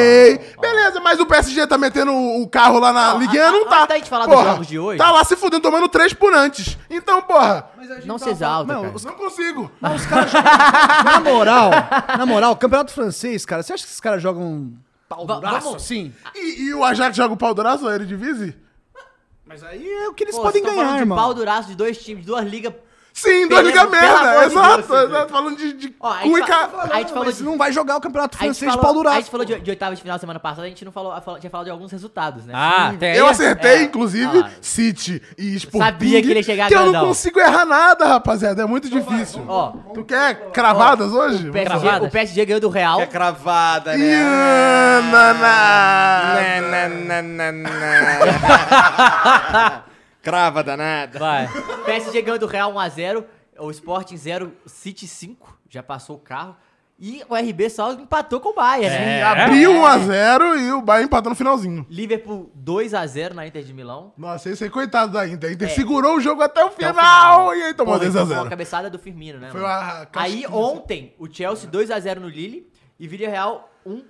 Beleza, mas o PSG tá metendo o o carro lá na
Não,
Ligue
a-
1, não
a-
tá.
antes da gente falar dos jogos de hoje-
Tá lá se fudendo, tomando três por antes. Então, porra,
Não se exalta,
Não,
cara.
os-
não consigo.
na moral, na moral, campeonato francês, cara, você acha que esses caras jogam pau
Va-
duraço
vamos-
assim?
E, e o Ajax joga o pau duraço na Eredivisie?
Mas aí é o que eles
Pô,
podem
vocês tão falando
ganhar,
de
irmão.
pau duraço de dois times, duas ligas.
Sim, dois
Pelo-
liga
pelo amor
merda.
de
Exato,
Deus,
exato. Falando de, de
Ó, a
cu
gente
e ca-
fa- a gente falou
mas
de-
não vai jogar o campeonato
A gente
francês de pau
falou, a gente
duraço.
falou de, de oitava de final semana passada, a gente não falou, a fala- tinha falado de alguns resultados, né?
Ah, tem aí?
Eu acertei,
É.
inclusive,
Ah.
City e Sporting.
sabia que ele ia chegar
que eu não
grandão.
consigo errar nada, rapaziada. É muito difícil.
Ó,
tu quer cravadas hoje?
o PSG,
Cravadas.
o PSG ganhou do Real.
É cravada, né?
Né,
Ianana.
Na, na, na, na. Crava danada.
Vai.
O PSG ganhou do Real 1x0, o Sporting 0, City 5, já passou o carro. E o RB Salzburg empatou com o Bayern, né?
Abriu 1x0 e o Bayern empatou no finalzinho.
Liverpool 2x0 na Inter de Milão.
Nossa, esse aí, coitado da Inter. A Inter segurou o jogo até o
É. Até
final,
o final.
e aí tomou
Porra, então Foi a
2x0.
cabeçada do Firmino, né?
Foi
mano?
uma
Aí
casquinha.
ontem, o Chelsea 2x0 no Lille um, e Villarreal 1,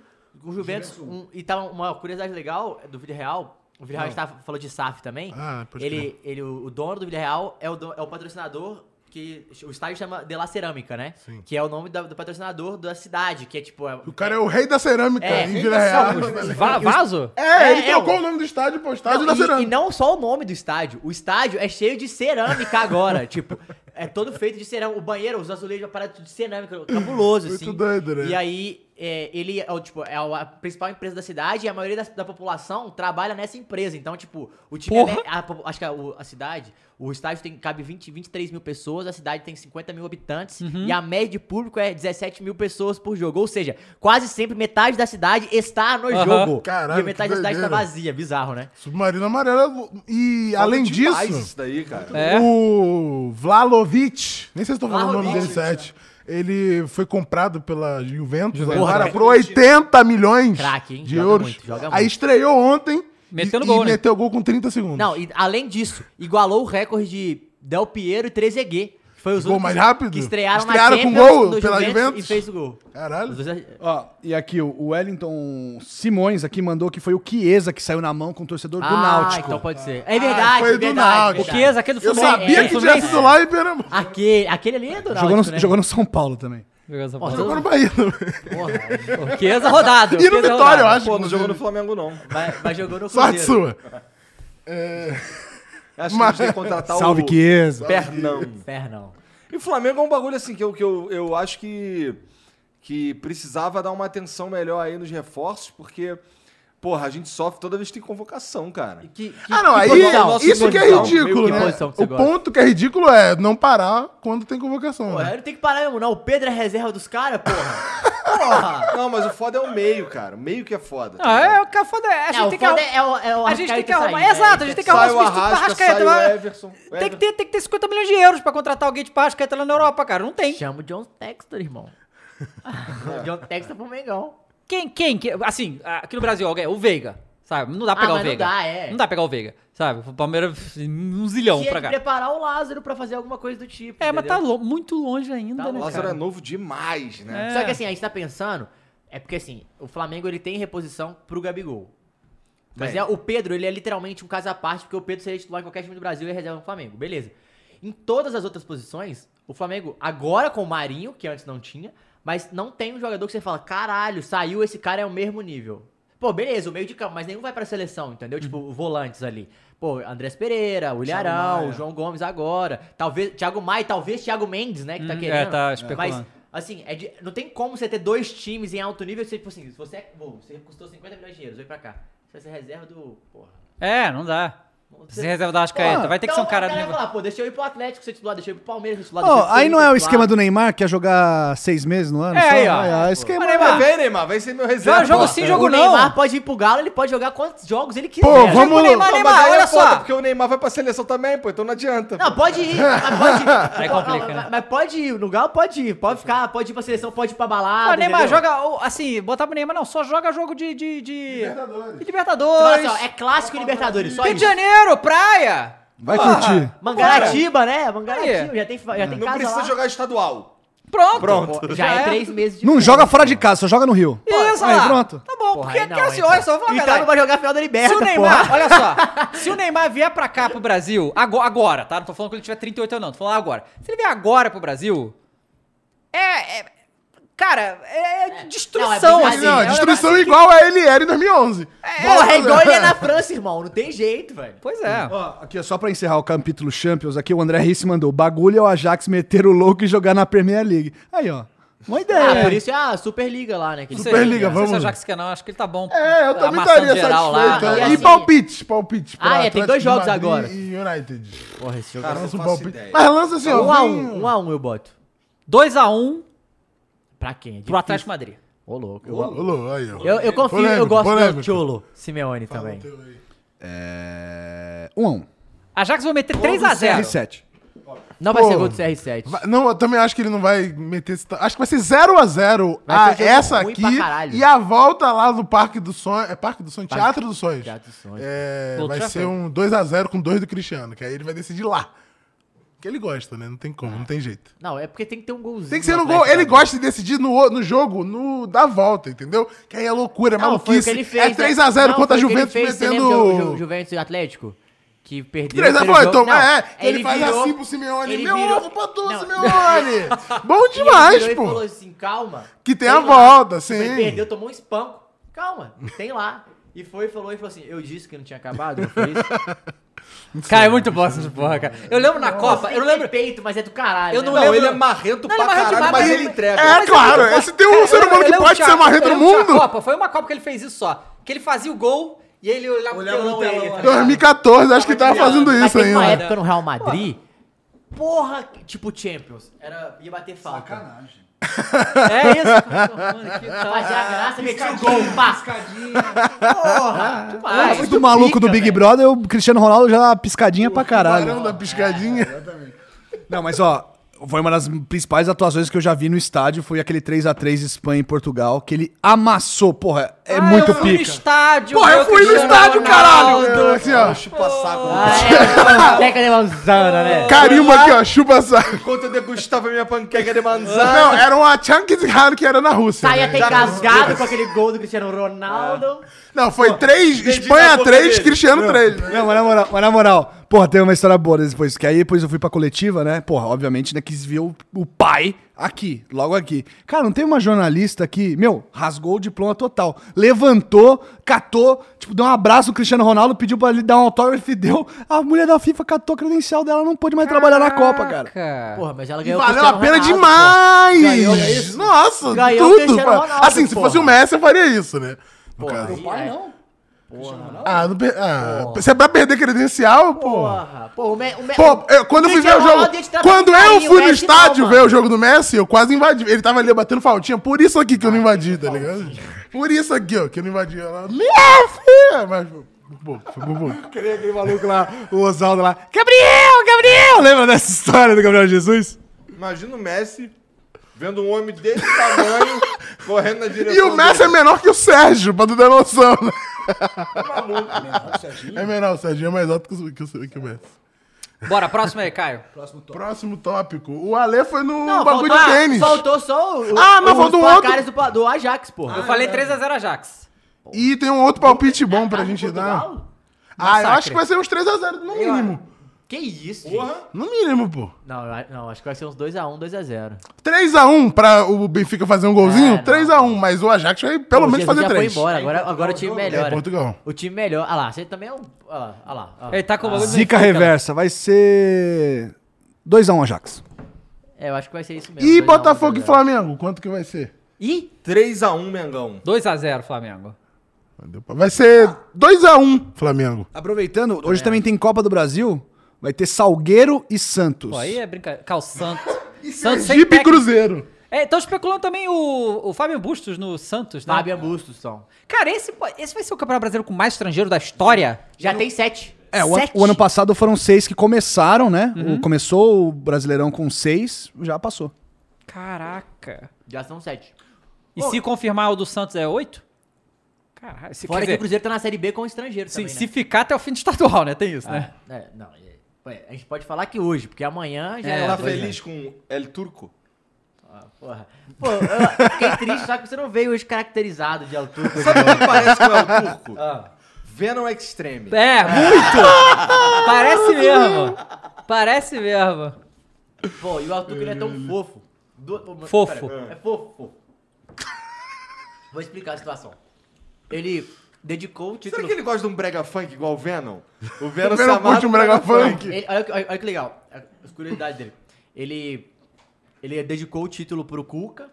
o Juventus 1. E tá uma curiosidade legal do Villarreal, O
Não.
Villarreal tá, falou de SAF também.
Ah, pode
ele,
crer.
ele, o o dono do Villarreal é o, do- é o patrocinador que o estádio chama De La Cerâmica, né? Que é o nome da- do patrocinador da cidade, que é tipo... é-
O cara é o rei da cerâmica
É.
em Vila Real.
Va- vaso?
É, ele
É, é
trocou
o-
o nome do estádio pro estádio
Não,
da
e-
cerâmica.
E, não só o nome do estádio, o estádio é cheio de cerâmica agora, tipo, é todo feito de cerâmica, o banheiro, os azulejos, a parada de cerâmica, cabuloso,
Muito
assim.
doido, né?
E aí, é, ele é, o, tipo, é a principal empresa da cidade e a maioria da, da população trabalha nessa empresa, então, tipo, o time, é,
Porra!
me- a po- acho que a, o- a cidade, o estádio tem, cabe 20, 23 mil pessoas, a cidade tem 50 mil habitantes
Uhum.
e a média de público é 17 mil pessoas por jogo, ou seja, quase sempre metade da cidade está no
Aham.
jogo
Caralho,
e metade
que
da cidade está
doideira.
vazia, bizarro, né?
Submarino Amarelo. E
Fala
além
demais
disso,
isso daí, cara.
É. o Vlalovic, nem sei se estou falando o nome dele
Vlahovic,
certo, ele foi comprado pela Juventus
Juventus.
agora
Porra,
por 80 milhões
Craque, hein?
de
Joga
euros.
muito, joga
Aí
muito.
estreou ontem
Metendo
e,
gol,
e
né?
meteu gol com 30 segundos.
Não, e além disso, igualou o recorde de Del Piero e Trezeguet. que Foi os
Gol
únicos
mais rápido?
que estrearam,
Estrearam
na
com
Champions
gol
do
pela
e
Juventus?
fez o gol.
Caralho.
Ó, e aqui o o Wellington Simões aqui mandou que foi o Chiesa que saiu na mão com o torcedor do
Ah,
Náutico.
então pode ser. É verdade,
Ah, foi
é
do
verdade.
Náutico. O Chiesa,
é
aquele é do Eu Fluminense. sabia que tinha sido
lá em Pernambuco.
Aquele, aquele ali é do Ah, Náutico,
Jogou no,
né?
jogou no São Paulo também.
Nossa,
Jogou
eu-
no
Bahia.
Porra, o Chiesa rodado. o
E no
Chiesa
Vitória,
rodado.
eu acho,
Pô,
não jogou no Flamengo, não.
Mas, mas jogou no
Sorte
Cruzeiro.
sua. É... Mas-
Acho que a gente tem que contratar
Salve,
o...
Chiesa.
Pernão.
Pernão.
E o Flamengo é um bagulho assim que eu, que eu, eu acho que, que precisava dar uma atenção melhor aí nos reforços, porque, porra, a gente sofre toda vez que tem convocação, cara.
Ah, não, aí isso que é ridículo, né? o ponto que é ridículo é não parar quando tem convocação.
Pô,
né?
aí não tem que parar mesmo, não. O Pedro é reserva dos caras, porra.
Não, mas o foda é o meio, cara. O meio que é foda.
Ah, é, o cara foda é. A gente
É, o
tem que
foda
arru-
é o- é o
A gente tem
Arrascaeta
que arrumar.
saindo, né?
Exato, a gente tem que
Sai
arrumar
o
um substituto pra
Arrasca,
Arrascaeta.
sai o
mas-
Everson. O
Tem que, ter, tem que ter 50 milhões de euros pra contratar alguém de Arrascaeta lá na Europa, cara. Não tem.
Chama o John Textor, irmão. o John Textor pro Mengão.
Quem, quem, que- assim, aqui no Brasil, alguém, o Veiga, sabe? Não dá pra
Ah,
pegar
mas
o
não
Veiga.
dá, é.
Não dá pra pegar o Veiga, sabe? O Palmeiras, um zilhão
Tinha
pra
que é
cá.
preparar o Lázaro pra fazer alguma coisa do tipo.
É, mas tá
entendeu?
lo- muito longe ainda,
Tá
né,
O Lázaro
cara?
é novo demais,
É.
né?
Só que assim, a gente tá pensando. É porque assim, o Flamengo ele tem reposição pro Gabigol. Mas
Tem.
é, o Pedro, ele é literalmente um caso à parte, porque o Pedro seria titular em qualquer time do Brasil e é reserva no Flamengo. Beleza. Em todas as outras posições, o Flamengo, agora com o Marinho, que antes não tinha, mas não tem um jogador que você fala, caralho, saiu esse cara é o mesmo nível. Pô, beleza, o meio de campo, mas nenhum vai pra seleção, entendeu? Tipo, volantes ali. Pô, Andrés Pereira, o Ilharão,
Uhum. Maia.
o João Gomes agora, talvez Thiago Maia, talvez Thiago Mendes, né, que tá
Hum, é,
querendo.
tá especulando.
Mas, assim, é de- não tem como você ter dois times em alto nível, você, tipo assim, se você, é- bom, você custou 50 milhões de euros, vem pra cá. Você vai ser reserva do, porra, Então
É, não dá. Você reserva da Arrascaeta, vai ter que ser um cara...
vai
do-
falar, pô, deixa eu ir pro Atlético ser titular, deixa eu ir pro Palmeiras ser titular.
Ó, aí não é o esquema do Neymar, que é jogar seis meses no ano?
É,
só?
aí, ó.
É, é o esquema.
Mas Neymar,
Vai
Vai ver, Neymar, vai ser meu reserva.
Joga, jogo
Pô,
sim,
é.
jogo não. O Neymar pode ir pro Galo, ele pode jogar quantos jogos ele quiser.
Pô, vamos...
Neymar,
Não, mas
Neymar,
aí é
olha
foda,
só.
Porque o Neymar vai pra seleção também, pô, então não adianta.
Não, pode ir, mas pode ir.
Aí
Não,
complica,
mas-
né?
Mas pode ir, no Galo pode ir, pode ficar, pode ir pra seleção, pode ir pra balada,
Ah, Neymar,
entendeu?
joga, o- assim, botar pro Neymar, não, só joga jogo de... de, de... Libertadores. De
Olha
Libertadores.
só, é clássico e Libertadores, só
Rio de
isso.
Janeiro, praia.
Vai
Porra.
curtir.
Mangaratiba, né? Mangaratiba, já tem, já tem
Não
casa
precisa
lá.
jogar estadual.
Pronto.
Pô, já é três meses de
Não joga fora de casa, só joga no Rio.
Isso,
aí,
lá.
pronto.
Tá bom,
Porra,
porque
aí
porque
não,
assim, olha só, vamos lá,
Então não vai jogar a final da
Se o
Libertadores,
Neymar, olha só, se o Neymar vier pra cá pro Brasil, ago- agora, tá? Não tô falando que ele tiver 38 ou não, tô falando agora. Se ele vier agora pro Brasil, é. é- cara, é, é destruição,
Não, é
assim.
brincadeira.
Não,
é um
destruição igual a ele era em 2011.
Porra, é igual ele é na França, irmão. Não tem jeito, velho.
Pois é.
Ó, aqui, ó, só pra encerrar o capítulo Champions, aqui o André Risse mandou: bagulho é o Ajax meter o louco e jogar na Premier League. Aí, ó. Uma ideia.
Ah, por isso é a Superliga lá, né? que eles-
Superliga,
Não sei se
vamos.
o Jax quer não, acho que ele tá bom.
É, eu também
Amassando
estaria
geral lá.
satisfeito.
e
né?
é.
assim-
E palpite, palpite. pra
Ah, é, tem
Atlético
dois jogos
de Madrid
agora.
E United.
Porra, esse jogo
Cara,
é
não
Lança um
faço
palpite.
ideia.
Mas lança assim, ó.
um a
vem-
um, um a um eu boto.
2x1
Pra quem?
pro
É difícil.
um Atlético de Madrid.
Ô, louco. Eu,
Ô, Lô, aí, ó.
eu, eu confio, eu
Polêmico,
gosto
polêmico.
do Cholo Simeone também.
É. 1 um a 1 um.
Ajax vai meter 3x0.
R7.
Não vai ser
Pô.
gol do CR7.
Vai- Não, eu também acho que ele não vai meter esse. ta- Acho que vai ser 0x0 a,
Vai ser um jogo
essa
ruim
aqui
pra caralho.
e a volta lá do Parque do Sonho. É Parque do Sonho?
Parque-
Teatro dos Sonhos.
Teatro dos Sonhos.
É,
Outro
vai
já
ser
foi.
um 2x0 com dois do Cristiano, que aí ele vai decidir lá. Que ele gosta, né? Não tem como, não tem jeito.
Não, é porque tem que ter um golzinho.
Tem que ser
no
no gol.
Atlético,
Ele
né?
gosta de decidir no, no jogo, no da volta, entendeu? Que aí é loucura, é
Não, foi o
maluquice.
que ele fez, né?
é 3x0
Não,
contra a
foi o que ele
Juventus
fez, você lembra
metendo.
o jogo- jogo- Juventus e Atlético? Que perdeu.
3 a
aquele
0,
jogo.
então,
Não,
é, que ele faz assim pro Simeone, "Meu ovo pra tu, Simeone!" Bom
E ele
demais,
virou e
pô.
falou assim, calma.
Que tem a volta,
Tipo, Ele
sim.
perdeu, tomou um espanco. Calma, tem lá. E foi, falou e falou assim, eu disse que não tinha acabado, não foi isso?
Cara, é muito bom essa porra, cara. Eu lembro na Copa, eu não lembro.
Peito, mas é do caralho.
Eu
né,
não,
mano?
lembro.
marrento
Não, ele é marrento demais, mas ele-
É,
Mas
claro,
muito
esse tem um
forte.
ser humano
Eu
que
lembro
pode
do
ser
Thiago-
marrento
eu
no
lembro do Thiago
mundo.
Copa, um foi uma Copa que ele fez isso só. Que ele fazia o gol e ele olhava pro telão. ele, tá ligado?
2014, acho que tava fazendo
Mas
isso
teve uma
ainda.
época no Real Madrid, porra, que- tipo Champions, era, ia bater falta. Sacanagem.
É isso que eu tô falando aqui. tá?
Fazia a graça, metia o gol, pá. Porra,
Tá
demais.
Mas do maluco do Big Brother, o Cristiano Ronaldo já dá uma piscadinha pra caralho.
Barão da piscadinha.
Não, mas ó, foi uma das principais atuações que eu já vi no estádio, foi aquele 3x3 Espanha e Portugal, que ele amassou, porra, é
Ah,
muito
eu fui no
pica.
estádio.
Porra,
ver
eu
o
fui no
Cristiano
estádio, caralho!
Ronaldo.
É, Assim, ó.
Chupa saco.
Ah, é, Teca de manzana, né?
Carimbo aqui, ó, chupa
é.
saco.
Enquanto eu degustava minha panqueca de manzana.
Não, era uma Chankitzharo que era na Rússia.
Saía
né?
até engasgado com aquele gol do Cristiano Ronaldo.
Não, foi 3,
na
Espanha
boca
3,
dele.
Cristiano 3.
Não, mas na moral, mas na moral, porra, tem uma história boa depois, que aí depois eu fui pra coletiva, né? Porra, obviamente, né, quis ver o, o pai aqui, logo aqui. Cara, não tem uma jornalista que, meu, rasgou o diploma total. Levantou, catou, tipo, deu um abraço no Cristiano Ronaldo, pediu pra ele dar um autógrafo e deu. A mulher da FIFA catou a credencial dela, não pôde mais trabalhar na Copa, cara.
Cara.
Porra, mas ela
E
ganhou o
valeu a
Cristiano
pena
Ronaldo,
demais!
Ganhou, é isso.
Nossa,
Ganhou o
tudo.
Cristiano
mano.
Ronaldo,
assim, se
porra.
fosse o Messi, eu faria isso, né? No
Porra,
caso.
aí, é.
Ah, não per... ah você vai perder credencial, pô?
Porra, pô, o Me- o Me-
Pô, eu- quando eu fui ver o
Cristiano
jogo.
Ronaldo ia te tratar
Quando
com
eu
carinho,
fui
o
no
Messi não,
estádio
mano.
ver o jogo do Messi, eu quase invadi. Ele tava ali batendo faltinha, por isso aqui que eu não invadi, tá ligado? Por isso aqui, ó, que eu não invadi. Ela, minha filha! Mas, pô, pô, foi por pouco.
Tem aquele maluco lá, o Oswaldo lá. Gabriel, Gabriel! Lembra dessa história do Gabriel Jesus?
Imagina o Messi vendo um homem desse tamanho correndo na direção
E o Messi é
dele.
menor que o Sérgio, pra tu ter noção. Né? É menor, o Sérgio é mais alto que o, que o, que o Messi.
Bora, próximo aí, Caio.
Próximo tópico. O Ale foi no
Não,
um bagulho
faltou,
de
ah,
tênis.
faltou só o,
Ah, não,
os
faltou um
placares do, do Ajax, porra.
Eu falei 3x0 Ajax.
E tem um outro palpite bom pra gente dar.
Portugal?
Ah, eu
Massacre.
acho que vai ser uns 3x0, no mínimo.
Que isso, gente?
No mínimo, pô.
Não, eu- não, acho que vai ser uns 2x1, 2x0.
3x1 pra o Benfica fazer um golzinho?
É, não.
3x1, mas o Ajax vai pelo menos fazer
já foi
3.
embora, agora, agora o time
É,
melhora.
Portugal.
O time melhor. Ah lá, você também é um. Ah lá, ah lá. ah lá.
Ele tá com o bagulho do
Zica
Benfica,
reversa, vai ser 2x1 Ajax.
É, eu acho que vai ser isso mesmo.
E
2x1,
Botafogo e
2x0.
Flamengo, quanto que vai ser?
Ih,
3x1, Mengão.
2x0 Flamengo.
Vai ser 2x1 Flamengo.
Aproveitando, hoje também tem Copa do Brasil. Vai ter Salgueiro e Santos.
Pô, aí é brincadeira. Cal Santos. Santos sem
Sergipe e
técnico.
Cruzeiro.
É, então especulando também o, o Fábio Bustos no Santos, né?
Fábio Bustos, são.
Cara, esse, po- esse vai ser o campeonato brasileiro com mais estrangeiro da história?
Já tem 7.
É, o, an- o ano passado foram seis que começaram, né? O- começou o Brasileirão com seis, já passou.
Caraca.
Já são 7.
E se confirmar o do Santos é oito? Caralho. Se,
Fora
quer
que o
dizer,
Cruzeiro tá na Série B com o estrangeiro
sim,
também,
se
né?
ficar até o fim do estadual, né? Tem isso, né?
Ah, é, não, é- ué, a gente pode falar que hoje, porque amanhã já
É,
Tá
dois, né?
feliz com El Turco?
Ah, porra. Pô, eu fiquei triste, só que você não veio hoje caracterizado de altura.
Sabe o que parece com o El Turco? Venom Extreme.
É, muito! Parece mesmo. Parece mesmo.
Pô, e o Arthur ele é tão fofo. Do- pô, mas-
Fofo.
pera, é fofo, fofo. Vou explicar a situação. Ele dedicou
Será
o título.
que ele gosta de um brega funk igual o Venom? O Venom,
O Venom
amarra
curte um
no
brega funk.
Ele- olha, que- olha- olha que legal, a curiosidade dele. Ele, ele dedicou o título pro Cuca.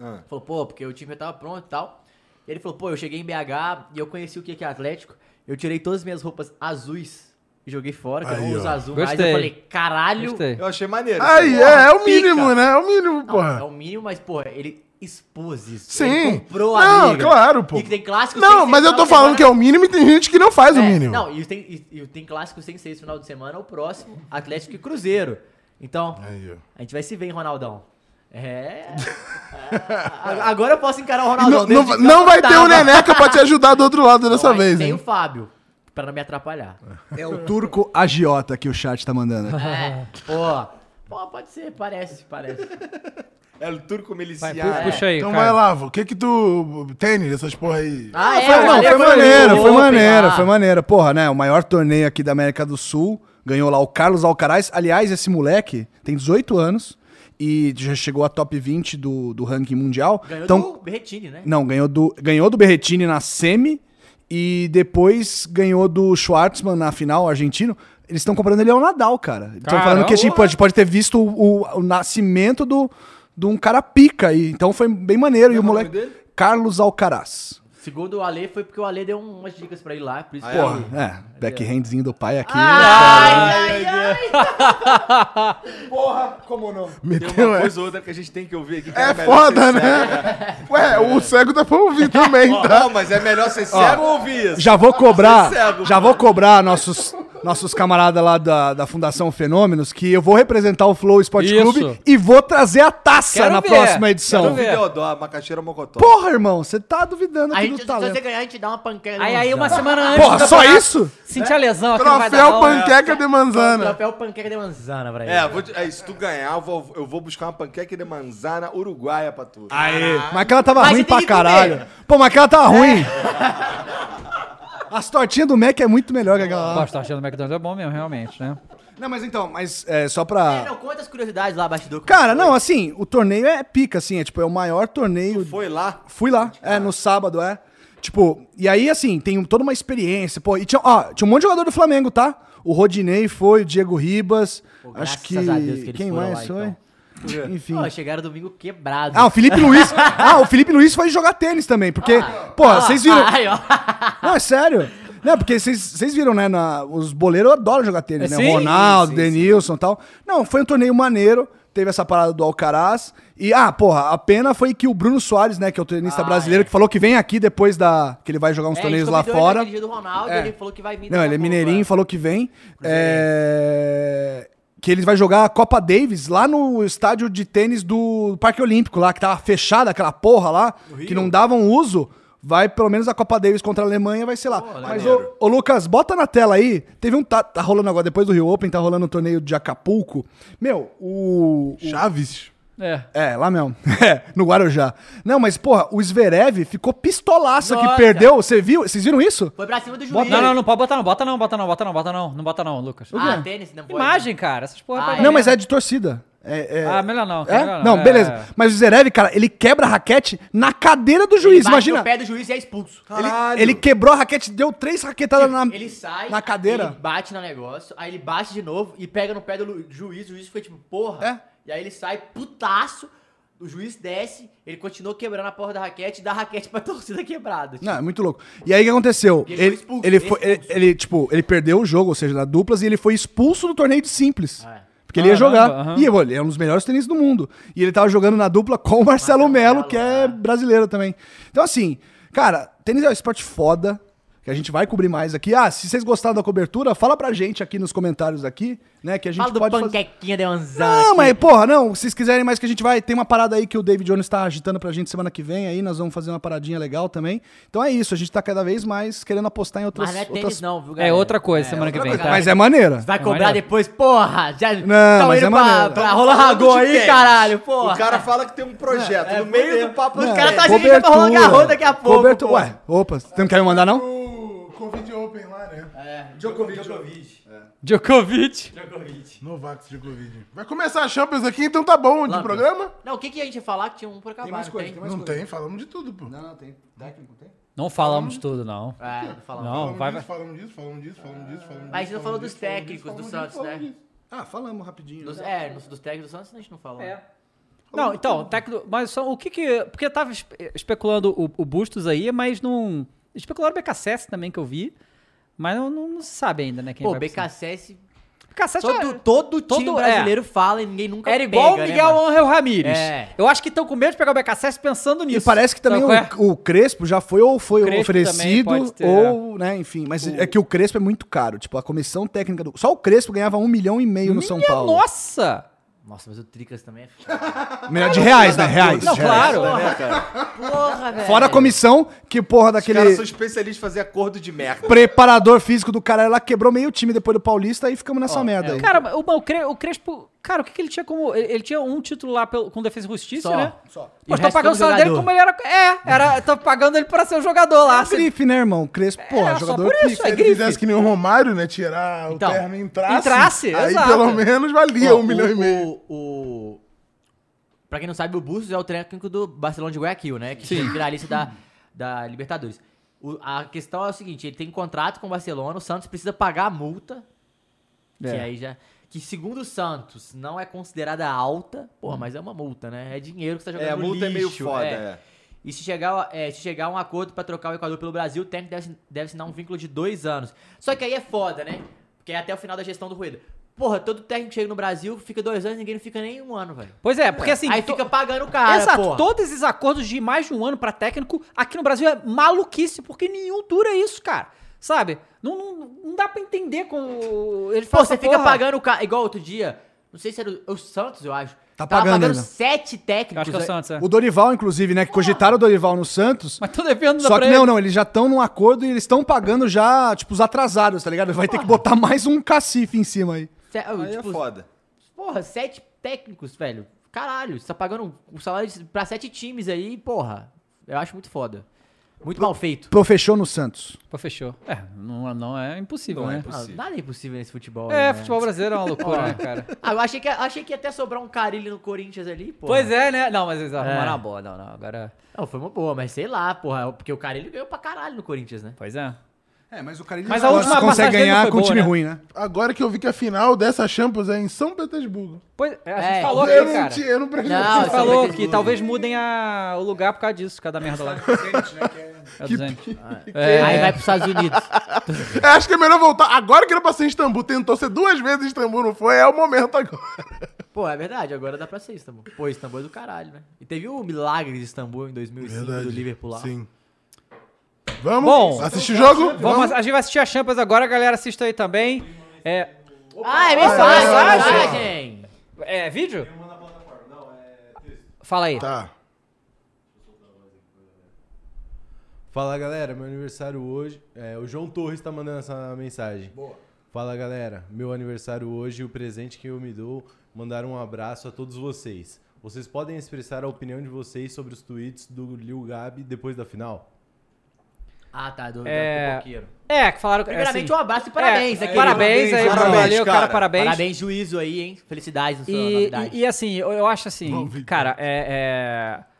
Ah.
Falou, pô, porque o time já tava pronto e tal. Ele falou, pô, eu cheguei em BH e eu conheci o que que é Atlético. Eu tirei todas as minhas roupas azuis e joguei fora, que eu
Aí,
não uso
ó.
azul mais.
Gostei.
Eu falei, caralho.
Gostei.
Eu achei maneiro.
Aí,
Isso
é, é o
pica.
mínimo, né? É o mínimo,
Não,
porra.
é o mínimo, mas, pô, ele expôs isso.
Sim.
Ele comprou a
Não,
briga.
claro, pô.
E tem clássico
Não, mas eu tô falando que é o mínimo e tem gente que não faz o mínimo.
né? É, Não, e tem, e, e tem clássico sem ser esse final de semana, é o próximo, Atlético e Cruzeiro. Então,
Aí, ó.
a gente vai se ver, hein, Ronaldão. É. Ah, Agora eu posso encarar o
E
Ronaldão.
Não, não,
dentro de
não
campo,
vai
tá.
ter o Neneca pra te ajudar do outro lado dessa
Não, aí
vez,
Tem
hein?
o Fábio. pra não me atrapalhar.
É o turco agiota que o chat tá mandando.
É, pô. Pô, pode ser, parece, parece.
É o turco miliciano.
É. Então vai lá, vô. o que que tu... Tênis, essas porra aí.
Ah,
é,
foi, não,
valeu,
foi
valeu.
maneiro, foi
Open,
maneiro,
lá.
ah,
foi maneiro. Porra, né? O maior torneio aqui da América do Sul. Ganhou lá o Carlos Alcaraz. Aliás, esse moleque tem 18 anos e já chegou à top 20 do, do ranking mundial.
Ganhou
então,
do Berretini, né?
Não, ganhou do, ganhou do Berretini na semi e depois ganhou do Schwartzman na final, argentino. Eles estão comprando ele ao Nadal, cara. Estão
Caramba.
falando que a gente pode, pode ter visto o, o- o nascimento do, de um cara pica. aí. então foi bem maneiro. E o moleque. Carlos Alcaraz.
Segundo o Ale, foi porque o Ale deu um, umas dicas pra ir lá, por isso que...
Porra, é. Backhandzinho do pai aqui.
Ai, ai, ai.
Porra, como não?
Meteu é.
Tem uma
essa.
coisa ou outra que a gente tem que ouvir aqui. que
É
melhor
foda,
ser
né?
cego,
Ué, o cego dá pra ouvir também,
Ó,
tá?
Não, mas é melhor ser
Ó,
cego ou ouvir isso?
Já vou cobrar,
Ser cego,
já vou cobrar nossos nossos camaradas lá da, da Fundação Fenômenos que eu vou representar o Flow Esporte
Isso.
Clube e vou trazer a taça
Quero
na
ver.
próxima edição.
Quero ver. Deodó, Macaxeira Mocotó.
Porra, irmão, você tá duvidando
A
aqui
gente,
do
se
talento.
você ganhar, a gente dá uma panqueira.
Aí,
no
aí,
Manzano.
uma semana antes
Porra,
do
só
campeonato,
isso?
Senti a lesão aqui, né? não vai dar
Troféu
não.
panqueca de manzana.
Papel panqueca de manzana, pra ele.
É, vou, te- é, se tu ganhar, eu vou, eu vou buscar uma panqueca de manzana uruguaia pra tu.
Aê. Mas aquela tava
Mas
ruim
você tem
pra
que
caralho.
comer.
Pô, mas aquela tava ruim. As tortinhas do Mac é muito melhor que aquela
Pô,
lá.
as tortinhas do McDonald's é bom mesmo, realmente, né?
Não, mas então, mas é, só pra...
Não, quantas curiosidades lá, bastidor.
Cara, não, assim, o torneio é pica, assim, é tipo, é o maior torneio.
foi lá?
Fui lá, é, no sábado, é. Tipo, e aí, assim, tem um- toda uma experiência, pô. E tinha, ó, tinha um monte de jogador do Flamengo, tá? O Rodinei foi, o Diego Ribas, acho que.
Graças a Deus que eles
Quem
foram
mais
lá,
foi?
então.
Enfim.
Ó, chegaram domingo quebrado.
assim. Ah, o Felipe Luiz. Ah, o Felipe Luiz foi jogar tênis também, porque. pô,
Ah,
vocês viram.
ai, ó.
Não, é sério. Não, porque vocês vocês viram, né? na- os boleiros adoram jogar tênis,
É,
né?
sim,
O Ronaldo,
sim, sim.
Denilson e tal. Não, foi um torneio maneiro. Teve essa parada do Alcaraz. E, ah, porra, a pena foi que o Bruno Soares, né? Que é o tenista brasileiro, que falou que vem aqui depois da. Que ele vai jogar uns
Ah, É, a gente
torneios lá
convidou ele
fora.
naquele dia do Ronaldo,
É.
ele falou que vai vir.
Não, ele é mineirinho, falou que vem. É, Que ele vai jogar a Copa Davis lá no estádio de tênis do Parque Olímpico, lá, que tava fechada aquela porra lá, que não davam uso. Vai, pelo menos, a Copa Davis contra a Alemanha, vai ser lá. Mas, ô, ô, Lucas, bota na tela aí. Teve um. Tá, tá rolando agora, depois do Rio Open, tá rolando um torneio de Acapulco. Meu, o. o-
Chaves?
É.
É, lá mesmo. É, no Guarujá. Não, mas, porra, o Zverev ficou pistolaça que
Nossa.
perdeu. Você viu? Vocês viram isso?
Foi pra cima do juiz.
Bota- não, não, não pode botar não, bota não, bota não, bota não, bota não, não bota não, Lucas.
Ah, tênis, não pode.
Imagem, cara, essas porra. pra
Não,
dar
mas
merda.
é de torcida. É, é-
Ah, melhor não,
É?
melhor
Não,
não,
beleza.
é.
Mas o Zerev, cara, ele quebra a raquete na cadeira do juiz,
Bate
imagina.
no pé do juiz e é expulso.
Ele, ele quebrou a raquete, deu três raquetadas na...
Ele sai,
na cadeira.
ele bate no negócio, aí ele bate de novo e pega no pé do lu- juiz. O juiz foi tipo, porra.
É.
E aí ele sai putaço, o juiz desce, ele continua quebrando a porra da raquete e dá a raquete pra torcida quebrada.
Não, é muito louco. E aí o que aconteceu?
Tipo, E
Ele,
ele foi expulso, é
ele
ele
foi, ele, ele, tipo, ele perdeu o jogo, ou seja, na duplas, e ele foi expulso do torneio de simples.
Ah, é.
Porque ele ia
Caramba,
jogar.
aham.
E eu, ele é um dos melhores tenistas do mundo. E ele tava jogando na dupla com o Marcelo Melo, que é brasileiro também. Então, assim, cara, tênis é um esporte foda. Que a gente vai cobrir mais aqui. Ah, se vocês gostaram da cobertura, fala pra gente aqui nos comentários aqui, né? Que a gente
Fala do
pode fazer.
panquequinha de manzana.
Não,
tá aqui.
mas porra, não. Se vocês quiserem mais que a gente vai, tem uma parada aí que o David Jones tá agitando pra gente semana que vem. Aí nós vamos fazer uma paradinha legal também. Então é isso, a gente tá cada vez mais querendo apostar em outras.
Mas não é tênis
outras...
não, viu,
É outra coisa, semana que vem, tá?
Mas é maneira.
Vai cobrar depois, porra! Já não,
mas
pra,
é maneiro.
pra
Tamo
rola
falando
ragô
de
aí,
tênis.
caralho, porra!
O cara fala que tem um projeto
É,
no meio do papo.
Os
do
caras
cara.
tá se ligando pra rolar garro daqui a pouco.
É, Cobertura.
pô.
Ué, opa, você não quer me mandar não?
O Covid Open lá, né?
É,
Djokovic.
Djokovic.
Novak Djokovic. Vai começar a Champions aqui, então tá bom de
Lá,
programa?
Não, o que, que a gente ia falar que tinha um por acabar? não tem?
não tem, falamos de tudo, pô. Não, não, tem. Técnico, tem?
Não falamos tudo, não.
É, não falamos.
Não, vai, vai.
Falamos disso, falamos disso, falamos disso, falamos disso.
Mas a gente não
falamos
falou dos
disso, falamos disso,
técnicos
falamos
do Santos,
disso, falamos
né?
disso.
Ah, falamos rapidinho.
Dos- é, dos, dos técnicos do Santos a gente não falou. É.
Não, então, técnico, mas só, o que que... Porque eu tava espe- especulando o, o Bustos aí, mas não... Especularam o BKSS também, que eu vi. Mas não, não, não se sabe ainda, né? Quem
Pô,
vai pro-
BKSS.
BKSS
Todo,
é-
todo time
todo- é.
brasileiro fala e ninguém nunca
Era igual
pega,
o
né,
Miguel
mano?
Angel Ramírez.
É.
Eu acho que estão com medo de pegar o BKSS pensando nisso.
E parece que também
Sabe qual é?
o, o Crespo já foi ou foi
Crespo
oferecido,
também pode ter,
ou, né, enfim. Mas é que o Crespo é muito caro. Tipo, a comissão técnica do. Só o Crespo ganhava um milhão e meio no São
Minha
Paulo.
nossa!
Nossa, mas o Tricas também é
Melhor de reais, né? Reais.
Não,
Reais.
claro. Porra, velho.
É.
Fora a comissão, que porra
Os caras
daquele
são especialistas em fazer acordo de merda.
preparador físico do cara lá quebrou meio time depois do Paulista e ficamos nessa merda aí.
é. Cara, o, o Cre- o Crespo. Cara, o que, que ele tinha como. Ele, ele tinha um título lá pelo- com Defesa e Justiça,
Só,
né?
só. E
Pô,
o
tá
resto
pagando o
todo
salário dele
jogador.
como ele era. É, era, tô pagando ele pra ser um jogador lá.
É grife, né, irmão? Crespo, pô,
É, só
jogador
por isso, é
pica.
Se ele
grife.
fizesse que nem o Romário, né? Tirar
Então,
o terno e entrasse.
entrasse,
aí
exato.
pelo menos valia
Ó,
um milhão
o-
e meio.
O, o- Pra quem não sabe, o Bustos é o técnico do Barcelona de Guayaquil, né? Que foi finalista da, da Libertadores. O- a questão é o seguinte, ele tem contrato com o Barcelona, o Santos precisa pagar a multa,
É.
que aí já... Que segundo o Santos, não é considerada alta, porra, mas é uma multa, né? É dinheiro que você tá jogando
É, a
no
multa é meio
lixo,
foda,
é.
é.
E se chegar, é, se chegar a um acordo pra trocar o Equador pelo Brasil, o técnico deve, deve assinar um vínculo de dois anos. Só que aí é foda, né? Porque é até o final da gestão do Rueda. Porra, todo técnico que chega no Brasil, fica dois anos, ninguém não fica nem um ano, velho.
Pois é, porque assim.
aí
to-
fica pagando o cara,
Exato,
porra.
todos esses acordos de mais de um ano pra técnico aqui no Brasil é maluquice, porque nenhum dura isso, cara. Sabe? Não, não, não dá pra entender como. Ele
Pô,
fala
você
essa
fica
porra.
pagando o cara. Igual outro dia, não sei se era o, o Santos, eu acho.
Tá
Tava
pagando
pagando
ainda.
sete técnicos.
Eu acho que é o
né?
Santos, é.
O Dorival, inclusive, né? Que cogitaram o Dorival no Santos.
Mas tô devendo
Só
pra
que
ele.
não, não, eles já estão num acordo e eles estão pagando já, tipo, os atrasados, tá ligado? Vai ter que botar mais um cacife em cima aí.
Se- eu,
Aí é
tipo,
foda.
Porra, sete técnicos, velho. Caralho, você tá pagando o salário de- pra sete times aí, porra. Eu acho muito foda. Muito mal feito.
Profechou no Santos.
Pô, fechou. É, não, não é impossível,
Não é
né?
Ah,
possível.
nada é impossível nesse futebol. aí,
É,
né?
futebol brasileiro é uma loucura, né, cara?
Ah, eu achei que, achei que ia até sobrar um carilho no Corinthians ali, porra.
Pois é, né? Não, mas eles arrumaram
É.
na boa, não, não. Agora.
Não, foi uma boa, mas sei lá, porra. Porque o carilho ganhou pra caralho no Corinthians, né?
Pois é.
É, mas o cara
Mas a última passagem
consegue
dele
ganhar
foi
com um
boa,
time
né?
ruim, né?
tá Agora que eu vi que a final dessa Champions é em São Petersburgo.
Pois é, a gente
É,
falou
eu,
aqui,
não,
cara.
tinha- eu não prestei
Não, é
A gente
São
falou que
Petersburgo.
talvez mudem a- o lugar por causa disso, por causa da merda lá. É o 200. É.
Aí vai pros Estados Unidos.
Eu Acho que é melhor voltar. Agora que era pra ser em Istambul, tentou ser duas vezes em Istambul, não foi? É o momento agora.
Pô, é verdade, agora dá pra ser Istambul. Pô, Istambul é do caralho, né? E teve o milagre de Istambul em 2005 do Liverpool lá.
Sim. Vamos
Bom,
assistir o jogo?
Vamos, a gente vai assistir a Champions agora, galera. Assista aí também. É,
Ah, é mensagem!
Ah, é
é
mensagem.
mensagem!
é vídeo? Fala aí.
Tá.
Fala galera, meu aniversário hoje. É, o João Torres tá mandando essa mensagem. Boa. Fala galera, meu aniversário hoje e o presente que eu me dou, mandar um abraço a todos vocês. Vocês podem expressar a opinião de vocês sobre os tweets do Lil Gabi depois da final?
Ah, tá, do, do
É.
pipoqueiro.
É, que falaram.
Primeiramente,
assim,
um abraço e parabéns.
é,
aqui.
Parabéns aí,
Parabéns,
valeu, cara,
cara.
parabéns.
Parabéns, juízo aí, hein? Felicidades na sua
E,
novidade.
e- e assim, eu, eu acho assim, cara, é. é-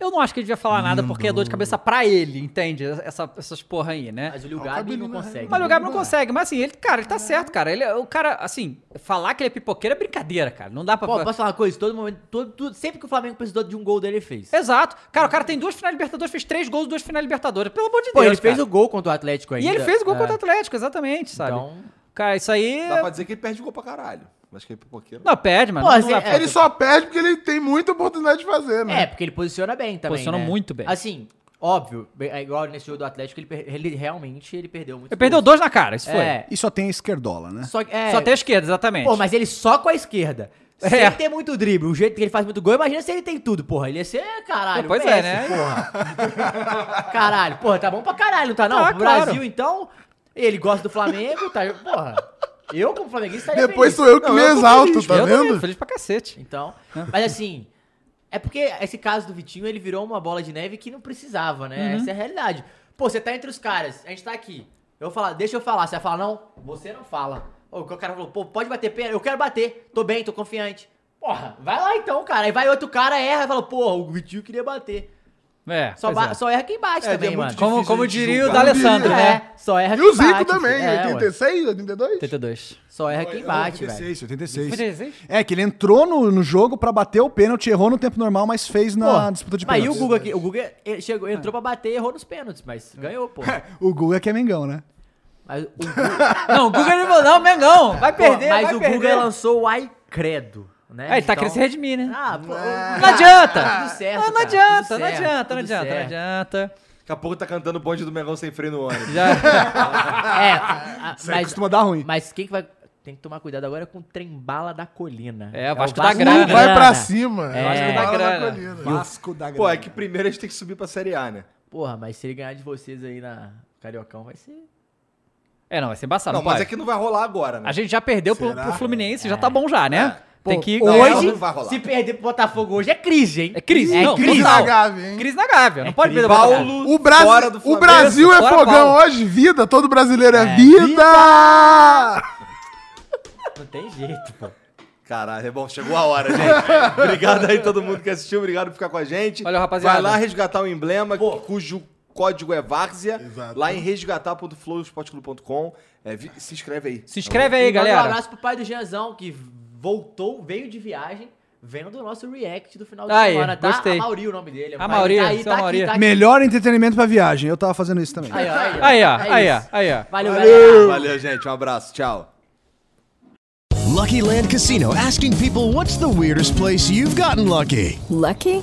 Eu não acho que ele devia falar nada porque é dor de cabeça pra ele, entende? Essa- essas porra aí, né?
Mas o Lil Gabi não é. consegue. né?
Mas o Gabi não consegue, mas assim, ele, cara, ele tá certo, cara. Ele, o cara, assim, falar que ele é pipoqueiro é brincadeira, cara. Não dá pra.
Pô, posso falar uma coisa? Todo momento, todo, tudo- sempre que o Flamengo precisou de um gol dele, ele fez.
Exato. Cara, o cara tem duas finais Libertadores, fez três gols, duas finais Libertadores. Pelo amor de
Pô,
Deus.
ele fez
cara.
o gol contra o Atlético ainda.
E ele fez o gol
É.
contra o Atlético, exatamente, sabe?
Então-
Cara, isso aí.
Dá pra dizer que ele perde gol pra caralho. Mas que é pipoqueiro.
É. Não, perde, mano.
Pô,
Não
assim,
dá pra-
é,
Ele só perde porque ele tem muita oportunidade de fazer, né?
É, porque ele posiciona bem também.
Posiciona
né?
muito bem.
Assim, óbvio, bem- é igual nesse jogo do Atlético, ele, per- ele realmente ele perdeu muito.
Ele perdeu dois na cara, isso foi.
É.
E só tem a esquerdola, né?
Só, que- é,
Só tem a esquerda, exatamente.
Pô, mas ele só com a esquerda. Sem
É.
ter muito drible, o jeito que ele faz muito gol, imagina se ele tem tudo, porra. Ele ia ser, caralho.
Pois é,
Messi,
né?
Porra. caralho, porra, tá bom pra caralho, não tá não?
Tá,
Pro
claro.
Brasil, então, ele gosta do Flamengo, tá? Porra, eu como flamenguista estaria
Depois
feliz.
sou eu que
Não,
me
eu tô
exalto,
feliz,
tá
eu também,
vendo?
feliz pra cacete.
Então, mas assim, é porque esse caso do Vitinho, ele virou uma bola de neve que não precisava, né? Essa é a realidade. Pô, você tá entre os caras, a gente tá aqui. Eu vou falar, deixa eu falar. Você vai falar, não, você não fala. Ou o cara falou, pô, pode bater pena? Eu quero bater, tô bem, tô confiante. Porra, vai lá então, cara. Aí vai outro cara, erra e fala, porra, o Vitinho queria bater.
É.
Só,
pois
ba-
é.
só erra quem bate também,
é muito
mano.
difícil
Como, como
a gente
diria o
julgar.
D'Alessandro, né?
É, só erra
E
quem
o
bate.
Zico também,
é, ué.
86, 82?
82.
Só erra quem é bate, velho.
86, 86.
86?
É, que ele entrou no, no jogo pra bater o pênalti, errou no tempo normal, mas fez na
Pô,
disputa de
mas
pênalti.
e o Guga aqui? O Guga ele chegou, entrou pra bater e errou nos pênaltis, mas ganhou, pô.
O Guga que é Mengão, né?
Mas o Guga,
Não, o Guga não falou, não, Mengão. Vai perder,
mas
vai
o
perder.
Guga lançou o Ai Credo, né?
É, ele tá
Então-
querendo se redimir, né?
Ah, pô, Tá
Não adianta.
tudo certo,
Ah, não,
cara,
adianta
tudo
não
certo,
adianta, não
tudo
adianta, não
certo.
adianta.
Daqui a pouco tá cantando o bonde do Mengão sem freio no ônibus.
Já.
É, a- a-
aí
mas,
costuma dar ruim.
mas quem que vai... tem que tomar cuidado agora com o trem-bala da colina.
É,
o
Vasco
da
Um
Grana. Vai pra cima, é o Vasco da
Vasco
Grana. E o- Vasco da
Pô, é
Grana.
que primeiro a gente tem que subir pra Série A, né?
Porra, mas se ele ganhar de vocês aí na Cariocão, vai ser...
É, não, vai ser embaçado.
Não,
pode.
mas é que
não vai rolar agora, né?
A gente já perdeu pro,
Será?
pro Fluminense, já tá bom já, né?
Pô,
Tem que...
hoje, se perder pro Botafogo hoje, é crise, hein? É
crise,
é
não,
crise.
total.
Crise
na Gávea, não pode
crise.
perder pra Gávea.
o, Brasi-
fora do
o
Flamengo.
Brasil é
Fora
fogão
Paulo.
hoje, vida. Todo brasileiro é,
É,
vida.
Não tem jeito, pô.
Caralho, é bom, chegou a hora, gente. obrigado aí todo mundo que assistiu, obrigado por ficar com a gente. Valeu,
rapaziada.
Vai lá resgatar o emblema, cujo código é Várzea, lá em resgatar.flowsportclub.com. É, vi- se inscreve aí.
Se inscreve aí,
E manda Um
galera.
abraço pro pai do Jeanzão, que voltou, veio de viagem, vendo o nosso react do final de
Aí,
semana, tá?
gostei.
A Mauri, o nome dele.
A Mauri,
tá aí,
seu
tá aqui,
Mauri.
tá aqui.
Melhor entretenimento pra viagem. Eu tava fazendo isso também.
Aí, ó, aí, ó.
Aí, ó,
É
aí, ó,
isso.
aí, ó.
Valeu,
Valeu, Valeu, gente. Um abraço. Tchau.
Lucky Land Casino asking people what's the weirdest place you've gotten lucky?
Lucky?